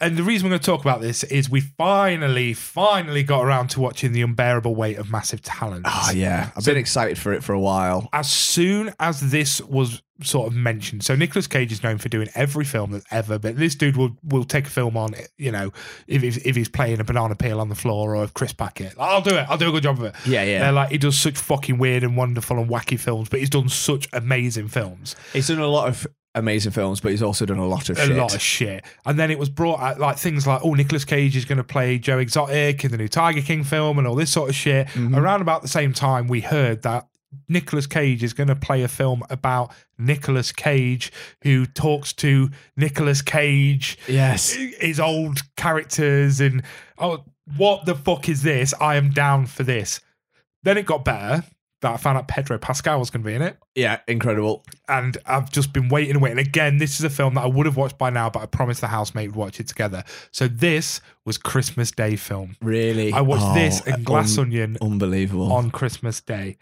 [SPEAKER 1] And the reason we're going to talk about this is we finally, finally got around to watching the unbearable weight of massive talent.
[SPEAKER 2] Ah, yeah. I've
[SPEAKER 1] So-
[SPEAKER 2] been excited for it for a while.
[SPEAKER 1] as soon as this was sort of mentioned, so Nicolas Cage is known for doing every film that's ever, but this dude will will take a film on, you know, if he's, if he's playing a banana peel on the floor or if Chris Packett, I'll do it. I'll do a good job of it.
[SPEAKER 2] Yeah, yeah.
[SPEAKER 1] They're like he does such fucking weird and wonderful and wacky films, but he's done such amazing films,
[SPEAKER 2] He's done a lot of amazing films, but he's also done a lot of
[SPEAKER 1] a
[SPEAKER 2] shit.
[SPEAKER 1] lot of shit. And then it was brought out like things like oh, Nicolas Cage is going to play Joe Exotic in the new Tiger King film and all this sort of shit.
[SPEAKER 2] Mhm.
[SPEAKER 1] Around about the same time, we heard that Nicolas Cage is going to play a film about Nicolas Cage, who talks to Nicolas Cage,
[SPEAKER 2] Yes.
[SPEAKER 1] his old characters, and oh, what the fuck is this? I am down for this. Then it got better that I found out Pedro Pascal was going to be in it.
[SPEAKER 2] Yeah, incredible.
[SPEAKER 1] And I've just been waiting and waiting. Again, this is a film that I would have watched by now, but I promised the housemate would watch it together. So this was Christmas Day film.
[SPEAKER 2] Really.
[SPEAKER 1] I watched
[SPEAKER 2] Oh,
[SPEAKER 1] this and Glass
[SPEAKER 2] un-
[SPEAKER 1] Onion
[SPEAKER 2] unbelievable.
[SPEAKER 1] on Christmas Day.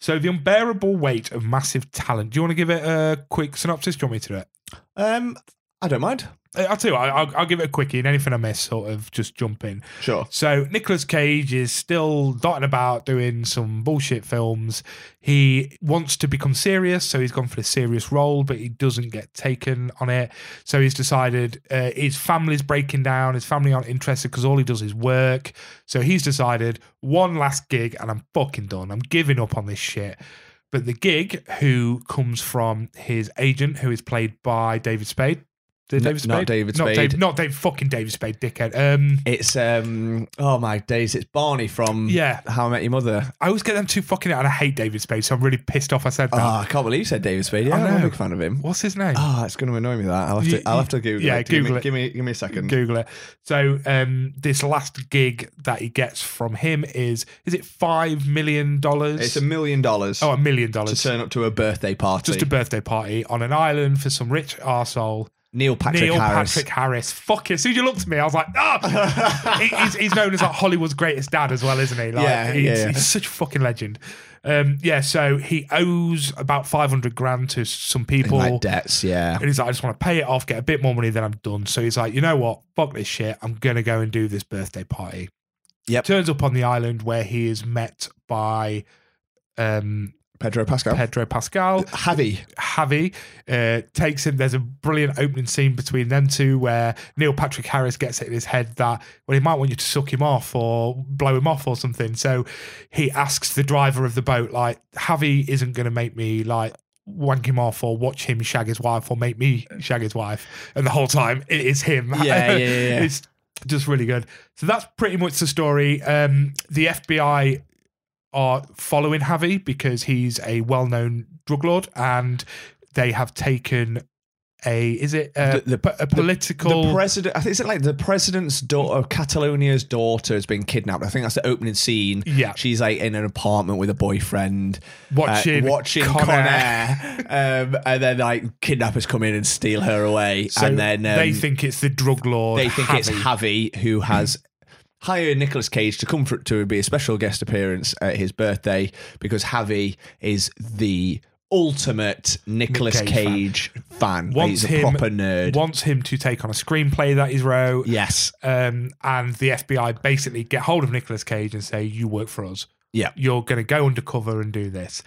[SPEAKER 1] So the unbearable weight of massive talent. Do you want to give it a quick synopsis? Do you want me to do it?
[SPEAKER 2] um, I don't mind.
[SPEAKER 1] Uh, I'll tell you, what, I'll, I'll give it a quickie, and anything I miss, sort of just jump in.
[SPEAKER 2] Sure.
[SPEAKER 1] So Nicolas Cage is still dotting about doing some bullshit films. He wants to become serious, so he's gone for the serious role, but he doesn't get taken on it. So he's decided uh, his family's breaking down. His family aren't interested because all he does is work. So he's decided one last gig, and I'm fucking done. I'm giving up on this shit. But the gig, who comes from his agent, who is played by David Spade. Did
[SPEAKER 2] No,
[SPEAKER 1] David Spade?
[SPEAKER 2] not David
[SPEAKER 1] Not
[SPEAKER 2] Spade.
[SPEAKER 1] Dave, not Dave. Fucking David Spade, dickhead. Um,
[SPEAKER 2] It's um. Oh my days! It's Barney from
[SPEAKER 1] yeah.
[SPEAKER 2] How I Met Your Mother.
[SPEAKER 1] I always get them two fucking out, and I hate David Spade, so I'm really pissed off I said that.
[SPEAKER 2] Oh, I can't believe you said David Spade. Yeah,
[SPEAKER 1] I
[SPEAKER 2] I'm a
[SPEAKER 1] know.
[SPEAKER 2] big fan of him.
[SPEAKER 1] What's his name?
[SPEAKER 2] Ah, it's going to annoy me that I'll have
[SPEAKER 1] You-
[SPEAKER 2] to. I'll
[SPEAKER 1] you-
[SPEAKER 2] have to Google
[SPEAKER 1] yeah,
[SPEAKER 2] it.
[SPEAKER 1] Google it.
[SPEAKER 2] give me, Give me, give me a second.
[SPEAKER 1] Google it. So, um, this last gig that he gets from him is is it five million
[SPEAKER 2] It's
[SPEAKER 1] dollars?
[SPEAKER 2] a million dollars
[SPEAKER 1] Oh, a million
[SPEAKER 2] to
[SPEAKER 1] dollars.
[SPEAKER 2] turn up to a birthday party.
[SPEAKER 1] Just a birthday party on an island for some rich arsehole.
[SPEAKER 2] Neil Patrick
[SPEAKER 1] Neil
[SPEAKER 2] Harris.
[SPEAKER 1] Patrick Harris. Fuck it. As soon as you looked at me, I was like, ah! He- he's, he's known as like Hollywood's greatest dad as well, isn't he? Like,
[SPEAKER 2] Yeah,
[SPEAKER 1] he's,
[SPEAKER 2] yeah, yeah.
[SPEAKER 1] he's such a fucking legend. Um, yeah, so he owes about 500 grand to some people.
[SPEAKER 2] like debts, yeah.
[SPEAKER 1] and he's like, I just want to pay it off, get a bit more money, then I'm done. So he's like, you know what? Fuck this shit. I'm going to go and do this birthday party.
[SPEAKER 2] Yep.
[SPEAKER 1] Turns up on the island where he is met by um,
[SPEAKER 2] Pedro Pascal.
[SPEAKER 1] Pedro Pascal.
[SPEAKER 2] Javi.
[SPEAKER 1] Javi uh, takes him. There's a brilliant opening scene between them two where Neil Patrick Harris gets it in his head that, well, he might want you to suck him off or blow him off or something. So he asks the driver of the boat, like, Javi isn't going to make me, like, wank him off or watch him shag his wife or make me shag his wife. And the whole time it is him.
[SPEAKER 2] Yeah, yeah, yeah.
[SPEAKER 1] it's just really good. So that's pretty much the story. Um, the FBI are following Javi because he's a well-known drug lord, and they have taken a is it a,
[SPEAKER 2] The- the-
[SPEAKER 1] po- a political
[SPEAKER 2] The president, I think it's like the president's daughter, Catalonia's daughter, has been kidnapped. I think that's the opening scene.
[SPEAKER 1] yeah
[SPEAKER 2] She's like in an apartment with a boyfriend,
[SPEAKER 1] watching
[SPEAKER 2] uh, watching
[SPEAKER 1] Con
[SPEAKER 2] Con
[SPEAKER 1] Air.
[SPEAKER 2] Air, um, and then like kidnappers come in and steal her away,
[SPEAKER 1] So
[SPEAKER 2] and then um,
[SPEAKER 1] they think it's the drug lord.
[SPEAKER 2] they think it's
[SPEAKER 1] Javi.
[SPEAKER 2] Javi who has hired Nicolas Cage to come for, to be a special guest appearance at his birthday because Javi is the ultimate Nicolas
[SPEAKER 1] Cage
[SPEAKER 2] Cage, fan.
[SPEAKER 1] Wants
[SPEAKER 2] He's a
[SPEAKER 1] him-
[SPEAKER 2] proper nerd.
[SPEAKER 1] wants him to take on a screenplay that is row.
[SPEAKER 2] yes.
[SPEAKER 1] Um, and the FBI basically get hold of Nicolas Cage and say, "You work for us.
[SPEAKER 2] Yeah.
[SPEAKER 1] you're going to go undercover and do this."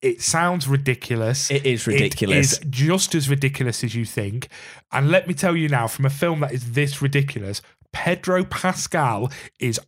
[SPEAKER 1] It sounds ridiculous.
[SPEAKER 2] It is ridiculous.
[SPEAKER 1] It is just as ridiculous as you think. And let me tell you now, from a film that is this ridiculous, Pedro Pascal is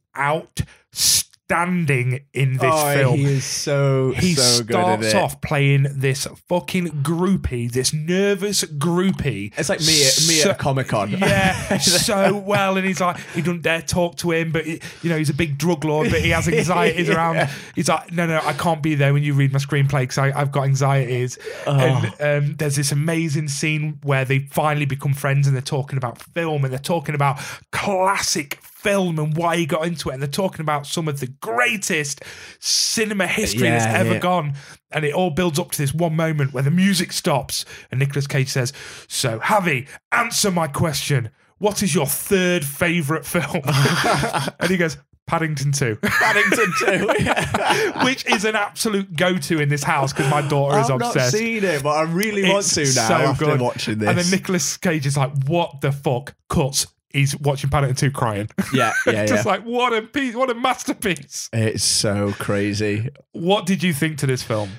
[SPEAKER 1] outstanding in this
[SPEAKER 2] Oh,
[SPEAKER 1] film.
[SPEAKER 2] He is so
[SPEAKER 1] He
[SPEAKER 2] so good at
[SPEAKER 1] starts
[SPEAKER 2] it.
[SPEAKER 1] off playing this fucking groupie, this nervous groupie.
[SPEAKER 2] It's like me at, me
[SPEAKER 1] So-
[SPEAKER 2] at Comic Con.
[SPEAKER 1] Yeah, so well, and he's like, he doesn't dare talk to him, but he, you know he's a big drug lord, but he has anxieties
[SPEAKER 2] Yeah.
[SPEAKER 1] around. He's like, no, no, I can't be there when you read my screenplay because I've got anxieties. And um, there's this amazing scene where they finally become friends, and they're talking about film, and they're talking about classic film and why he got into it, and they're talking about some of the greatest cinema history that's
[SPEAKER 2] Yeah,
[SPEAKER 1] ever
[SPEAKER 2] yeah.
[SPEAKER 1] gone. And it all builds up to this one moment where the music stops and Nicolas Cage says, So, Javi, answer my question. What is your third favourite film? and he goes, Paddington 2,
[SPEAKER 2] Paddington too.
[SPEAKER 1] which is an absolute go to in this house because my daughter is
[SPEAKER 2] I've not
[SPEAKER 1] obsessed.
[SPEAKER 2] seen it, but I really want
[SPEAKER 1] It's
[SPEAKER 2] to now
[SPEAKER 1] so
[SPEAKER 2] after
[SPEAKER 1] good.
[SPEAKER 2] watching
[SPEAKER 1] and then
[SPEAKER 2] this.
[SPEAKER 1] Nicolas Cage is like, What the fuck? Cuts. He's watching Paddington 2 crying.
[SPEAKER 2] yeah, yeah, yeah.
[SPEAKER 1] Just like, What a piece, what a masterpiece.
[SPEAKER 2] it's so crazy.
[SPEAKER 1] What did you think to this film?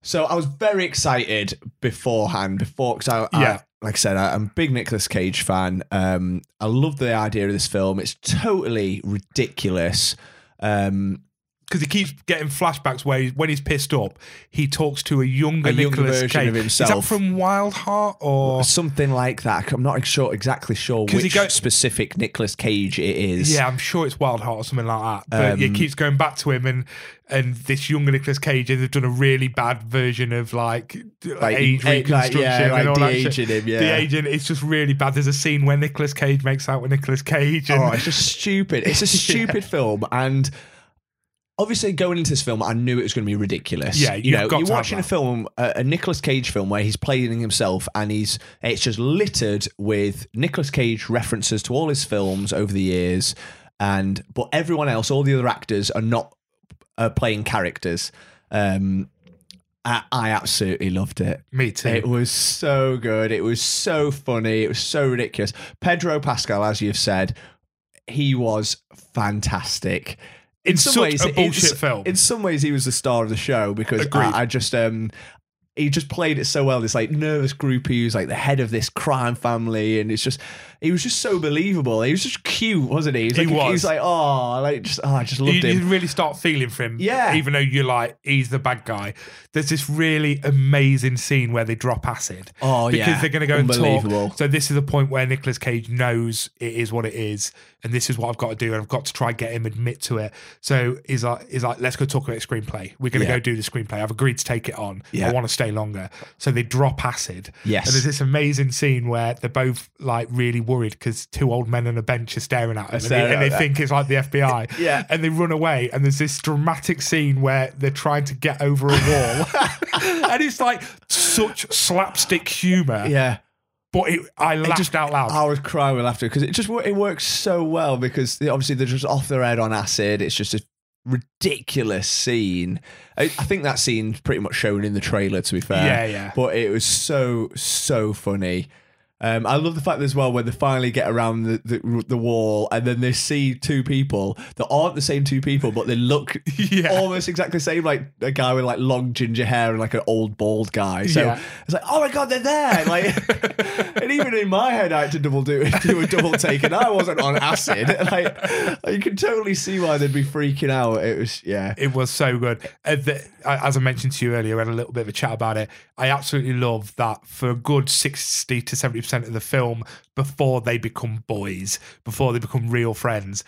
[SPEAKER 2] So I was very excited beforehand, before because I, I-
[SPEAKER 1] Yeah.
[SPEAKER 2] like I said, I, I'm a big Nicolas Cage fan. Um, I love the idea of this film. It's totally ridiculous. Um,
[SPEAKER 1] because he keeps getting flashbacks where he, when he's pissed up, he talks to a younger
[SPEAKER 2] A younger
[SPEAKER 1] Nicholas
[SPEAKER 2] version
[SPEAKER 1] Cage.
[SPEAKER 2] of
[SPEAKER 1] Is that
[SPEAKER 2] himself.
[SPEAKER 1] from Wild Heart or?
[SPEAKER 2] something like that. I'm not sure exactly sure
[SPEAKER 1] 'Cause he
[SPEAKER 2] which
[SPEAKER 1] go-
[SPEAKER 2] specific Nicolas Cage it is.
[SPEAKER 1] Yeah, I'm sure it's Wild Heart or something like that. But
[SPEAKER 2] Um,
[SPEAKER 1] yeah, it keeps going back to him and and this younger Nicholas Cage, and they've done a really bad version of like, age
[SPEAKER 2] eh,
[SPEAKER 1] reconstruction
[SPEAKER 2] yeah, like
[SPEAKER 1] and all that shit.
[SPEAKER 2] de-aging him. Yeah.
[SPEAKER 1] The agent, it's just really bad. There's a scene where Nicolas Cage makes out with Nicolas Cage, and
[SPEAKER 2] Oh, it's just stupid. It's a stupid film, and obviously going into this film, I knew it was going to be ridiculous.
[SPEAKER 1] Yeah,
[SPEAKER 2] you
[SPEAKER 1] you've
[SPEAKER 2] know,
[SPEAKER 1] got
[SPEAKER 2] you're
[SPEAKER 1] to have
[SPEAKER 2] watching a
[SPEAKER 1] that.
[SPEAKER 2] film, a, a Nicolas Cage film, where he's playing himself, and he's it's just littered with Nicolas Cage references to all his films over the years, and but everyone else, all the other actors, are not uh, playing characters. Um, I, I absolutely loved it.
[SPEAKER 1] me too.
[SPEAKER 2] It was so good. It was so funny. It was so ridiculous. Pedro Pascal, as you've said, he was fantastic.
[SPEAKER 1] in such a bullshit
[SPEAKER 2] in,
[SPEAKER 1] film.
[SPEAKER 2] In some ways, he was the star of the show because
[SPEAKER 1] Agreed.
[SPEAKER 2] I, I just um. He just played it so well. This like nervous groupie who's like the head of this crime family, and it's just he was just so believable. He was just cute, wasn't he? He was
[SPEAKER 1] He
[SPEAKER 2] like,
[SPEAKER 1] was.
[SPEAKER 2] he's like oh, like just oh, I just
[SPEAKER 1] you,
[SPEAKER 2] loved
[SPEAKER 1] you
[SPEAKER 2] him.
[SPEAKER 1] really start feeling for him.
[SPEAKER 2] Yeah.
[SPEAKER 1] Even though you're like, he's the bad guy. There's this really amazing scene where they drop acid.
[SPEAKER 2] Oh,
[SPEAKER 1] because
[SPEAKER 2] yeah.
[SPEAKER 1] they're going to go and
[SPEAKER 2] Unbelievable.
[SPEAKER 1] talk. So this is the point where Nicolas Cage knows it is what it is, and this is what I've got to do, and I've got to try and get him admit to it. So he's like, he's like, let's go talk about screenplay. We're going to
[SPEAKER 2] Yeah.
[SPEAKER 1] go do the screenplay. I've agreed to take it on.
[SPEAKER 2] Yeah.
[SPEAKER 1] I want to stay longer. So they drop acid.
[SPEAKER 2] Yes.
[SPEAKER 1] And there's this amazing scene where they're both like really worried because two old men on a bench are staring at them, and
[SPEAKER 2] staring
[SPEAKER 1] they, and
[SPEAKER 2] at
[SPEAKER 1] they
[SPEAKER 2] them.
[SPEAKER 1] think it's like the FBI
[SPEAKER 2] Yeah.
[SPEAKER 1] and they run away and there's this dramatic scene where they're trying to get over a wall and it's like such slapstick humor
[SPEAKER 2] Yeah.
[SPEAKER 1] But it, I laughed
[SPEAKER 2] just- Oh.
[SPEAKER 1] out loud.
[SPEAKER 2] I was crying with laughter because it just wor- it works so well because they- obviously they're just off their head on acid. It's just a ridiculous scene. I, I think that scene's pretty much shown in the trailer. To be fair,
[SPEAKER 1] Yeah, yeah.
[SPEAKER 2] But it was so so funny. Um, I love the fact as well when they finally get around the, the the wall and then they see two people that aren't the same two people, but they look
[SPEAKER 1] Yeah.
[SPEAKER 2] almost exactly the same, like a guy with like long ginger hair and like an old bald guy. So
[SPEAKER 1] Yeah.
[SPEAKER 2] it's like, oh my god, they're there! Like, and even in my head, I had to double do do a double take, and I wasn't on acid. Like, you could totally see why they'd be freaking out. It was yeah,
[SPEAKER 1] It was so good. Uh, the- I- as I mentioned to you earlier, we had a little bit of a chat about it. I absolutely love that for a good 60 to 70% of the film, before they become boys, before they become real friends,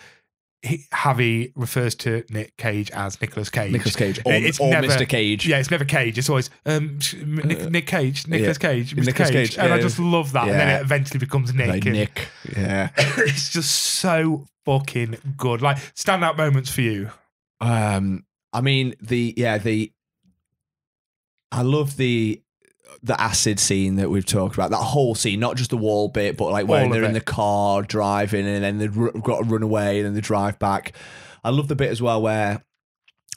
[SPEAKER 1] he, Javi refers to Nick Cage as Nicolas Cage.
[SPEAKER 2] Nicolas Cage or,
[SPEAKER 1] It's
[SPEAKER 2] or
[SPEAKER 1] never-
[SPEAKER 2] Mr. Cage.
[SPEAKER 1] Yeah, it's never Cage. It's always um, sh- Nick, Nick Cage, Nicolas Cage, Mr.
[SPEAKER 2] Nicolas
[SPEAKER 1] Cage.
[SPEAKER 2] Uh, Cage,
[SPEAKER 1] And I
[SPEAKER 2] yeah.
[SPEAKER 1] just love that. And then
[SPEAKER 2] Yeah.
[SPEAKER 1] it eventually becomes Nick.
[SPEAKER 2] Like
[SPEAKER 1] and-
[SPEAKER 2] Nick. Yeah.
[SPEAKER 1] it's just so fucking good. Like standout moments for you.
[SPEAKER 2] Um, I mean the yeah the. I love the the acid scene that we've talked about. That whole scene, not just the wall bit, but like
[SPEAKER 1] All
[SPEAKER 2] when
[SPEAKER 1] of
[SPEAKER 2] they're in
[SPEAKER 1] it.
[SPEAKER 2] the car driving, and then they've ru- got to run away, and then they drive back. I love the bit as well where,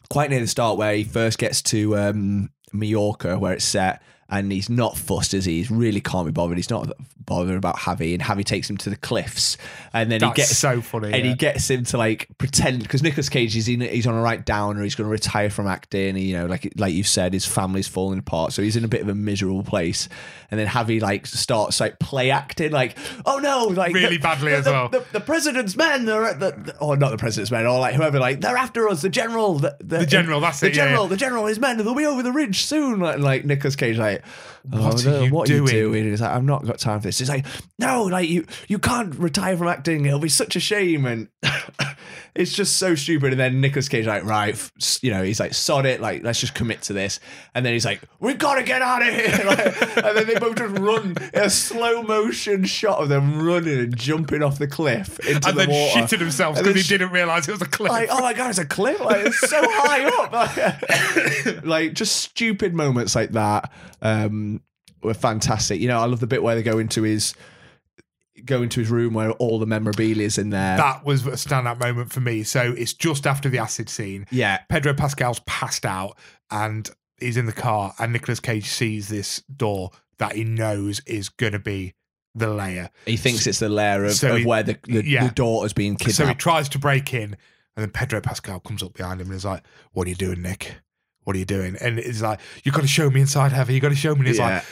[SPEAKER 2] quite near the start, where he first gets to um, Mallorca, where it's set. And he's not fussed, is he? He's really can't be bothered. He's not bothered about Javi, and Javi takes him to the cliffs, and then
[SPEAKER 1] That's
[SPEAKER 2] he gets
[SPEAKER 1] so funny.
[SPEAKER 2] and
[SPEAKER 1] yeah.
[SPEAKER 2] he gets him to like pretend because Nicolas Cage is in, he's on a right downer. He's going to retire from acting. You know, like like you said, his family's falling apart, so he's in a bit of a miserable place. And then Javi like starts like play acting, like oh no, like
[SPEAKER 1] Really badly as
[SPEAKER 2] the-
[SPEAKER 1] well.
[SPEAKER 2] The, the president's men, they're at the, the- or not the president's men, or like whoever, like they're after us. The general, the,
[SPEAKER 1] The general, that's
[SPEAKER 2] the
[SPEAKER 1] it, yeah,
[SPEAKER 2] general, the general, and his men, they'll be over the ridge soon. Like, like Nicolas Cage, like
[SPEAKER 1] What
[SPEAKER 2] oh,
[SPEAKER 1] are
[SPEAKER 2] no,
[SPEAKER 1] you
[SPEAKER 2] what Are
[SPEAKER 1] doing?
[SPEAKER 2] you doing? He's like, I've not got time for this. He's like, no, like you, you can't retire from acting. It'll be such a shame, and it's just so stupid. And then Nicolas Cage like, right, f- s- you know, he's like, sod it, like let's just commit to this. And then he's like, we gotta get out of here. Like, and then they both just run in a slow motion shot of them running and jumping off the cliff into
[SPEAKER 1] and
[SPEAKER 2] the
[SPEAKER 1] then
[SPEAKER 2] water.
[SPEAKER 1] shitted themselves
[SPEAKER 2] And
[SPEAKER 1] because he
[SPEAKER 2] then
[SPEAKER 1] didn't realise it was a clip.
[SPEAKER 2] like, oh my god, it's a cliff! Like, it's so high up. Like, just stupid moments like that um, were fantastic. You know, I love the bit where they go into his go into his room where all the memorabilia's in there.
[SPEAKER 1] that was a standout moment for me. So it's just after the acid scene.
[SPEAKER 2] yeah,
[SPEAKER 1] Pedro Pascal's passed out and he's in the car, and Nicolas Cage sees this door that he knows is going to be the layer.
[SPEAKER 2] he thinks it's the lair of,
[SPEAKER 1] So
[SPEAKER 2] of
[SPEAKER 1] he-
[SPEAKER 2] where the the,
[SPEAKER 1] yeah.
[SPEAKER 2] the daughter's being
[SPEAKER 1] So he
[SPEAKER 2] kidnapped.
[SPEAKER 1] tries to break in, and then Pedro Pascal comes up behind him and is like, What are you doing, Nick? What are you doing? And it's like, you got to show me inside, Heavy. you got to show me. And he's like,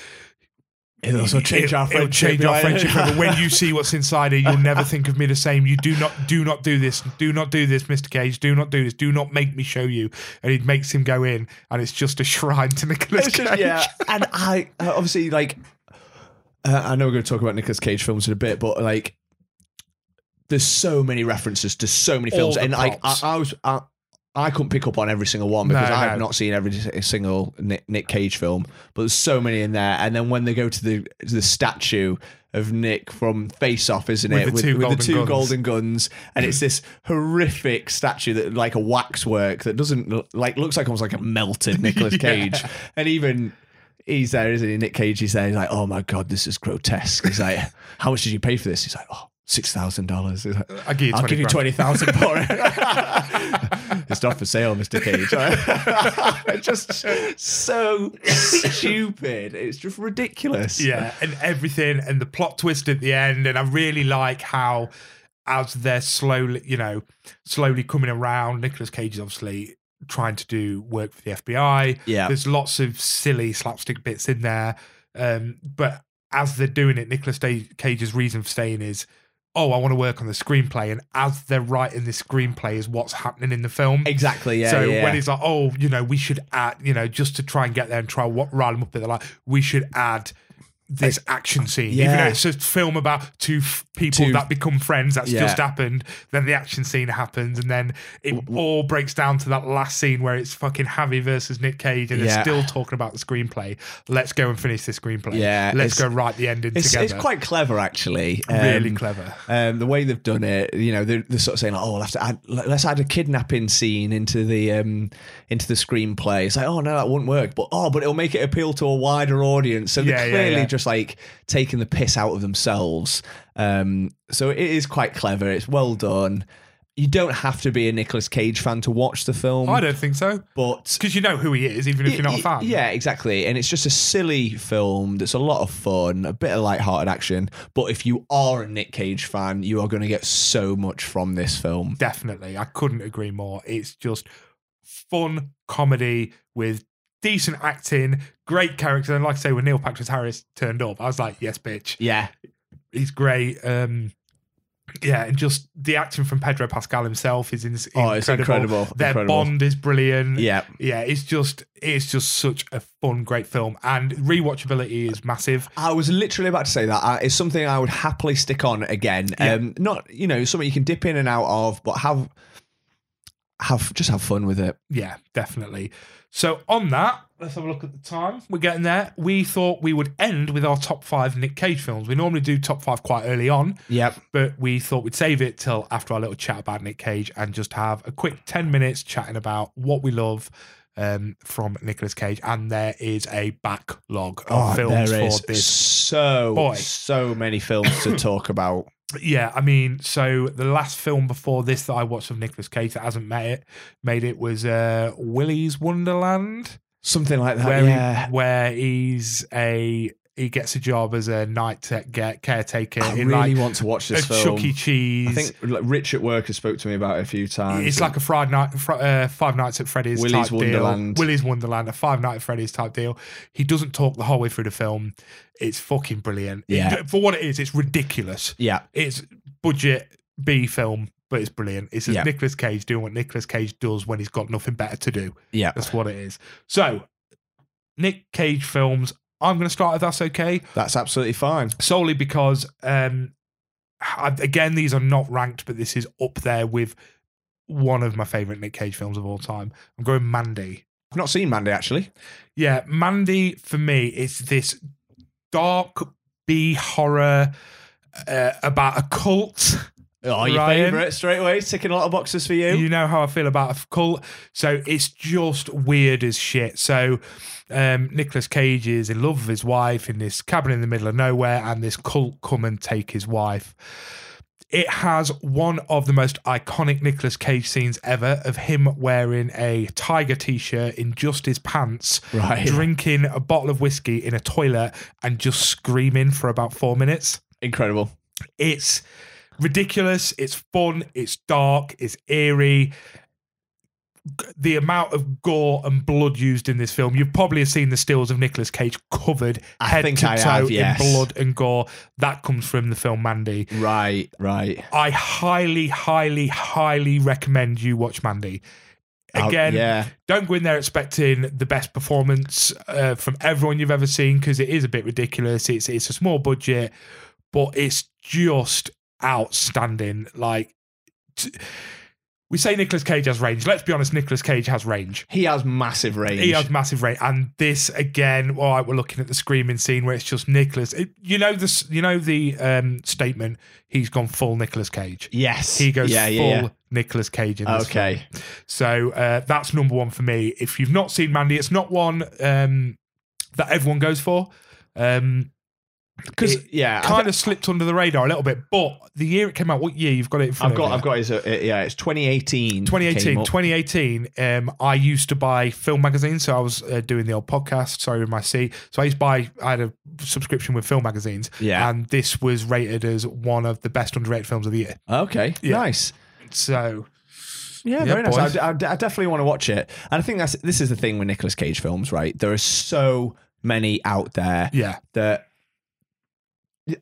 [SPEAKER 2] It'll also change our
[SPEAKER 1] It'll
[SPEAKER 2] friendship.
[SPEAKER 1] change our friendship forever. When you see what's inside it, you'll never think of me the same. You do not, do not do this. Do not do this, Mister Cage. Do not do this. Do not make me show you. And he makes him go in, and it's just a shrine to Nicolas
[SPEAKER 2] It's
[SPEAKER 1] Cage.
[SPEAKER 2] just- yeah, and I uh, obviously like. Uh, I know we're going to talk about Nicolas Cage films in a bit, but like, there's so many references to so many
[SPEAKER 1] All
[SPEAKER 2] films,
[SPEAKER 1] the
[SPEAKER 2] and like, I,
[SPEAKER 1] props.
[SPEAKER 2] I was. I, I couldn't pick up on every single one because
[SPEAKER 1] No,
[SPEAKER 2] I have
[SPEAKER 1] no.
[SPEAKER 2] not seen every si- single Nick, Nick Cage film, but there's so many in there. And then when they go to the to the statue of Nick from Face Off, isn't
[SPEAKER 1] With
[SPEAKER 2] it?
[SPEAKER 1] the two
[SPEAKER 2] with
[SPEAKER 1] golden
[SPEAKER 2] the two
[SPEAKER 1] guns.
[SPEAKER 2] golden guns, and it's this horrific statue that like a waxwork that doesn't look- like looks like almost like a melted Nicolas
[SPEAKER 1] Yeah.
[SPEAKER 2] Cage, and even he's there, isn't he? Nick Cage, he's there. He's like, oh my god, this is grotesque. He's like, how much did you pay for this? He's like, oh, six thousand dollars. He's like,
[SPEAKER 1] Uh, I'll give you
[SPEAKER 2] I'll
[SPEAKER 1] 20
[SPEAKER 2] give you
[SPEAKER 1] grand.
[SPEAKER 2] twenty thousand for it. it's not for sale, Mister Cage. just so stupid. It's just ridiculous.
[SPEAKER 1] Yeah, and everything, and the plot twist at the end, and I really like how, as they're slowly, you know, slowly coming around. Nicolas Cage is obviously trying to do work for the FBI.
[SPEAKER 2] yeah.
[SPEAKER 1] There's lots of silly slapstick bits in there. Um, but as they're doing it, Nicolas Da- Cage's reason for staying is, oh, I want to work on the screenplay. And as they're writing this screenplay, is what's happening in the film.
[SPEAKER 2] Exactly. Yeah.
[SPEAKER 1] so
[SPEAKER 2] yeah.
[SPEAKER 1] when he's like, oh, you know, we should add, you know, just to try and get there and try what rile him up, they're like, we should add this action scene. Even though
[SPEAKER 2] uh, yeah.
[SPEAKER 1] it's a film about two f- people
[SPEAKER 2] Two-
[SPEAKER 1] that become friends that's
[SPEAKER 2] Yeah.
[SPEAKER 1] just happened, then the action scene happens, and then it all breaks down to that last scene where it's fucking Javi versus Nick Cage, and they're
[SPEAKER 2] Yeah.
[SPEAKER 1] still talking about the screenplay. Let's go and finish this screenplay.
[SPEAKER 2] Yeah,
[SPEAKER 1] Let's go
[SPEAKER 2] it's-
[SPEAKER 1] write the ending
[SPEAKER 2] it's,
[SPEAKER 1] together.
[SPEAKER 2] it's quite clever, actually.
[SPEAKER 1] really
[SPEAKER 2] Um,
[SPEAKER 1] clever.
[SPEAKER 2] um, the way they've done it, you know, they're, they're sort of saying, like, "Oh, we'll have to add, let- let's add a kidnapping scene into the um, into the screenplay." It's like, "Oh no, that wouldn't work," but oh, but it'll make it appeal to a wider audience. So
[SPEAKER 1] Yeah,
[SPEAKER 2] they're
[SPEAKER 1] yeah,
[SPEAKER 2] clearly
[SPEAKER 1] yeah.
[SPEAKER 2] just just like taking the piss out of themselves. Um, so it is quite clever. It's well done. You don't have to be a Nicolas Cage fan to watch the film,
[SPEAKER 1] I don't think so.
[SPEAKER 2] but
[SPEAKER 1] Because you know who he is, even if you're not a
[SPEAKER 2] Y- y-
[SPEAKER 1] fan.
[SPEAKER 2] Yeah, exactly. And it's just a silly film that's a lot of fun, a bit of light-hearted action. But if you are a Nick Cage fan, you are going to get so much from this film.
[SPEAKER 1] Definitely. I couldn't agree more. It's just fun comedy with decent acting, great character. And like I say, when Neil Patrick Harris turned up, I was like, yes, bitch.
[SPEAKER 2] Yeah,
[SPEAKER 1] He's great. Um, yeah, and just the acting from Pedro Pascal himself is ins-
[SPEAKER 2] oh, it's incredible.
[SPEAKER 1] Their
[SPEAKER 2] incredible.
[SPEAKER 1] bond is brilliant.
[SPEAKER 2] Yeah,
[SPEAKER 1] Yeah, it's just it's just such a fun, great film, and rewatchability is massive.
[SPEAKER 2] I was literally about to say that. I, it's something I would happily stick on again.
[SPEAKER 1] Yeah.
[SPEAKER 2] Um, not you know something you can dip in and out of, but have have just have fun with it.
[SPEAKER 1] Yeah, definitely. So on that, let's have a look at the time. We're getting there. We thought we would end with our top five Nick Cage films. We normally do top five quite early on,
[SPEAKER 2] Yep.
[SPEAKER 1] but we thought we'd save it till after our little chat about Nick Cage and just have a quick ten minutes chatting about what we love. Um, from Nicolas Cage, and there is a backlog of Oh, films
[SPEAKER 2] Oh, there is
[SPEAKER 1] for this
[SPEAKER 2] so
[SPEAKER 1] boy.
[SPEAKER 2] so many films to talk about.
[SPEAKER 1] Yeah, I mean, so the last film before this that I watched of Nicolas Cage that hasn't made it made it was uh, Willy's Wonderland,
[SPEAKER 2] Something like that.
[SPEAKER 1] where
[SPEAKER 2] Uh, yeah.
[SPEAKER 1] he, where he's a he gets a job as a night tech get caretaker
[SPEAKER 2] I
[SPEAKER 1] in
[SPEAKER 2] really
[SPEAKER 1] like
[SPEAKER 2] want to watch
[SPEAKER 1] a
[SPEAKER 2] this film.
[SPEAKER 1] Chuck E. Cheese.
[SPEAKER 2] I think like, Rich at work has spoke to me about it a few times.
[SPEAKER 1] it's like a Friday night, Fr- uh, Five Nights at Freddy's
[SPEAKER 2] Willy's
[SPEAKER 1] type
[SPEAKER 2] Wonderland.
[SPEAKER 1] deal. Willy's Wonderland, a Five Nights at Freddy's type deal. He doesn't talk the whole way through the film. It's fucking brilliant. It-
[SPEAKER 2] Yeah.
[SPEAKER 1] for what it is, it's ridiculous.
[SPEAKER 2] yeah,
[SPEAKER 1] it's budget B film, but it's brilliant. It's
[SPEAKER 2] Yeah.
[SPEAKER 1] Nicholas Cage doing what Nicolas Cage does when he's got nothing better to do.
[SPEAKER 2] yeah,
[SPEAKER 1] That's what it is. So, Nick Cage films. I'm going to start if that's okay,
[SPEAKER 2] that's absolutely fine.
[SPEAKER 1] solely because um, I, again these are not ranked, but this is up there with one of my favorite Nick Cage films of all time. I'm going Mandy.
[SPEAKER 2] I've not seen Mandy actually.
[SPEAKER 1] Yeah, Mandy for me is this dark B horror uh, about a cult.
[SPEAKER 2] Oh,
[SPEAKER 1] your
[SPEAKER 2] your
[SPEAKER 1] favourite,
[SPEAKER 2] favourite straight away, ticking a lot of boxes for you.
[SPEAKER 1] You know how I feel about a cult. So it's just weird as shit. So um, Nicholas Cage is in love with his wife in this cabin in the middle of nowhere, and this cult come and take his wife. It has one of the most iconic Nicolas Cage scenes ever of him wearing a tiger t shirt in just his pants,
[SPEAKER 2] right,
[SPEAKER 1] drinking a bottle of whiskey in a toilet, and just screaming for about four minutes.
[SPEAKER 2] incredible.
[SPEAKER 1] It's ridiculous. It's fun. It's dark. It's eerie. G- The amount of gore and blood used in this film, you've probably seen the stills of Nicolas Cage covered
[SPEAKER 2] I
[SPEAKER 1] head
[SPEAKER 2] think
[SPEAKER 1] to
[SPEAKER 2] I
[SPEAKER 1] toe
[SPEAKER 2] have,
[SPEAKER 1] in
[SPEAKER 2] yes.
[SPEAKER 1] blood and gore. That comes from the film Mandy.
[SPEAKER 2] Right, right.
[SPEAKER 1] I highly, highly, highly recommend you watch Mandy.
[SPEAKER 2] I'll-
[SPEAKER 1] Again,
[SPEAKER 2] yeah,
[SPEAKER 1] don't go in there expecting the best performance uh, from everyone you've ever seen because it is a bit ridiculous. It's it's a small budget, but it's just outstanding. Like t- we say, Nicolas Cage has range. Let's be honest, Nicolas Cage has range.
[SPEAKER 2] he has massive range.
[SPEAKER 1] He has massive range, and this again. All right, we're looking at the screaming scene where it's just Nicholas. you know this. You know the um, statement. He's gone full Nicolas Cage.
[SPEAKER 2] yes,
[SPEAKER 1] He goes
[SPEAKER 2] Yeah,
[SPEAKER 1] full
[SPEAKER 2] yeah, yeah.
[SPEAKER 1] Nicolas Cage in this film.
[SPEAKER 2] Okay,
[SPEAKER 1] So uh, that's number one for me. If you've not seen Mandy, it's not one um, that everyone goes for. Um,
[SPEAKER 2] because
[SPEAKER 1] it
[SPEAKER 2] yeah, I
[SPEAKER 1] kind
[SPEAKER 2] thi-
[SPEAKER 1] of slipped under the radar a little bit, but the year it came out, what year you've got it? In front
[SPEAKER 2] I've
[SPEAKER 1] of
[SPEAKER 2] got,
[SPEAKER 1] you.
[SPEAKER 2] I've got his. Uh, yeah, it's 2018.
[SPEAKER 1] 2018.
[SPEAKER 2] came up.
[SPEAKER 1] 2018. Um, I used to buy film magazines, so I was uh, doing the old podcast. Sorry, with my seat. So I used to buy. I had a subscription with film magazines,
[SPEAKER 2] yeah.
[SPEAKER 1] and this was rated as one of the best underrated films of the year.
[SPEAKER 2] okay.
[SPEAKER 1] Yeah.
[SPEAKER 2] Nice.
[SPEAKER 1] So
[SPEAKER 2] Yeah,
[SPEAKER 1] Yeah,
[SPEAKER 2] very
[SPEAKER 1] boys.
[SPEAKER 2] nice. I, I, I definitely want to watch it. And I think that's this is the thing with Nicolas Cage films, right? There are so many out there
[SPEAKER 1] yeah,
[SPEAKER 2] that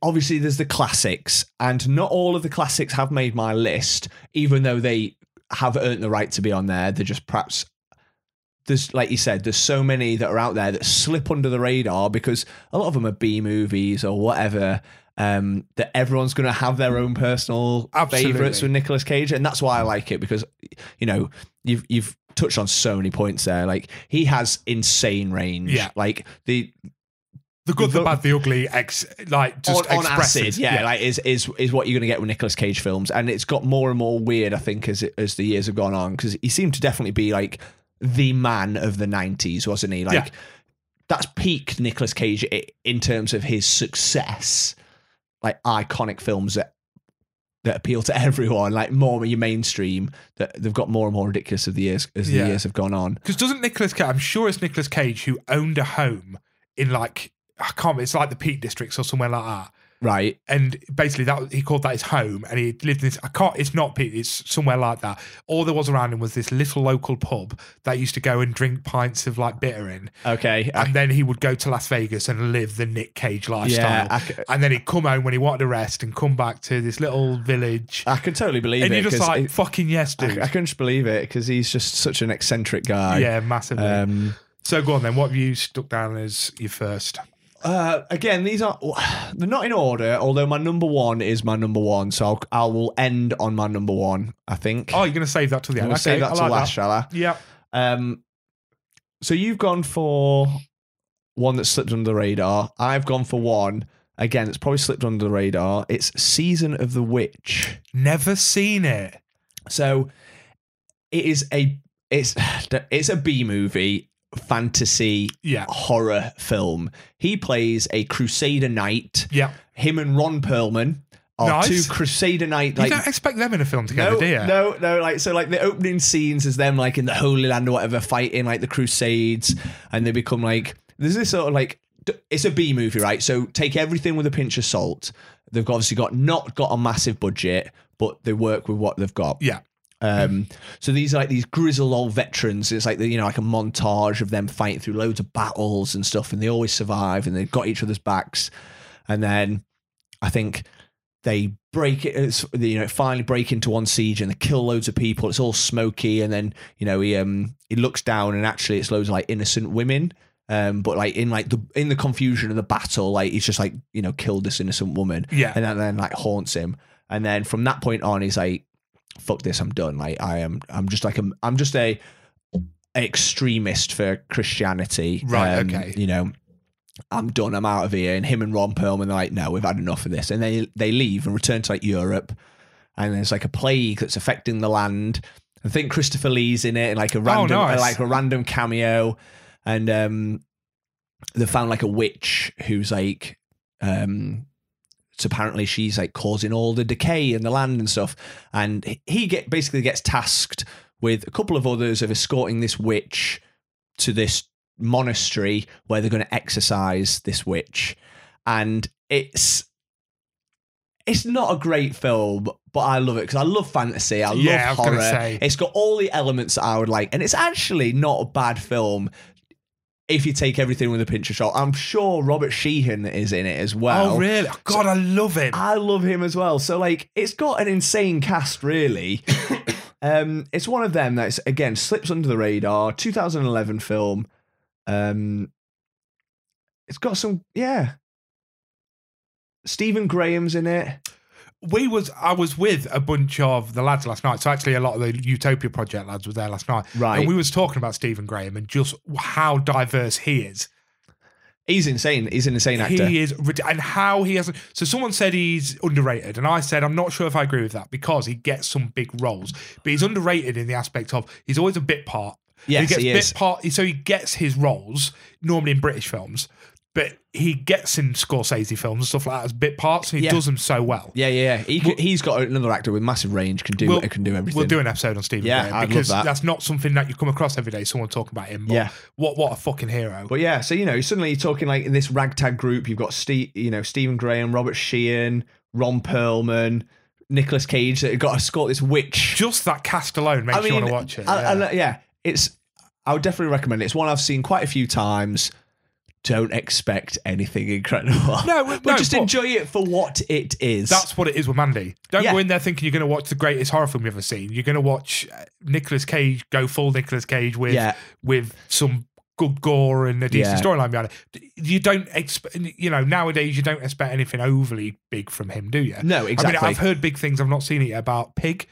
[SPEAKER 2] obviously there's the classics, and not all of the classics have made my list, even though they have earned the right to be on there. They're just perhaps there's like you said, there's so many that are out there that slip under the radar because a lot of them are B movies or whatever. Um, that everyone's going to have their own personal
[SPEAKER 1] Absolutely.
[SPEAKER 2] favorites with Nicolas Cage, and that's why I like it because you know you've you've touched on so many points there. Like he has insane range.
[SPEAKER 1] Yeah.
[SPEAKER 2] like the
[SPEAKER 1] the good, the
[SPEAKER 2] Look-
[SPEAKER 1] bad, the ugly, ex like just
[SPEAKER 2] on, on
[SPEAKER 1] expresses.
[SPEAKER 2] acid, yeah, like is is is what you're going to get with Nicolas Cage films, and it's got more and more weird, I think, as it- as the years have gone on, because he seemed to definitely be like the man of the '90s, wasn't he? Like.
[SPEAKER 1] Yeah.
[SPEAKER 2] that's peak Nicolas Cage i- in terms of his success, like iconic films that that appeal to everyone, like more your mainstream. That they've got more and more ridiculous of the years as the
[SPEAKER 1] Yeah.
[SPEAKER 2] years have gone on.
[SPEAKER 1] Because doesn't Nicholas Cage? I'm sure it's Nicholas Cage who owned a home in like I can't. It's like the Peak Districts or somewhere like that.
[SPEAKER 2] Right?
[SPEAKER 1] And basically, that he called that his home, and he lived in this. I can't. It's not Peak. It's somewhere like that. All there was around him was this little local pub that he used to go and drink pints of like bitter in,
[SPEAKER 2] Okay. I-
[SPEAKER 1] and then he would go to Las Vegas and live the Nick Cage lifestyle.
[SPEAKER 2] yeah, I, c-
[SPEAKER 1] and then he'd come home when he wanted to rest and come back to this little village.
[SPEAKER 2] I can totally believe
[SPEAKER 1] and
[SPEAKER 2] it.
[SPEAKER 1] you're just
[SPEAKER 2] 'cause
[SPEAKER 1] like,
[SPEAKER 2] it-
[SPEAKER 1] fucking yes,
[SPEAKER 2] I,
[SPEAKER 1] dude.
[SPEAKER 2] I couldn't just believe it because he's just such an eccentric guy.
[SPEAKER 1] yeah, massively.
[SPEAKER 2] Um,
[SPEAKER 1] so go on then. What have you stuck down as your first?
[SPEAKER 2] Uh, again, these are they're not in order. Although my number one is my number one, so I'll, I will end on my number one. I think.
[SPEAKER 1] Oh, you're going to save that till the
[SPEAKER 2] we'll
[SPEAKER 1] end. okay,
[SPEAKER 2] save that
[SPEAKER 1] I
[SPEAKER 2] to
[SPEAKER 1] like
[SPEAKER 2] last,
[SPEAKER 1] that.
[SPEAKER 2] shall I?
[SPEAKER 1] Yeah.
[SPEAKER 2] Um, so you've gone for one that slipped under the radar. I've gone for one again that's probably slipped under the radar. It's Season of the Witch.
[SPEAKER 1] Never seen it.
[SPEAKER 2] So it is a it's it's a B movie fantasy
[SPEAKER 1] Yeah.
[SPEAKER 2] horror film. He plays a crusader knight.
[SPEAKER 1] Yeah.
[SPEAKER 2] him and Ron Perlman are
[SPEAKER 1] Nice.
[SPEAKER 2] two Crusader Knight like
[SPEAKER 1] you don't expect them in a film together,
[SPEAKER 2] no,
[SPEAKER 1] do you?
[SPEAKER 2] no, no, like so, like the opening scenes is them like in the Holy Land or whatever, fighting like the Crusades, and they become like there's this sort of like d- it's a B movie, right? So take everything with a pinch of salt. They've got- obviously got not got a massive budget, but they work with what they've got.
[SPEAKER 1] Yeah.
[SPEAKER 2] Um, so these are like these grizzled old veterans. It's like the, you know like a montage of them fighting through loads of battles and stuff, and they always survive, and they've got each other's backs. And then I think they break it. It's, you know, finally break into one siege and they kill loads of people. It's all smoky, and then you know he um he looks down and actually it's loads of like innocent women. Um, but like in like the in the confusion of the battle, like he's just like you know killed this innocent woman
[SPEAKER 1] Yeah.
[SPEAKER 2] and then, then like haunts him and then from that point on he's like fuck this i'm done like i am i'm just like i'm, I'm just a an extremist for christianity Um,
[SPEAKER 1] Right, okay.
[SPEAKER 2] you know i'm done i'm out of here and him and ron perlman are like no we've had enough of this and they they leave and return to like europe and there's like a plague that's affecting the land i think christopher lee's in it and like a random
[SPEAKER 1] Oh,
[SPEAKER 2] uh,
[SPEAKER 1] nice.
[SPEAKER 2] like a random cameo and um they found like a witch who's like um so apparently she's like causing all the decay in the land and stuff and he- he get basically gets tasked with a couple of others of escorting this witch to this monastery where they're going to exercise this witch and it's it's not a great film but i love it because i love fantasy i love
[SPEAKER 1] Yeah, I was
[SPEAKER 2] horror
[SPEAKER 1] gonna say.
[SPEAKER 2] it's got all the elements that i would like and it's actually not a bad film if you take everything with a pinch of salt i'm sure robert sheehan is in it as well
[SPEAKER 1] oh, really? Oh, God, I love him.
[SPEAKER 2] I love him as well. So like, it's got an insane cast, really. um, it's one of them that's again slips under the radar. 2011 film. Um, it's got some yeah. Stephen Graham's in it.
[SPEAKER 1] we was I was with a bunch of the lads last night. So actually, a lot of the Utopia Project lads were there last night,
[SPEAKER 2] Right,
[SPEAKER 1] and we was talking about Stephen Graham and just how diverse he is.
[SPEAKER 2] he's insane. He's an insane actor.
[SPEAKER 1] He is, rid- and how he hasn't. So someone said he's underrated, and I said I'm not sure if I agree with that because he gets some big roles, but he's underrated in the aspect of he's always a bit part.
[SPEAKER 2] yes,
[SPEAKER 1] he gets
[SPEAKER 2] he
[SPEAKER 1] bit
[SPEAKER 2] is.
[SPEAKER 1] part, so he gets his roles normally in British films, but he gets in Scorsese films and stuff like that as bit parts, and he
[SPEAKER 2] Yeah.
[SPEAKER 1] does them so well.
[SPEAKER 2] Yeah, yeah, yeah. He could, he's got another actor with massive range. Can do
[SPEAKER 1] We'll-
[SPEAKER 2] can do everything.
[SPEAKER 1] We'll do an episode on Stephen
[SPEAKER 2] Yeah,
[SPEAKER 1] Graham
[SPEAKER 2] I'd love
[SPEAKER 1] because
[SPEAKER 2] that.
[SPEAKER 1] that's not something that you come across every day. Someone talking about him. But
[SPEAKER 2] Yeah.
[SPEAKER 1] What what a fucking hero.
[SPEAKER 2] But yeah, so you know, suddenly you're talking like in this ragtag group, you've got Steve, you know, Stephen Graham, Robert Sheehan, Ron Perlman, Nicolas Cage that have got to escort this witch.
[SPEAKER 1] Just that cast alone makes
[SPEAKER 2] I mean,
[SPEAKER 1] you want to watch it.
[SPEAKER 2] I-
[SPEAKER 1] yeah.
[SPEAKER 2] I- yeah, it's. I would definitely recommend it. It's one I've seen quite a few times. Don't expect anything incredible.
[SPEAKER 1] no,
[SPEAKER 2] but
[SPEAKER 1] no,
[SPEAKER 2] just
[SPEAKER 1] but-
[SPEAKER 2] enjoy it for what it is.
[SPEAKER 1] That's what it is with Mandy. Don't
[SPEAKER 2] Yeah.
[SPEAKER 1] go in there thinking you're going to watch the greatest horror film you've ever seen. You're going to watch Nicholas Cage go full Nicolas Cage with
[SPEAKER 2] yeah,
[SPEAKER 1] with some good gore and a decent
[SPEAKER 2] Yeah.
[SPEAKER 1] storyline behind it. You don't expect, you know, nowadays you don't expect anything overly big from him, do you?
[SPEAKER 2] no, exactly.
[SPEAKER 1] I mean, I've heard big things. I've not seen it yet about Pig.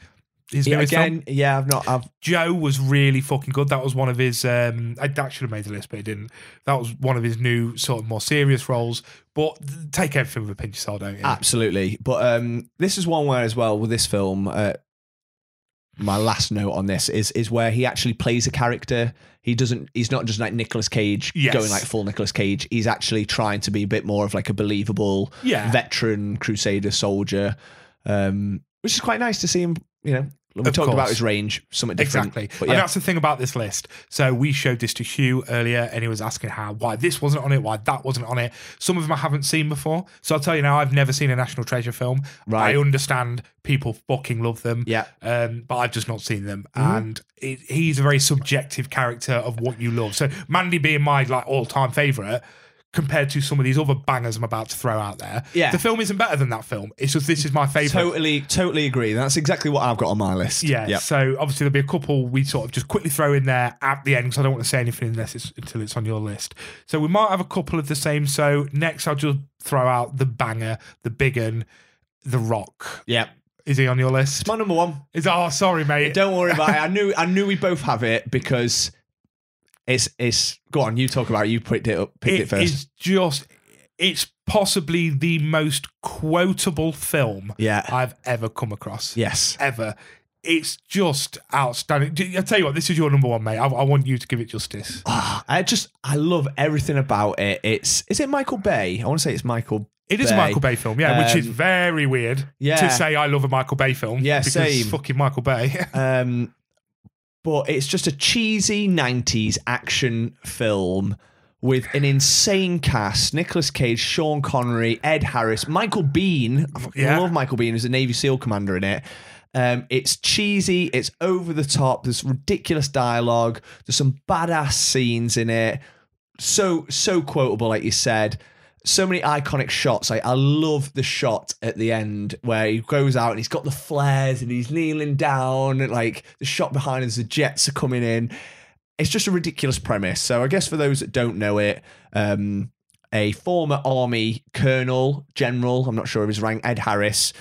[SPEAKER 1] His
[SPEAKER 2] Yeah,
[SPEAKER 1] newest film.
[SPEAKER 2] again, yeah, I've not. I've
[SPEAKER 1] Joe was really fucking good. That was one of his. Um, I that should have made the list, but it didn't. That was one of his new sort of more serious roles. But take everything with a pinch of
[SPEAKER 2] Ah,
[SPEAKER 1] salt, don't you?
[SPEAKER 2] Absolutely. But um, this is one where, as well, with this film, uh, my last note on this is is where he actually plays a character. He doesn't. He's not just like Nicolas Cage
[SPEAKER 1] Yes.
[SPEAKER 2] going like full Nicolas Cage. He's actually trying to be a bit more of like a believable
[SPEAKER 1] Yeah.
[SPEAKER 2] veteran crusader soldier, um, which is quite nice to see him. You know, we
[SPEAKER 1] Of
[SPEAKER 2] talked about
[SPEAKER 1] course.
[SPEAKER 2] his range, something different.
[SPEAKER 1] Exactly.
[SPEAKER 2] But
[SPEAKER 1] And
[SPEAKER 2] yeah,
[SPEAKER 1] that's the thing about this list. So we showed this to Hugh earlier and he was asking how why this wasn't on it, why that wasn't on it. Some of them I haven't seen before. So I'll tell you now, I've never seen a National Treasure film.
[SPEAKER 2] Right.
[SPEAKER 1] I understand people fucking love them.
[SPEAKER 2] yeah, Mm-hmm.
[SPEAKER 1] Um, but I've just not seen them, and it, he's a very subjective character of what you love. So Mandy being my like all-time favorite, compared to some of these other bangers I'm about to throw out there.
[SPEAKER 2] Yeah.
[SPEAKER 1] the film isn't better than that film. It's just this is my favorite.
[SPEAKER 2] totally, totally agree. That's exactly what I've got on my list.
[SPEAKER 1] Yeah.
[SPEAKER 2] Yep.
[SPEAKER 1] So obviously there'll be a couple we sort of just quickly throw in there at the end because I don't want to say anything unless it's until it's on your list. So we might have a couple of the same. So next I'll just throw out the banger, the big un, the Rock.
[SPEAKER 2] Yep.
[SPEAKER 1] Is he on your
[SPEAKER 2] It's
[SPEAKER 1] list?
[SPEAKER 2] my number one.
[SPEAKER 1] Is oh sorry mate.
[SPEAKER 2] Don't worry about it. I knew I knew we both have it because it's it's go on, you talk about it. You picked it up picked it, first.
[SPEAKER 1] is just it's possibly the most quotable film
[SPEAKER 2] yeah.
[SPEAKER 1] I've ever come across.
[SPEAKER 2] yes.
[SPEAKER 1] Ever. It's just outstanding. Do- I tell you what, this is your number one, mate. I, I want you to give it justice.
[SPEAKER 2] Ah, I just I love everything about it. It's is it Michael Bay? I want to say it's Michael.
[SPEAKER 1] It is
[SPEAKER 2] Bay.
[SPEAKER 1] a Michael Bay film, yeah, which is
[SPEAKER 2] Um,
[SPEAKER 1] very weird
[SPEAKER 2] yeah.
[SPEAKER 1] to say I love a Michael Bay film.
[SPEAKER 2] Yeah,
[SPEAKER 1] because
[SPEAKER 2] same.
[SPEAKER 1] fucking Michael Bay.
[SPEAKER 2] Um, but it's just a cheesy '90s action film with an insane cast: Nicolas Cage, Sean Connery, Ed Harris, Michael Bean. I fucking
[SPEAKER 1] Yeah.
[SPEAKER 2] love Michael Bean as a Navy SEAL commander in it. Um, it's cheesy. It's over the top. There's ridiculous dialogue. There's some badass scenes in it. so so quotable, like you said. So many iconic shots. I, I love the shot at the end where he goes out and he's got the flares and he's kneeling down. And like the shot behind us, the jets are coming in. It's just a ridiculous premise. So I guess for those that don't know it, um, a former army colonel, general, I'm not sure of his rank, Ed Harris,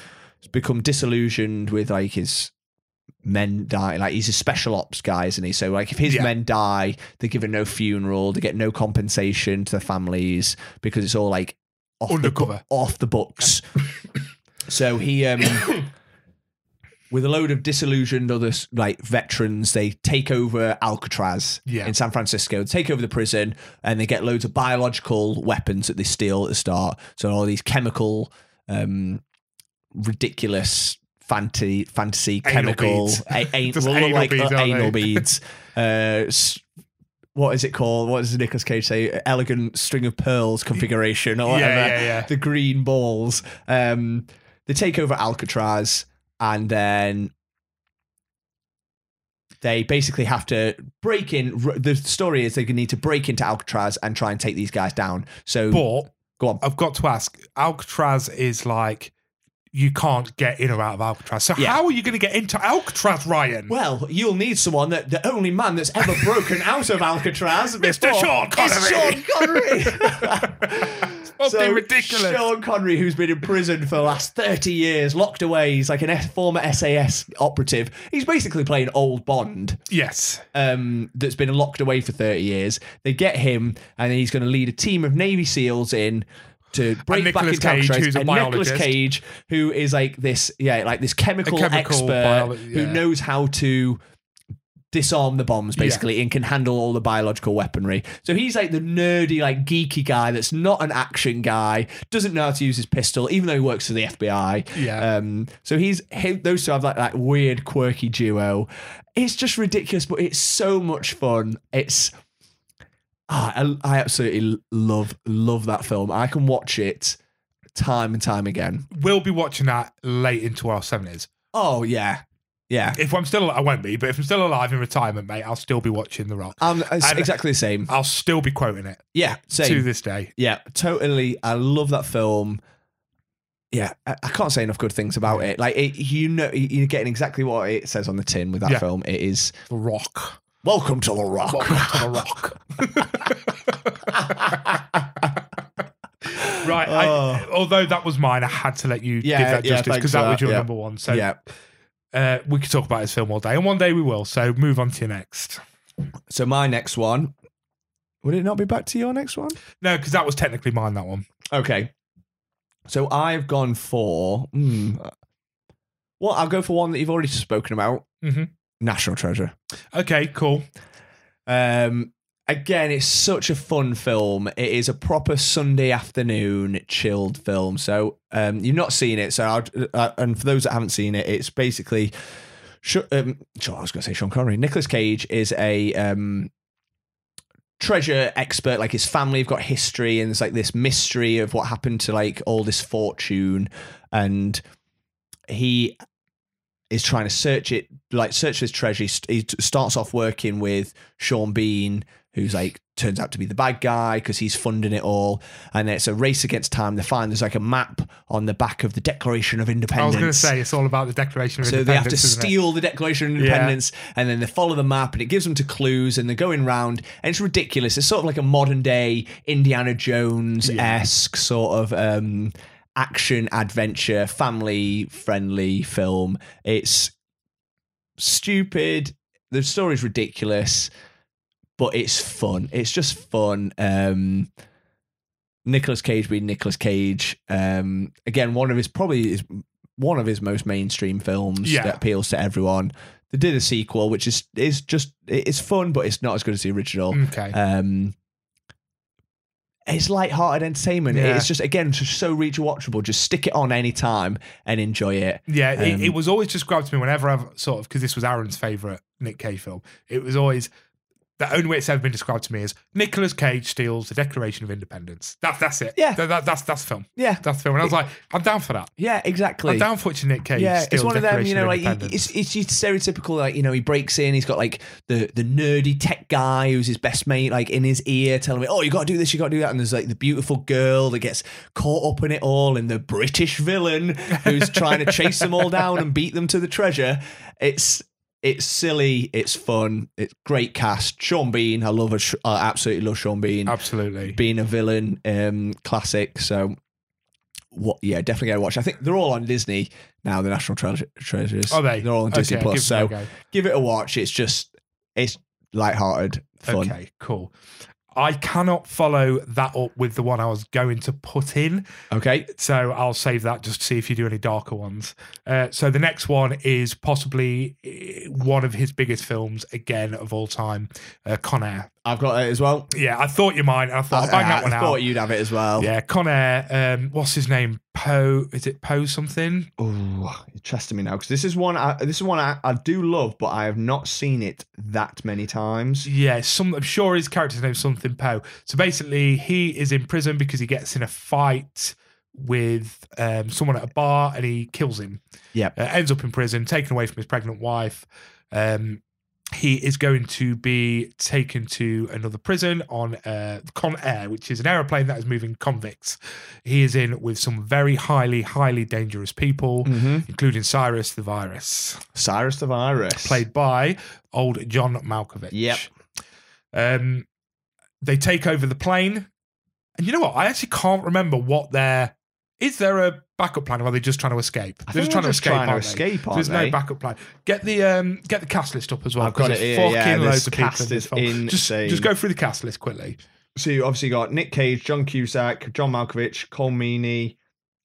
[SPEAKER 2] has become disillusioned with like his men die. Like he's a special ops guy, isn't he? So like if his
[SPEAKER 1] Yeah.
[SPEAKER 2] men die, they're given no funeral, they get no compensation to their families because it's all like off the
[SPEAKER 1] Undercover.
[SPEAKER 2] bu- off the books. so he um with a load of disillusioned other like veterans, they take over Alcatraz
[SPEAKER 1] Yeah.
[SPEAKER 2] in San Francisco, take over the prison, and they get loads of biological weapons that they steal at the start. So all these chemical, um, ridiculous fantasy, fantasy
[SPEAKER 1] Anal
[SPEAKER 2] chemical,
[SPEAKER 1] beads.
[SPEAKER 2] a- a-
[SPEAKER 1] Just
[SPEAKER 2] well, look
[SPEAKER 1] anal
[SPEAKER 2] like
[SPEAKER 1] beads,
[SPEAKER 2] uh,
[SPEAKER 1] aren't
[SPEAKER 2] anal
[SPEAKER 1] they?
[SPEAKER 2] beads. Uh, s- what is it called? What does Nicolas Cage say? Elegant string of pearls configuration or
[SPEAKER 1] Yeah,
[SPEAKER 2] whatever
[SPEAKER 1] yeah, yeah.
[SPEAKER 2] the green balls. Um, they take over Alcatraz, and then they basically have to break in. r- The story is they need to break into Alcatraz and try and take these guys down. So
[SPEAKER 1] but
[SPEAKER 2] go on.
[SPEAKER 1] I've got to ask, Alcatraz is like you can't get in or out of Alcatraz. So
[SPEAKER 2] Yeah.
[SPEAKER 1] how are you going to get into Alcatraz, Ryan?
[SPEAKER 2] Well, you'll need someone that the only man that's ever broken out of Alcatraz, before
[SPEAKER 1] Sean
[SPEAKER 2] is Sean Connery.
[SPEAKER 1] fucking ridiculous.
[SPEAKER 2] Sean Connery, who's been in prison for the last 30 years, locked away, he's like an F- former SAS operative. He's basically playing old Bond
[SPEAKER 1] yes.
[SPEAKER 2] um, that's been locked away for 30 years. They get him, and he's going to lead a team of Navy SEALs in to break back
[SPEAKER 1] Nicolas
[SPEAKER 2] into
[SPEAKER 1] Cage,
[SPEAKER 2] Alcatraz.
[SPEAKER 1] who's a
[SPEAKER 2] and Nicolas
[SPEAKER 1] biologist.
[SPEAKER 2] Cage, who is like this, yeah, like this chemical,
[SPEAKER 1] chemical
[SPEAKER 2] expert
[SPEAKER 1] biolo-
[SPEAKER 2] who
[SPEAKER 1] yeah.
[SPEAKER 2] knows how to disarm the bombs basically and can handle all the biological weaponry. So he's like the nerdy, like geeky guy that's not an action guy, doesn't know how to use his pistol, even though he works for the FBI.
[SPEAKER 1] Yeah.
[SPEAKER 2] Um, so he's him, those two have like that weird, quirky duo. It's just ridiculous, but it's so much fun. It's ah, I, I absolutely love love that film. I can watch it time and time again.
[SPEAKER 1] We'll be watching that late into our 70s.
[SPEAKER 2] Oh yeah, yeah.
[SPEAKER 1] If I'm still, I won't be, but if I'm still alive in retirement, mate, I'll still be watching The Rock.
[SPEAKER 2] Um, it's
[SPEAKER 1] And-
[SPEAKER 2] exactly the same.
[SPEAKER 1] I'll still be quoting it
[SPEAKER 2] Yeah,
[SPEAKER 1] to
[SPEAKER 2] same.
[SPEAKER 1] this day.
[SPEAKER 2] yeah, totally. I love that film. Yeah, I, I can't say enough good things about it. Like it, you know, you're getting exactly what it says on the tin with that
[SPEAKER 1] Yeah.
[SPEAKER 2] film. It is
[SPEAKER 1] The Rock.
[SPEAKER 2] welcome to the rock.
[SPEAKER 1] Welcome to The Rock. Right. I, although that was mine, I had to let you
[SPEAKER 2] Oh. Yeah,
[SPEAKER 1] give that justice
[SPEAKER 2] yeah, thanks
[SPEAKER 1] because
[SPEAKER 2] for
[SPEAKER 1] that,
[SPEAKER 2] that,
[SPEAKER 1] was your
[SPEAKER 2] yeah.
[SPEAKER 1] number one. So
[SPEAKER 2] yeah.
[SPEAKER 1] uh, we could talk about his film all day, and one day we will. So move on to your next.
[SPEAKER 2] So my next one. Would it not be back to your next one?
[SPEAKER 1] No, because that was technically mine. That one.
[SPEAKER 2] Okay. So I've gone for. hmm, uh, Well, I'll go for one that you've already spoken about
[SPEAKER 1] Mhm.
[SPEAKER 2] National Treasure.
[SPEAKER 1] Okay, cool.
[SPEAKER 2] Um, again, it's such a fun film. It is a proper Sunday afternoon chilled film. So um, you've not seen it. So, I'll, uh, and for those that haven't seen it, it's basically. Sh- Um, sure, I was going to say Sean Connery. Nicholas Cage is a um, treasure expert. Like his family have got history, and there's like this mystery of what happened to like all this fortune, and he is trying to search it, like search this treasure. He st- he t- starts off working with Sean Bean, who's like turns out to be the bad guy because he's funding it all, and it's a race against time. They find there's like a map on the back of the Declaration of Independence.
[SPEAKER 1] I was going to say it's all about the Declaration of
[SPEAKER 2] So they have
[SPEAKER 1] Independence.
[SPEAKER 2] to
[SPEAKER 1] isn't it?
[SPEAKER 2] steal the Declaration of
[SPEAKER 1] Yeah.
[SPEAKER 2] Independence, and then they follow the map, and it gives them to clues, and they're going round, and it's ridiculous. It's sort of like a modern day Indiana Jones esque sort of um, action adventure, family friendly film. It's stupid. The story's ridiculous, but it's fun. It's just fun. Um, Nicholas Cage being Nicolas Cage. Um, again, one of his probably is one of his most mainstream films
[SPEAKER 1] Yeah.
[SPEAKER 2] that appeals to everyone. They did a sequel, which is is just it's fun, but it's not as good as the original.
[SPEAKER 1] Okay.
[SPEAKER 2] Um, it's light-hearted entertainment.
[SPEAKER 1] Yeah.
[SPEAKER 2] It's just again just so rewatchable. Just stick it on any time and enjoy it.
[SPEAKER 1] Yeah,
[SPEAKER 2] Um,
[SPEAKER 1] it, it was always described to me whenever I've sort of because this was Aaron's favorite Nick Cage film. It was always the only way it's ever been described to me is Nicolas Cage steals the Declaration of Independence. That's that's it.
[SPEAKER 2] Yeah.
[SPEAKER 1] That- that- that's that's the film.
[SPEAKER 2] Yeah,
[SPEAKER 1] That's the film. And I was like, I'm down for that.
[SPEAKER 2] yeah, exactly.
[SPEAKER 1] I'm down for watching Nick Cage.
[SPEAKER 2] Yeah, it's
[SPEAKER 1] steal
[SPEAKER 2] one of them, you
[SPEAKER 1] Declaration
[SPEAKER 2] know,
[SPEAKER 1] of
[SPEAKER 2] like
[SPEAKER 1] Independence.
[SPEAKER 2] it's it's your stereotypical, like you know, he breaks in, he's got like the the nerdy tech guy who's his best mate, like in his ear, telling him, "Oh, you got to do this, you got to do that," and there's like the beautiful girl that gets caught up in it all, and the British villain who's trying to chase them all down and beat them to the treasure. It's it's silly, it's fun, it's great cast. Sean Bean, I love, a- I absolutely love Sean Bean
[SPEAKER 1] absolutely.
[SPEAKER 2] being a villain um classic so what yeah definitely gotta watch i think they're all on disney now the national Treasure treasures
[SPEAKER 1] Are they?
[SPEAKER 2] they're all on disney
[SPEAKER 1] Okay, I'll
[SPEAKER 2] plus so
[SPEAKER 1] give it a go.
[SPEAKER 2] give it a watch it's just it's lighthearted fun okay,
[SPEAKER 1] Okay, cool. I cannot follow that up with the one I was going to put in. So I'll save that just to see if you do any darker ones. Uh, so the next one is possibly eh, one of his biggest films again of all time, uh, Con Air.
[SPEAKER 2] i've got it as well
[SPEAKER 1] Yeah, I thought you might. and I thought I'll bang that one
[SPEAKER 2] Oh, I thought
[SPEAKER 1] out.
[SPEAKER 2] you'd have it as well
[SPEAKER 1] Yeah, Con Air. Um, what's his name? Poe? Is it Poe something?
[SPEAKER 2] Ooh, you're testing me now because this is one I, this is one I, I do love but i have not seen it that many times
[SPEAKER 1] Yeah, some. I'm sure his character's name is something Poe. So basically, he is in prison because he gets in a fight with um, someone at a bar and he kills him.
[SPEAKER 2] Yep.
[SPEAKER 1] Uh, ends up in prison, taken away from his pregnant wife. Um, he is going to be taken to another prison on uh, Con Air, which is an aeroplane that is moving convicts. He is in with some very highly, highly dangerous people,
[SPEAKER 2] mm-hmm.
[SPEAKER 1] including Cyrus the Virus
[SPEAKER 2] cyrus the virus
[SPEAKER 1] played by old John Malkovich.
[SPEAKER 2] Yep.
[SPEAKER 1] Um, they take over the plane, and you know what? I actually can't remember what their is there a backup plan, or are they just trying to escape?
[SPEAKER 2] I
[SPEAKER 1] they're just
[SPEAKER 2] think
[SPEAKER 1] trying to
[SPEAKER 2] they're just
[SPEAKER 1] escape.
[SPEAKER 2] trying to
[SPEAKER 1] aren't they?
[SPEAKER 2] escape,
[SPEAKER 1] So
[SPEAKER 2] aren't
[SPEAKER 1] There's
[SPEAKER 2] they?
[SPEAKER 1] no backup plan. Get the um, get the cast list up as well.
[SPEAKER 2] I've got
[SPEAKER 1] 'cause
[SPEAKER 2] it
[SPEAKER 1] there's
[SPEAKER 2] here, yeah,
[SPEAKER 1] Fucking
[SPEAKER 2] this
[SPEAKER 1] loads of people.
[SPEAKER 2] cast
[SPEAKER 1] in this
[SPEAKER 2] is
[SPEAKER 1] film. Just,
[SPEAKER 2] insane.
[SPEAKER 1] just go through the cast list quickly.
[SPEAKER 2] So you obviously got Nick Cage, John Cusack, John Malkovich, Cole Meany.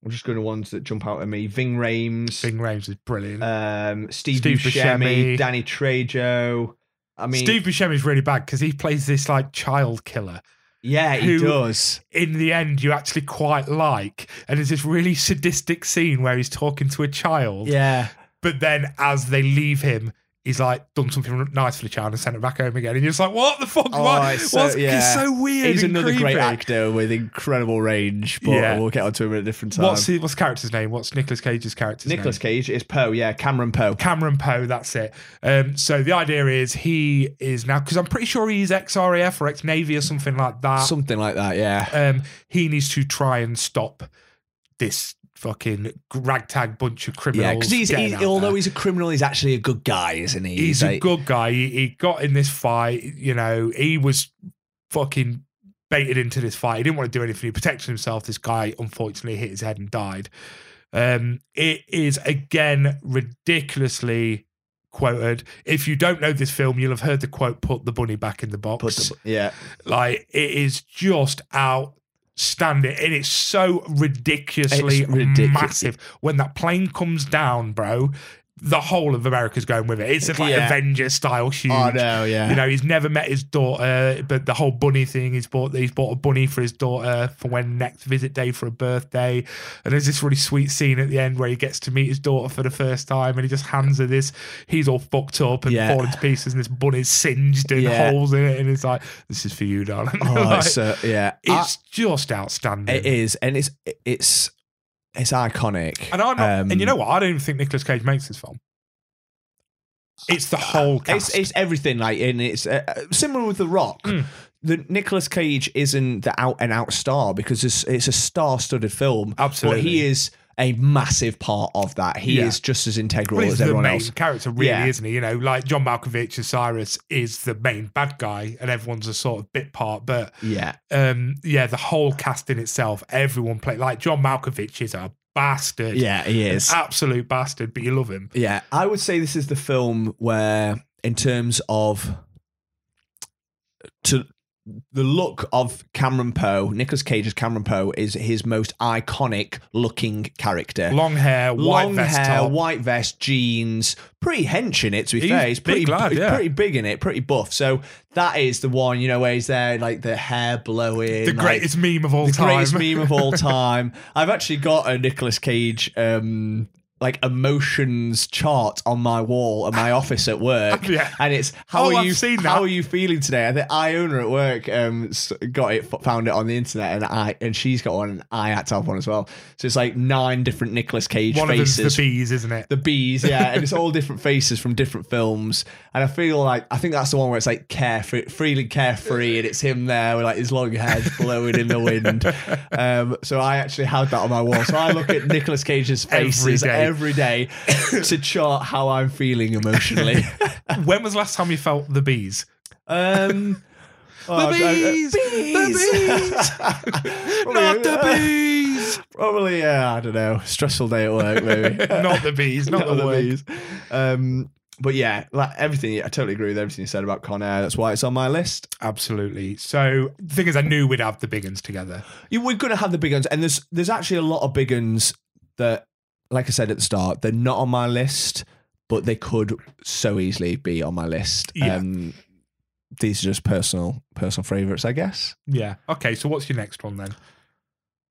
[SPEAKER 2] I'm just going to ones that jump out at me. Ving Rhames,
[SPEAKER 1] Bing Rames is brilliant.
[SPEAKER 2] um, Steve,
[SPEAKER 1] Steve
[SPEAKER 2] Buscemi,
[SPEAKER 1] Buscemi.
[SPEAKER 2] Danny Trejo. I mean,
[SPEAKER 1] Steve Buscemi is really bad because he plays this like child killer.
[SPEAKER 2] yeah, he
[SPEAKER 1] who-
[SPEAKER 2] does.
[SPEAKER 1] in the end you actually quite like and there's this really sadistic scene where he's talking to a child
[SPEAKER 2] Yeah,
[SPEAKER 1] but then as they leave him he's like done something nice for the child and sent it back home again and you're just like what the fuck
[SPEAKER 2] Oh,
[SPEAKER 1] why
[SPEAKER 2] it's
[SPEAKER 1] it's
[SPEAKER 2] so-
[SPEAKER 1] so,
[SPEAKER 2] yeah.
[SPEAKER 1] so weird
[SPEAKER 2] he's
[SPEAKER 1] and
[SPEAKER 2] another great
[SPEAKER 1] creepy.
[SPEAKER 2] actor with incredible range. But
[SPEAKER 1] Yeah.
[SPEAKER 2] we'll get onto him at a different time.
[SPEAKER 1] what's his, what's the character's name what's Nicolas Cage's character's
[SPEAKER 2] Nicholas
[SPEAKER 1] name
[SPEAKER 2] Cage is Poe. Yeah, Cameron Poe.
[SPEAKER 1] Cameron Poe, that's it. Um, so the idea is he is now because I'm pretty sure he's ex RAF or ex Navy or something like that.
[SPEAKER 2] Something like that. Yeah.
[SPEAKER 1] um, he needs to try and stop this fucking ragtag bunch of criminals.
[SPEAKER 2] Yeah, because he's,
[SPEAKER 1] getting
[SPEAKER 2] he's
[SPEAKER 1] out
[SPEAKER 2] although
[SPEAKER 1] there.
[SPEAKER 2] he's a criminal, he's actually a good guy, isn't he?
[SPEAKER 1] he's, a
[SPEAKER 2] like-
[SPEAKER 1] good guy. He, he got in this fight. You know, he was fucking baited into this fight. He didn't want to do anything. He protected himself. This guy unfortunately hit his head and died. Um, it is again ridiculously quoted. If you don't know this film, you'll have heard the quote "Put the bunny back in the box."
[SPEAKER 2] Put the- yeah.
[SPEAKER 1] Like it is just out stand it. And it's so ridiculously
[SPEAKER 2] It's ridiculous.
[SPEAKER 1] massive. When that plane comes down, bro, the whole of America's going with it. It's just like
[SPEAKER 2] Yeah.
[SPEAKER 1] Avengers style huge.
[SPEAKER 2] Oh no, yeah.
[SPEAKER 1] You know, he's never met his daughter, but the whole bunny thing, he's bought he's bought a bunny for his daughter for when next visit day for a birthday. And there's this really sweet scene at the end where he gets to meet his daughter for the first time and he just hands her this. He's all fucked up and
[SPEAKER 2] Yeah.
[SPEAKER 1] falling to pieces and this bunny's singed and
[SPEAKER 2] Yeah.
[SPEAKER 1] holes in it. And it's like, this is for you, darling.
[SPEAKER 2] oh,
[SPEAKER 1] Like,
[SPEAKER 2] it's, uh, yeah. I-
[SPEAKER 1] it's just outstanding.
[SPEAKER 2] It is, and it's it's it's iconic.
[SPEAKER 1] And I'm not, and you
[SPEAKER 2] Um,
[SPEAKER 1] know what? I don't even think Nicolas Cage makes this film. It's the whole cast.
[SPEAKER 2] uh, It's, it's everything like, and it's uh, uh, similar with The Rock.
[SPEAKER 1] Mm.
[SPEAKER 2] The Nicolas Cage isn't the out and out star because it's, it's a star-studded film.
[SPEAKER 1] Absolutely.
[SPEAKER 2] but he is a massive part of that. He
[SPEAKER 1] Yeah.
[SPEAKER 2] is just as integral
[SPEAKER 1] Well, he's
[SPEAKER 2] as
[SPEAKER 1] the
[SPEAKER 2] everyone
[SPEAKER 1] main
[SPEAKER 2] else.
[SPEAKER 1] character, really,
[SPEAKER 2] Yeah.
[SPEAKER 1] isn't he? You know, like John Malkovich as Cyrus is the main bad guy, and everyone's a sort of bit part. But
[SPEAKER 2] Yeah,
[SPEAKER 1] um, yeah, the whole cast in itself, everyone play like John Malkovich is a bastard,
[SPEAKER 2] yeah, he
[SPEAKER 1] An
[SPEAKER 2] is.
[SPEAKER 1] absolute bastard, but you love him.
[SPEAKER 2] Yeah, I would say this is the film where, in terms of to the look of Cameron Poe, Nicolas Cage's Cameron Poe is his most iconic looking character.
[SPEAKER 1] Long hair, white
[SPEAKER 2] Long
[SPEAKER 1] vest
[SPEAKER 2] hair,
[SPEAKER 1] top.
[SPEAKER 2] white vest, jeans, pretty hench in it. To be
[SPEAKER 1] He's
[SPEAKER 2] fair, he's
[SPEAKER 1] big
[SPEAKER 2] pretty,
[SPEAKER 1] lad,
[SPEAKER 2] he's
[SPEAKER 1] yeah.
[SPEAKER 2] pretty big in it, pretty buff. So that is the one, you know, where he's there, like the hair blowing,
[SPEAKER 1] the
[SPEAKER 2] like-
[SPEAKER 1] greatest meme of all
[SPEAKER 2] the
[SPEAKER 1] time.
[SPEAKER 2] greatest meme of all time. I've actually got a Nicolas Cage um like emotions chart on my wall at my office at work.
[SPEAKER 1] Yeah.
[SPEAKER 2] And it's how
[SPEAKER 1] Oh,
[SPEAKER 2] are
[SPEAKER 1] I've
[SPEAKER 2] you
[SPEAKER 1] seen
[SPEAKER 2] how
[SPEAKER 1] that.
[SPEAKER 2] are you feeling today? I think I owner at work um s- got it found it on the internet and I and she's got one and I had to have one as well. So it's like nine different Nicolas Cage
[SPEAKER 1] One
[SPEAKER 2] faces
[SPEAKER 1] of them's the bees, isn't it?
[SPEAKER 2] the bees, yeah, and it's all different faces from different films. And I feel like I think that's the one where it's like carefree, freely carefree, and it's him there with like his long hair just blowing in the wind. Um, so I actually had that on my wall. So I look at Nicolas Cage's
[SPEAKER 1] Every
[SPEAKER 2] faces
[SPEAKER 1] day.
[SPEAKER 2] every day to chart how I'm feeling emotionally.
[SPEAKER 1] when was the last time you felt the bees?
[SPEAKER 2] um, oh,
[SPEAKER 1] the bees, the bees, not the bees,
[SPEAKER 2] uh, Probably, yeah, I don't know. Stressful day at work, maybe.
[SPEAKER 1] not the bees, not, the, work.
[SPEAKER 2] bees. Um, but yeah, like everything, I totally agree with everything you said about Con Air. That's why it's on my list.
[SPEAKER 1] Absolutely. So the thing is, I knew we'd have the big uns together.
[SPEAKER 2] You- We're gonna have the big ones, and there's there's actually a lot of big ones that, like I said at the start, they're not on my list, but they could so easily be on my list.
[SPEAKER 1] Yeah.
[SPEAKER 2] Um, these are just personal personal favorites, I guess.
[SPEAKER 1] Yeah. Okay. So what's your next one then?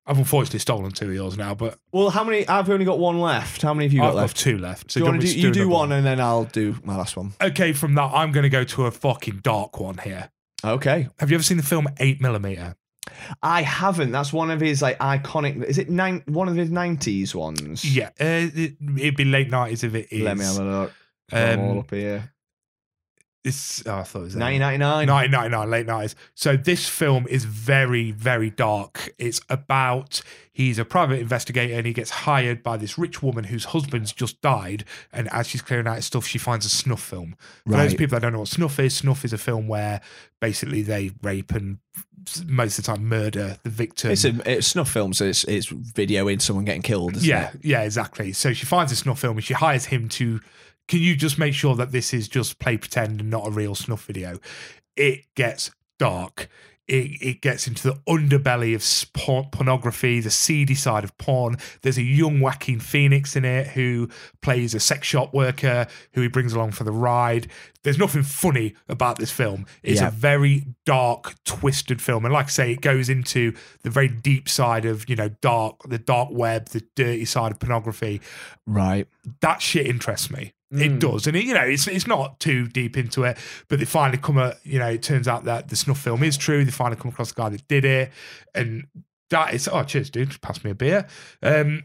[SPEAKER 1] I've unfortunately stolen two of yours now, but
[SPEAKER 2] Well, how many? I've only got one left. How many have you got
[SPEAKER 1] I've
[SPEAKER 2] left?
[SPEAKER 1] got two left. So
[SPEAKER 2] do you, wanna
[SPEAKER 1] want me
[SPEAKER 2] do,
[SPEAKER 1] to
[SPEAKER 2] you do
[SPEAKER 1] another
[SPEAKER 2] one, and then I'll do my last one.
[SPEAKER 1] Okay. From that, I'm going to go to a fucking dark one here.
[SPEAKER 2] Okay.
[SPEAKER 1] Have you ever seen the film Eight Millimeter?
[SPEAKER 2] I haven't. That's one of his like iconic. Is it nine? One of his nineties ones.
[SPEAKER 1] Yeah. Uh, it, it'd be late nineties if it is.
[SPEAKER 2] Let me have a look. Come
[SPEAKER 1] Um,
[SPEAKER 2] all up here.
[SPEAKER 1] It's. Oh, I thought it was.
[SPEAKER 2] 1999.
[SPEAKER 1] 1999, late 90s. So this film is very, very dark. It's about he's a private investigator and he gets hired by this rich woman whose husband's just died. And as she's clearing out his stuff, she finds a snuff film. For those
[SPEAKER 2] Right.
[SPEAKER 1] people that don't know what snuff is, snuff is a film where basically they rape and most of the time murder the victim.
[SPEAKER 2] It's a it's snuff film, so it's it's video in someone getting killed. Isn't
[SPEAKER 1] yeah,
[SPEAKER 2] it?
[SPEAKER 1] yeah, exactly. So she finds a snuff film and she hires him to. Can you just make sure that this is just play pretend and not a real snuff video? It gets dark. It, it gets into the underbelly of s- por- pornography, the seedy side of porn. There's a young Joaquin Phoenix in it who plays a sex shop worker who he brings along for the ride. There's nothing funny about this film. It's
[SPEAKER 2] Yeah.
[SPEAKER 1] a very dark, twisted film. And like I say, it goes into the very deep side of, you know, dark, the dark web, the dirty side of pornography.
[SPEAKER 2] Right.
[SPEAKER 1] That shit interests me.
[SPEAKER 2] Mm.
[SPEAKER 1] It does. And, it, you know, it's, it's not too deep into it, but they finally come at, you know, it turns out that the snuff film is true. They finally come across the guy that did it. And that is, oh, cheers, dude. Pass me a beer. Um,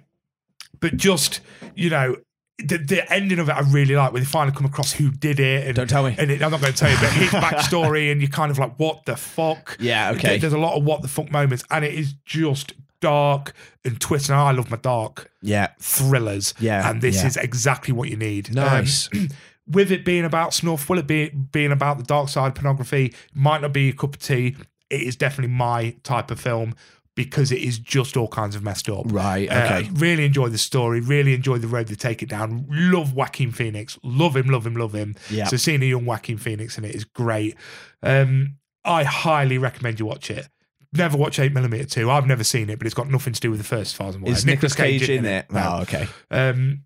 [SPEAKER 1] but just, you know, the, the ending of it, I really like when they finally come across who did it. And
[SPEAKER 2] Don't tell me.
[SPEAKER 1] and it, I'm not going to tell you, but his backstory, and you're kind of like, what the fuck?
[SPEAKER 2] Yeah. Okay.
[SPEAKER 1] There's a lot of what the fuck moments, and it is just dark and twisted. And I love my dark
[SPEAKER 2] yeah.
[SPEAKER 1] thrillers,
[SPEAKER 2] Yeah.
[SPEAKER 1] and this
[SPEAKER 2] yeah.
[SPEAKER 1] is exactly what you need. Um,
[SPEAKER 2] nice.
[SPEAKER 1] with it being about snuff, will it be being about the dark side of pornography? Might not be your cup of tea. It is definitely my type of film because it is just all kinds of messed up.
[SPEAKER 2] right.
[SPEAKER 1] Uh,
[SPEAKER 2] Okay.
[SPEAKER 1] really enjoy the story. Really enjoy the road they take it down. Love Joaquin Phoenix. Love him. Love him. Love him.
[SPEAKER 2] yeah.
[SPEAKER 1] So seeing a young Joaquin Phoenix in it is great. Um, I highly recommend you watch it. Never watch 8mm 2. I've never seen it, but it's got nothing to do with the first, as far as I'm aware.
[SPEAKER 2] Is
[SPEAKER 1] Nicolas
[SPEAKER 2] Nicolas Cage, in it?
[SPEAKER 1] No.
[SPEAKER 2] Oh, okay.
[SPEAKER 1] Um,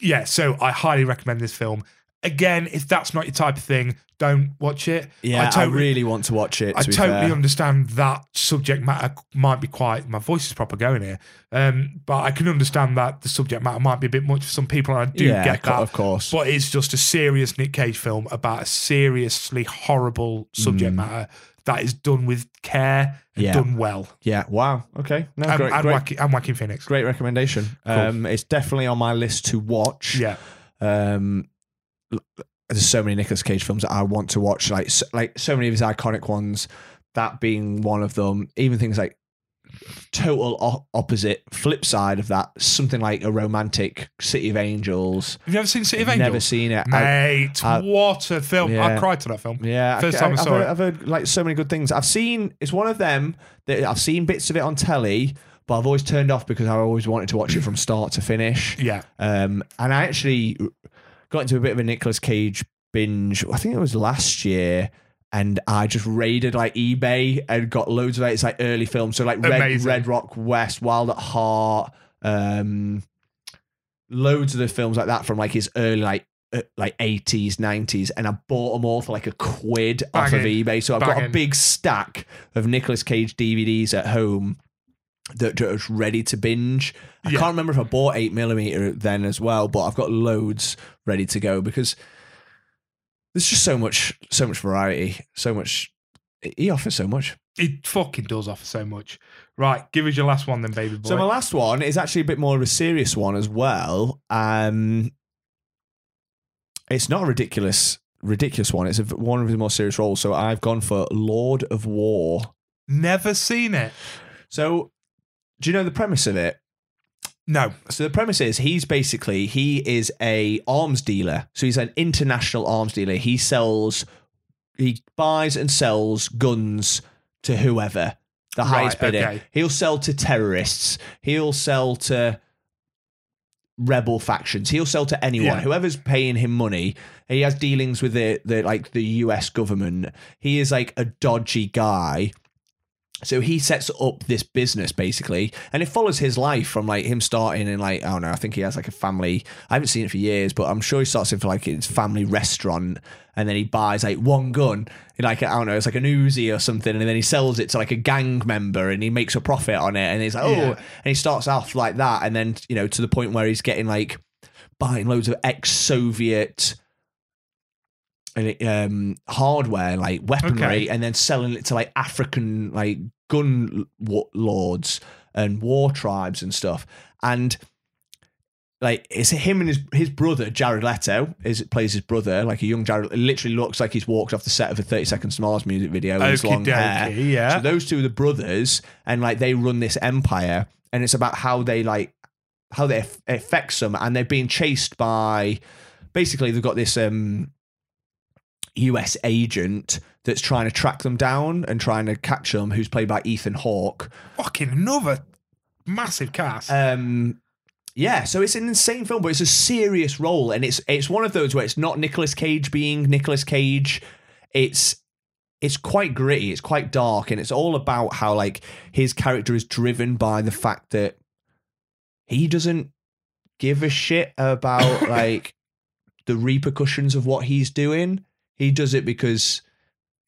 [SPEAKER 1] yeah, so I highly recommend this film. Again, if that's not your type of thing, don't watch it.
[SPEAKER 2] Yeah, I,
[SPEAKER 1] totally-
[SPEAKER 2] really want to watch it. To
[SPEAKER 1] I
[SPEAKER 2] be
[SPEAKER 1] totally
[SPEAKER 2] fair.
[SPEAKER 1] understand that subject matter might be quite. My voice is proper going here, um, but I can understand that the subject matter might be a bit much for some people, and I do
[SPEAKER 2] yeah,
[SPEAKER 1] get
[SPEAKER 2] co-
[SPEAKER 1] that.
[SPEAKER 2] of course.
[SPEAKER 1] But it's just a serious Nick Cage film about a seriously horrible subject
[SPEAKER 2] Mm.
[SPEAKER 1] matter that is done with care and
[SPEAKER 2] Yeah.
[SPEAKER 1] done well.
[SPEAKER 2] yeah. Wow. Okay. No,
[SPEAKER 1] And,
[SPEAKER 2] great,
[SPEAKER 1] and,
[SPEAKER 2] great,
[SPEAKER 1] Wacky, and Wacky Phoenix.
[SPEAKER 2] great recommendation. Um, it's definitely on my list to watch.
[SPEAKER 1] Yeah.
[SPEAKER 2] Um, l- there's so many Nicolas Cage films that I want to watch. Like, so, like so many of his iconic ones. That being one of them. Even things like total o- opposite flip side of that. Something like a romantic City of Angels.
[SPEAKER 1] Have you ever seen City of Angels?
[SPEAKER 2] Never seen it. I-
[SPEAKER 1] Mate,
[SPEAKER 2] I-
[SPEAKER 1] what a film. I
[SPEAKER 2] Yeah.
[SPEAKER 1] cried to that film.
[SPEAKER 2] Yeah,
[SPEAKER 1] First
[SPEAKER 2] I,
[SPEAKER 1] time I
[SPEAKER 2] have
[SPEAKER 1] saw
[SPEAKER 2] heard,
[SPEAKER 1] it.
[SPEAKER 2] I've heard like so many good things. I've seen it's one of them that I've seen bits of it on telly, but I've always turned off because I always wanted to watch it from start to finish.
[SPEAKER 1] Yeah.
[SPEAKER 2] Um, and I actually got into a bit of a Nicolas Cage binge. I think it was last year. And I just raided like eBay and got loads of like, it's like early films. So like Red,
[SPEAKER 1] Amazing.
[SPEAKER 2] Red Rock West, Wild at Heart, um, loads of the films like that from like his early like uh, like eighties, nineties, and I bought them all for like a quid off of
[SPEAKER 1] Banging.
[SPEAKER 2] eBay. So I've got a
[SPEAKER 1] Banging.
[SPEAKER 2] big stack of Nicolas Cage DVDs at home that are just ready to binge. I
[SPEAKER 1] Yeah.
[SPEAKER 2] can't remember if I bought eight millimeter then as well, but I've got loads ready to go because there's just so much, so much variety, so much. He offers so much.
[SPEAKER 1] It fucking does offer so much. Right, give us your last one then, baby boy.
[SPEAKER 2] So my last one is actually a bit more of a serious one as well. Um, it's not a ridiculous, ridiculous one. It's a, one of his more serious roles. So I've gone for Lord of War.
[SPEAKER 1] Never seen it.
[SPEAKER 2] So do you know the premise of it?
[SPEAKER 1] No.
[SPEAKER 2] So the premise is he's basically he is a arms dealer. So he's an international arms dealer. He sells, he buys and sells guns to whoever the highest
[SPEAKER 1] Right,
[SPEAKER 2] bidder.
[SPEAKER 1] okay.
[SPEAKER 2] He'll sell to terrorists. He'll sell to rebel factions. He'll sell to anyone.
[SPEAKER 1] Yeah.
[SPEAKER 2] Whoever's paying him money, he has dealings with the, the like the US government. He is like a dodgy guy. So he sets up this business basically, and it follows his life from like him starting in like I don't know. I think he has like a family. I haven't seen it for years, but I'm sure he starts in for like his family restaurant, and then he buys like one gun, like I don't know, it's like an Uzi or something, and then he sells it to like a gang member, and he makes a profit on it, and he's like oh,
[SPEAKER 1] Yeah.
[SPEAKER 2] and he starts off like that, and then you know to the point where he's getting like buying loads of ex-Soviet um, hardware, like weaponry,
[SPEAKER 1] Okay.
[SPEAKER 2] and then selling it to like African like gun wa- lords and war tribes and stuff. And like it's him and his his brother Jared Leto is plays his brother like a young Jared. It literally looks like he's walked off the set of a Thirty Seconds to Mars music video. with his long
[SPEAKER 1] Okie
[SPEAKER 2] hair.
[SPEAKER 1] dokie, yeah.
[SPEAKER 2] So those two are the brothers, and like they run this empire, and it's about how they like how they aff- it affects them, and they're being chased by basically they've got this um US agent that's trying to track them down and trying to catch them, who's played by Ethan Hawke.
[SPEAKER 1] fucking another massive cast.
[SPEAKER 2] Um, yeah, so it's an insane film, but it's a serious role, and it's it's one of those where it's not Nicolas Cage being Nicolas Cage. It's it's quite gritty, it's quite dark, and it's all about how like his character is driven by the fact that he doesn't give a shit about like the repercussions of what he's doing. He does it because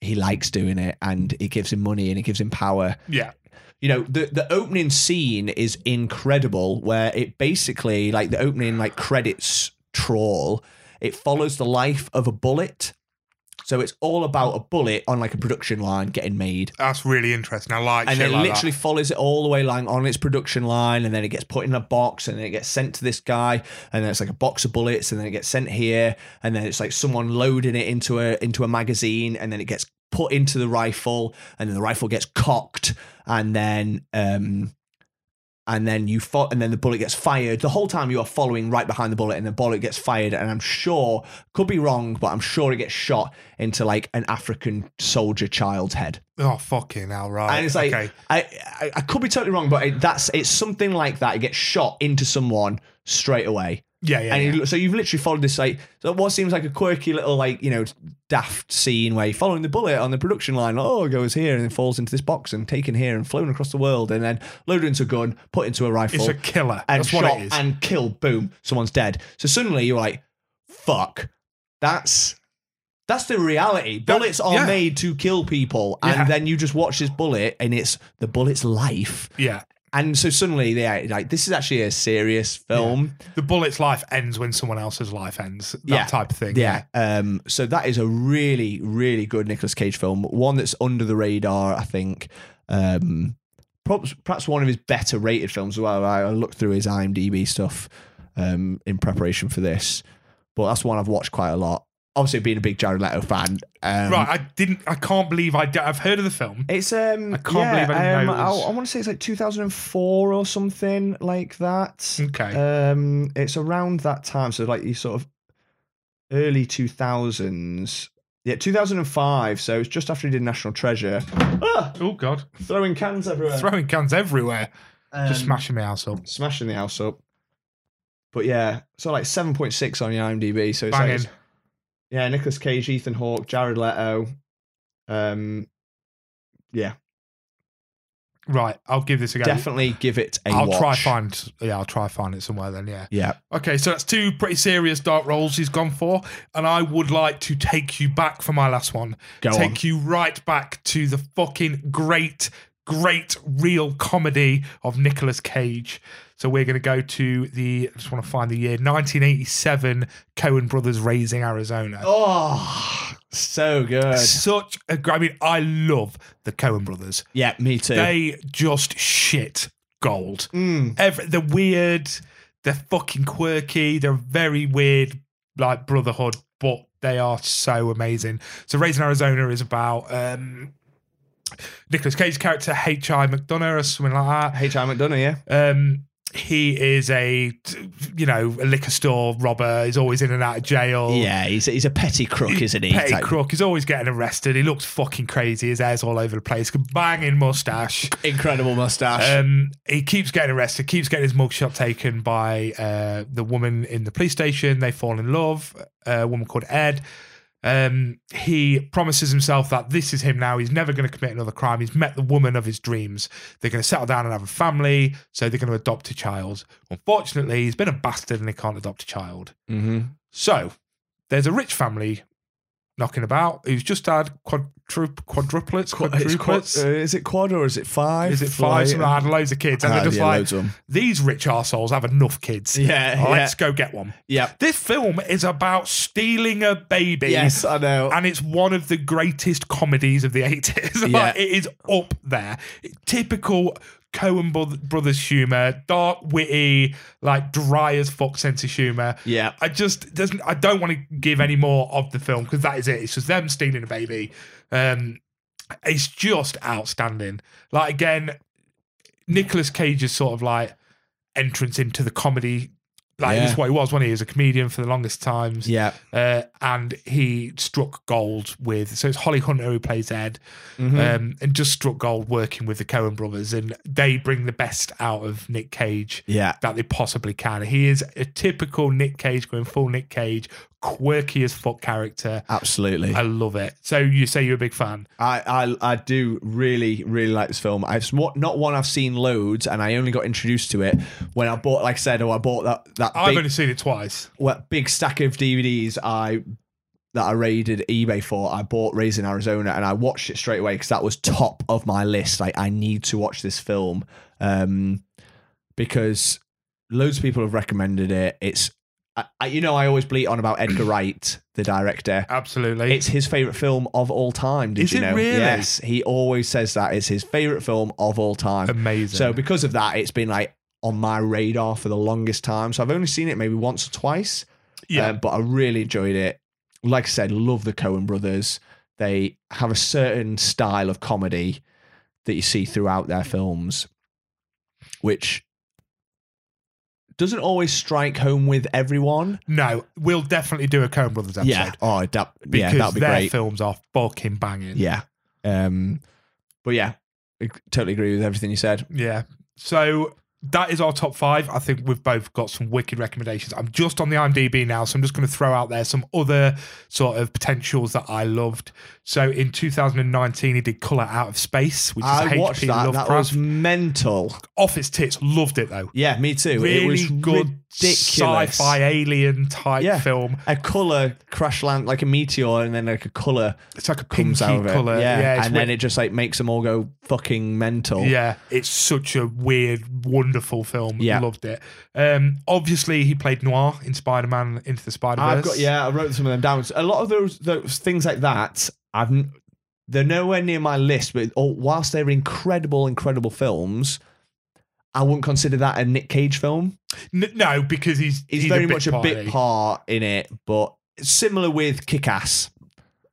[SPEAKER 2] he likes doing it, and it gives him money and it gives him power
[SPEAKER 1] yeah.
[SPEAKER 2] you know the the opening scene is incredible where it basically like the opening like credits trawl it follows the life of a bullet so it's all about a bullet on like a production line getting made
[SPEAKER 1] That's really interesting. I like
[SPEAKER 2] and
[SPEAKER 1] shit
[SPEAKER 2] it
[SPEAKER 1] like
[SPEAKER 2] literally follows it all the way along on its production line, and then it gets put in a box, and then it gets sent to this guy, and then it's like a box of bullets, and then it gets sent here, and then it's like someone loading it into a into a magazine, and then it gets put into the rifle, and then the rifle gets cocked, and then um, and then you fo- and then the bullet gets fired. The whole time you are following right behind the bullet, and the bullet gets fired. And I'm sure, could be wrong, but I'm sure it gets shot into like an African soldier child's head
[SPEAKER 1] that. Oh, fucking hell, right.
[SPEAKER 2] and it's like
[SPEAKER 1] okay.
[SPEAKER 2] I, I I could be totally wrong, but it, that's it's something like that. It gets shot into someone straight away,
[SPEAKER 1] Yeah, yeah.
[SPEAKER 2] and
[SPEAKER 1] yeah.
[SPEAKER 2] he, so you've literally followed this like so what seems like a quirky little like you know daft scene where you're following the bullet on the production line. Like, oh, it goes here and then falls into this box and taken here and flown across the world and then loaded into a gun, put into a rifle,
[SPEAKER 1] it's a killer.
[SPEAKER 2] and
[SPEAKER 1] That's what
[SPEAKER 2] shot
[SPEAKER 1] it is.
[SPEAKER 2] and kill. Boom, someone's dead. So suddenly you're like, fuck, that's. That's the reality.
[SPEAKER 1] That-
[SPEAKER 2] Bullets are
[SPEAKER 1] yeah.
[SPEAKER 2] made to kill people, and
[SPEAKER 1] Yeah.
[SPEAKER 2] then you just watch this bullet, and it's the bullet's life.
[SPEAKER 1] yeah.
[SPEAKER 2] And so suddenly, they like this is actually a serious film.
[SPEAKER 1] The bullet's life ends when someone else's life ends. That
[SPEAKER 2] Yeah.
[SPEAKER 1] type of thing.
[SPEAKER 2] Yeah. Um, so that is a really, really good Nicolas Cage film. One that's under the radar, I think. Um, perhaps, perhaps one of his better rated films as well. I I looked through his IMDb stuff um, in preparation for this, but that's one I've watched quite a lot. Obviously, being a big Jared Leto fan. Um,
[SPEAKER 1] Right. I didn't. I can't believe I. d- I've heard of the film.
[SPEAKER 2] It's um,
[SPEAKER 1] I can't believe I didn't
[SPEAKER 2] um,
[SPEAKER 1] know it was-
[SPEAKER 2] I, want to say it's like 2004 or something like that.
[SPEAKER 1] Okay.
[SPEAKER 2] Um, it's around that time, so like you sort of early two thousands. Yeah, two thousand and five. So it's just after he did National Treasure. Ah,
[SPEAKER 1] oh God.
[SPEAKER 2] throwing cans everywhere,
[SPEAKER 1] Throwing cans everywhere. Just
[SPEAKER 2] uh, Um,
[SPEAKER 1] smashing my house up.
[SPEAKER 2] smashing the house up. But yeah, so like seven point six on your IMDb. So it's like,
[SPEAKER 1] Banging.
[SPEAKER 2] it's- yeah, Nicholas Cage, Ethan Hawke, Jared Leto. Um,
[SPEAKER 1] right. I'll give this a go.
[SPEAKER 2] definitely give it a
[SPEAKER 1] I'll
[SPEAKER 2] watch.
[SPEAKER 1] try find. Yeah. I'll try find it somewhere then. Yeah.
[SPEAKER 2] Yeah,
[SPEAKER 1] Okay, so that's two pretty serious dark roles he's gone for, and I would like to take you back for my last one.
[SPEAKER 2] Go
[SPEAKER 1] take
[SPEAKER 2] on.
[SPEAKER 1] you right back to the fucking great, great real comedy of Nicolas Cage. So we're going to go to the. I just want to find the year 1987. Cohen Brothers Raising Arizona.
[SPEAKER 2] Oh, so good.
[SPEAKER 1] Such a great. I mean, I love the Cohen Brothers.
[SPEAKER 2] Yeah, me too.
[SPEAKER 1] They just shit gold.
[SPEAKER 2] Mm,
[SPEAKER 1] Every, they're weird. They're fucking quirky. They're a very weird, like brotherhood, but they are so amazing. So, Raising Arizona is about um, Nicholas Cage's character H.I. McDonough or something like that.
[SPEAKER 2] H.R. McDonough, yeah.
[SPEAKER 1] Um, he is a, you know, a liquor store robber. He's always in and out of jail.
[SPEAKER 2] Yeah, he's a, Oh. he's a petty crook, isn't he?
[SPEAKER 1] Petty
[SPEAKER 2] Type-
[SPEAKER 1] crook. He's always getting arrested. He looks fucking crazy. His hair's all over the place. Banging mustache.
[SPEAKER 2] Incredible mustache.
[SPEAKER 1] Um, he keeps getting arrested, keeps getting his mugshot taken by uh, the woman in the police station. They fall in love, uh, a woman called Ed. Um, he promises himself that this is him now. He's never going to commit another crime. He's met the woman of his dreams. They're going to settle down and have a family, so they're going to adopt a child. Unfortunately, he's been a bastard and he can't adopt a child.
[SPEAKER 2] mm-hmm.
[SPEAKER 1] So there's a rich family knocking about who's just had quadru- quadruplets,
[SPEAKER 2] It's quad,
[SPEAKER 1] quadruplets.
[SPEAKER 2] uh, is it quad or is it five?
[SPEAKER 1] is it five? Something like that, loads of kids, and they're just like,
[SPEAKER 2] yeah,
[SPEAKER 1] these rich arseholes have enough kids.
[SPEAKER 2] yeah,
[SPEAKER 1] Let's go get one.
[SPEAKER 2] yeah.
[SPEAKER 1] This film is about stealing a baby.
[SPEAKER 2] Yes, I know.
[SPEAKER 1] And it's one of the greatest comedies of the 80s. Like,
[SPEAKER 2] Yeah.
[SPEAKER 1] it is up there. Typical Cohen Brothers humor, dark, witty, like dry as fuck sense of humor.
[SPEAKER 2] yeah,
[SPEAKER 1] I just doesn't. I don't want to give any more of the film because that is it. It's just them stealing a baby. Um, it's just outstanding. Like again, Nicolas Cage's sort of like entrance into the comedy. Like
[SPEAKER 2] Yeah.
[SPEAKER 1] this is what he was when he was a comedian for the longest times.
[SPEAKER 2] yeah.
[SPEAKER 1] Uh, and he struck gold with so it's Holly Hunter who plays Ed,
[SPEAKER 2] Mhm.
[SPEAKER 1] um, and just struck gold working with the Cohen brothers, and they bring the best out of Nick Cage
[SPEAKER 2] yeah,
[SPEAKER 1] that they possibly can. He is a typical Nick Cage, going full Nick Cage, quirky as fuck character.
[SPEAKER 2] absolutely.
[SPEAKER 1] I love it. So you say you're a big fan?
[SPEAKER 2] I, I I do really really like this film. I've what not one I've seen loads, and I only got introduced to it when I bought, like I said, oh, I bought that that
[SPEAKER 1] I've
[SPEAKER 2] big,
[SPEAKER 1] only seen it twice.
[SPEAKER 2] well, big stack of DVDs. I that I raided eBay for. I bought Raising Arizona, and I watched it straight away because that was top of my list. Like I need to watch this film um, because loads of people have recommended it. It's I, I, you know I always bleat on about Edgar Wright, the director.
[SPEAKER 1] Absolutely.
[SPEAKER 2] It's his favorite film of all time. Did
[SPEAKER 1] Is
[SPEAKER 2] you
[SPEAKER 1] it
[SPEAKER 2] know?
[SPEAKER 1] really?
[SPEAKER 2] Yes, he always says that it's his favorite film of all time.
[SPEAKER 1] amazing.
[SPEAKER 2] So because of that, it's been like on my radar for the longest time. So I've only seen it maybe once or twice.
[SPEAKER 1] yeah,
[SPEAKER 2] uh, but I really enjoyed it. Like I said, love the Cohen brothers. They have a certain style of comedy that you see throughout their films, which doesn't always strike home with everyone.
[SPEAKER 1] no, we'll definitely do a Coen Brothers episode
[SPEAKER 2] Oh, that, yeah,
[SPEAKER 1] because
[SPEAKER 2] that'd be
[SPEAKER 1] their
[SPEAKER 2] great.
[SPEAKER 1] films are fucking banging.
[SPEAKER 2] Yeah. Um, but yeah, I totally agree with everything you said.
[SPEAKER 1] yeah. So that is our top five. I think we've both got some wicked recommendations. I'm just on the IMDb now, so I'm just going to throw out there some other sort of potentials that I loved. So in 2019, he did Color Out of Space, which is a
[SPEAKER 2] I
[SPEAKER 1] HP
[SPEAKER 2] watched that.
[SPEAKER 1] Lovecraft.
[SPEAKER 2] That was mental.
[SPEAKER 1] Off its tits, loved it though.
[SPEAKER 2] Yeah, me too.
[SPEAKER 1] Really
[SPEAKER 2] it was
[SPEAKER 1] good
[SPEAKER 2] ridiculous.
[SPEAKER 1] sci-fi alien type
[SPEAKER 2] Yeah.
[SPEAKER 1] film.
[SPEAKER 2] A color crash land like a meteor, and then like a color
[SPEAKER 1] It's like a
[SPEAKER 2] comes
[SPEAKER 1] pinky
[SPEAKER 2] out of it.
[SPEAKER 1] color.
[SPEAKER 2] Yeah,
[SPEAKER 1] it's
[SPEAKER 2] and
[SPEAKER 1] wi-
[SPEAKER 2] then it just like makes them all go fucking mental.
[SPEAKER 1] Yeah, it's such a weird, wonderful film.
[SPEAKER 2] Yeah.
[SPEAKER 1] Loved it. Um, obviously, he played Noir in Spider Man Into the Spider Verse.
[SPEAKER 2] I've got yeah, I wrote some of them down. A lot of those those things like that, I've n- they're nowhere near my list. But oh, whilst they're incredible, incredible films, I wouldn't consider that a Nick Cage film.
[SPEAKER 1] N- no, because he's
[SPEAKER 2] He's,
[SPEAKER 1] he's
[SPEAKER 2] very
[SPEAKER 1] a bit
[SPEAKER 2] much a bit
[SPEAKER 1] party.
[SPEAKER 2] part in it, but similar with Kick Ass.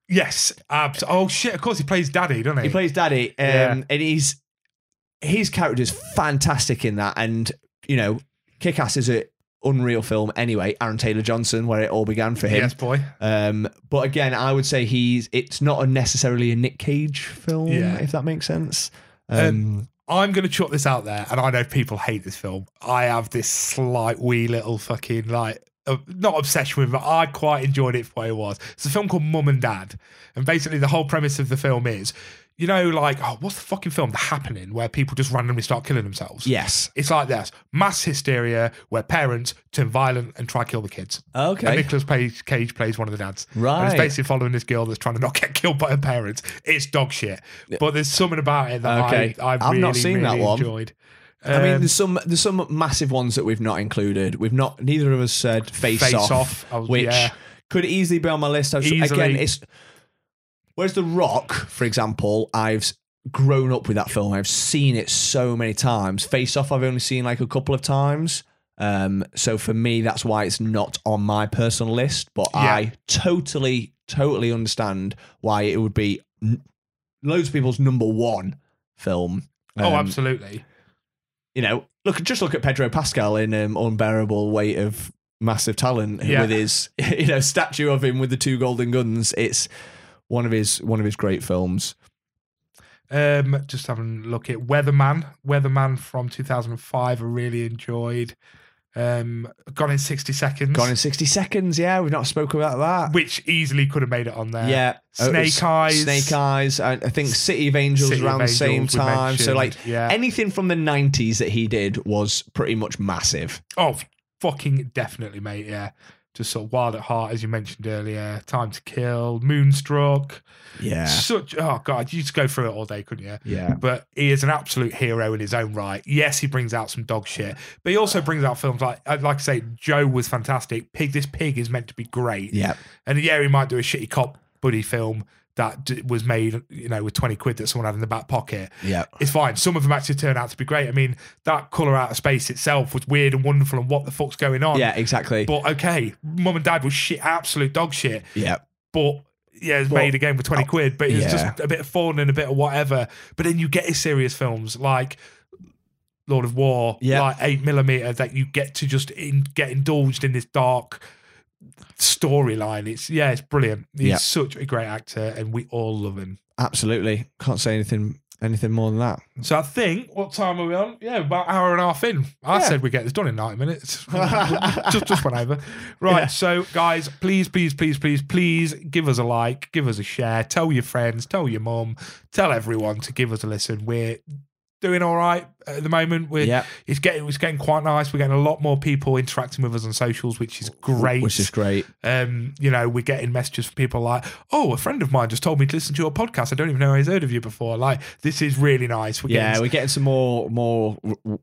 [SPEAKER 1] Yes, abs. Oh shit! Of course, he plays Daddy, doesn't he?
[SPEAKER 2] He plays Daddy, um,
[SPEAKER 1] Yeah.
[SPEAKER 2] and he's his character's fantastic in that. And you know, Kick Ass is a unreal film anyway. Aaron Taylor Johnson, where it all began for him.
[SPEAKER 1] Yes, boy.
[SPEAKER 2] Um, but again, I would say he's it's not a necessarily a Nick Cage film,
[SPEAKER 1] Yeah.
[SPEAKER 2] if that makes sense.
[SPEAKER 1] Um,
[SPEAKER 2] Um,
[SPEAKER 1] I'm going to chuck this out there, and I know people hate this film. I have this slight wee little fucking like. Uh, not obsession with it, but I quite enjoyed it for what it was. It's a film called Mum and Dad. And basically, the whole premise of the film is you know, like, oh, what's the fucking film, The Happening, where people just randomly start killing themselves?
[SPEAKER 2] yes.
[SPEAKER 1] It's like this mass hysteria where parents turn violent and try to kill the kids.
[SPEAKER 2] Oh,
[SPEAKER 1] And
[SPEAKER 2] Okay.
[SPEAKER 1] Nicholas Page, Cage plays one of the dads. And it's
[SPEAKER 2] Right.
[SPEAKER 1] basically following this girl that's trying to not get killed by her parents. It's dog shit. But there's something about it that
[SPEAKER 2] Okay.
[SPEAKER 1] I, I
[SPEAKER 2] I've
[SPEAKER 1] really,
[SPEAKER 2] not seen that
[SPEAKER 1] really
[SPEAKER 2] one.
[SPEAKER 1] enjoyed.
[SPEAKER 2] I mean,
[SPEAKER 1] Um,
[SPEAKER 2] there's some there's some massive ones that we've not included. We've not neither of us said Face,
[SPEAKER 1] Face
[SPEAKER 2] Off,
[SPEAKER 1] Off, I was-
[SPEAKER 2] which
[SPEAKER 1] yeah.
[SPEAKER 2] could easily be on my list. I've,
[SPEAKER 1] Easily.
[SPEAKER 2] again, it's whereas The Rock, for example, I've s- grown up with that film. I've seen it so many times. Face Off, I've only seen like a couple of times. Um, so for me, that's why it's not on my personal list. But
[SPEAKER 1] Yeah.
[SPEAKER 2] I totally, totally understand why it would be n- loads of people's number one film.
[SPEAKER 1] oh,
[SPEAKER 2] Um,
[SPEAKER 1] absolutely.
[SPEAKER 2] you know, look just look at Pedro Pascal in um, unbearable weight of massive talent
[SPEAKER 1] Yeah.
[SPEAKER 2] with his you know statue of him with the two golden guns. It's one of his one of his great films.
[SPEAKER 1] Um, just having a look at Weatherman. Weatherman from 2005, I really enjoyed. Um, Gone in 60 Seconds,
[SPEAKER 2] Gone in sixty seconds. Yeah, we've not spoken about that.
[SPEAKER 1] which easily could have made it on there.
[SPEAKER 2] yeah, Oh,
[SPEAKER 1] Snake
[SPEAKER 2] it's-
[SPEAKER 1] Eyes.
[SPEAKER 2] Snake Eyes. I, I think City of Angels
[SPEAKER 1] City of
[SPEAKER 2] around the same
[SPEAKER 1] Angels we
[SPEAKER 2] time. So like
[SPEAKER 1] mentioned, yeah.
[SPEAKER 2] anything from the nineties that he did was pretty much massive.
[SPEAKER 1] Oh, fucking definitely, mate. Yeah. Just sort of wild at heart, as you mentioned earlier. Time to kill, Moonstruck.
[SPEAKER 2] Yeah,
[SPEAKER 1] Such oh god, you just go through it all day, couldn't you?
[SPEAKER 2] yeah.
[SPEAKER 1] But he is an absolute hero in his own right. Yes, he brings out some dog shit, but he also brings out films like, I'd like I say, Joe was fantastic. Pig, this pig is meant to be great.
[SPEAKER 2] Yeah,
[SPEAKER 1] And yeah, he might do a shitty cop buddy film that d- was made, you know, with twenty quid that someone had in the back pocket
[SPEAKER 2] yeah,
[SPEAKER 1] it's fine. Some of them actually turn out to be great. I mean, that color out of space itself was weird and wonderful, and what the fuck's going on?
[SPEAKER 2] yeah, exactly.
[SPEAKER 1] But okay, mum and dad was shit, absolute dog shit.
[SPEAKER 2] yeah,
[SPEAKER 1] But yeah, it's
[SPEAKER 2] But-
[SPEAKER 1] made again for twenty quid. But it's
[SPEAKER 2] oh, Yeah.
[SPEAKER 1] just a bit of fun and a bit of whatever. But then you get his serious films like Lord of War,
[SPEAKER 2] Yeah.
[SPEAKER 1] like Eight Millimeter, that you get to just in, get indulged in this dark storyline. It's yeah, it's brilliant. He's
[SPEAKER 2] Yeah.
[SPEAKER 1] such a great actor, and we all love him.
[SPEAKER 2] absolutely. Can't say anything anything more than that.
[SPEAKER 1] So I think what time are we on? Yeah, about an hour and a half in. I
[SPEAKER 2] Yeah.
[SPEAKER 1] said we get this done in ninety minutes. just just went over. Right.
[SPEAKER 2] Yeah.
[SPEAKER 1] So guys, please, please, please, please, please give us a like, give us a share, tell your friends, tell your mum, tell everyone to give us a listen. We're doing all right at the moment. We're
[SPEAKER 2] Yeah.
[SPEAKER 1] it's getting it's getting quite nice. We're getting a lot more people interacting with us on socials, which is great.
[SPEAKER 2] Which is great.
[SPEAKER 1] Um, you know, we're getting messages from people like, "Oh, a friend of mine just told me to listen to your podcast. I don't even know he's heard of you before." Like, this is really nice. We're
[SPEAKER 2] yeah,
[SPEAKER 1] getting,
[SPEAKER 2] we're getting some more more r- r-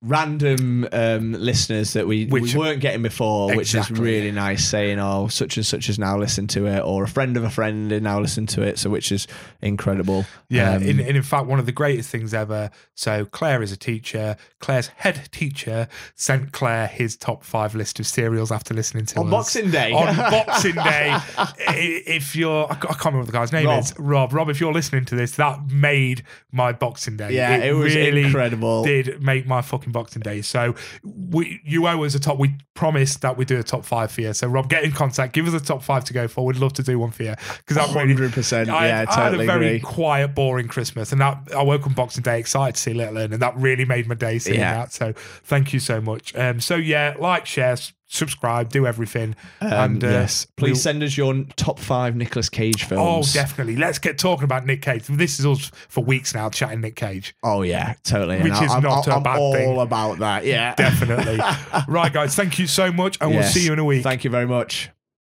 [SPEAKER 2] random um, listeners that we,
[SPEAKER 1] Which-
[SPEAKER 2] we weren't getting before, which is
[SPEAKER 1] Exactly.
[SPEAKER 2] really nice. Saying, "Oh, such and such has now listened to it," or a friend of a friend had now listened to it, so which is incredible.
[SPEAKER 1] yeah.
[SPEAKER 2] Um,
[SPEAKER 1] in, and in fact, one of the greatest things ever. So Claire is a teacher. Claire's head teacher sent Claire his top five list of cereals after listening to
[SPEAKER 2] on
[SPEAKER 1] us.
[SPEAKER 2] Boxing Day.
[SPEAKER 1] on Boxing Day. i- If you're, I ca- I can't remember what the guy's name
[SPEAKER 2] Rob.
[SPEAKER 1] is. Rob. Rob, if you're listening to this, that made my Boxing Day.
[SPEAKER 2] yeah, it, was
[SPEAKER 1] really
[SPEAKER 2] incredible.
[SPEAKER 1] did make my fucking in Boxing Day. So we, you owe us a top. We promised that we do a top five for you. So Rob, get in contact. Give us a top five to go for. We'd love to do one for you because I'm really.
[SPEAKER 2] Hundred percent.
[SPEAKER 1] I,
[SPEAKER 2] Yeah,
[SPEAKER 1] I had a
[SPEAKER 2] totally
[SPEAKER 1] very
[SPEAKER 2] agree.
[SPEAKER 1] quiet, boring Christmas, and that I woke up Boxing Day excited to see Little Un, and that really made my day seeing
[SPEAKER 2] Yeah.
[SPEAKER 1] that. So thank you so much. Um, so yeah, like, share, s- subscribe, do everything,
[SPEAKER 2] Um,
[SPEAKER 1] and uh,
[SPEAKER 2] yes, please
[SPEAKER 1] we'll-
[SPEAKER 2] send us your top five Nicolas Cage
[SPEAKER 1] Oh,
[SPEAKER 2] films.
[SPEAKER 1] definitely. Let's get talking about Nick Cage. This is us for weeks now chatting Nick Cage.
[SPEAKER 2] Oh, yeah, totally. And
[SPEAKER 1] Which
[SPEAKER 2] I-
[SPEAKER 1] is
[SPEAKER 2] I'm,
[SPEAKER 1] not
[SPEAKER 2] I'm,
[SPEAKER 1] a
[SPEAKER 2] I'm
[SPEAKER 1] bad
[SPEAKER 2] all
[SPEAKER 1] thing.
[SPEAKER 2] about that. Yeah,
[SPEAKER 1] Definitely. right, guys. Thank you so much, and
[SPEAKER 2] Yes.
[SPEAKER 1] we'll see you in a week.
[SPEAKER 2] Thank you very much.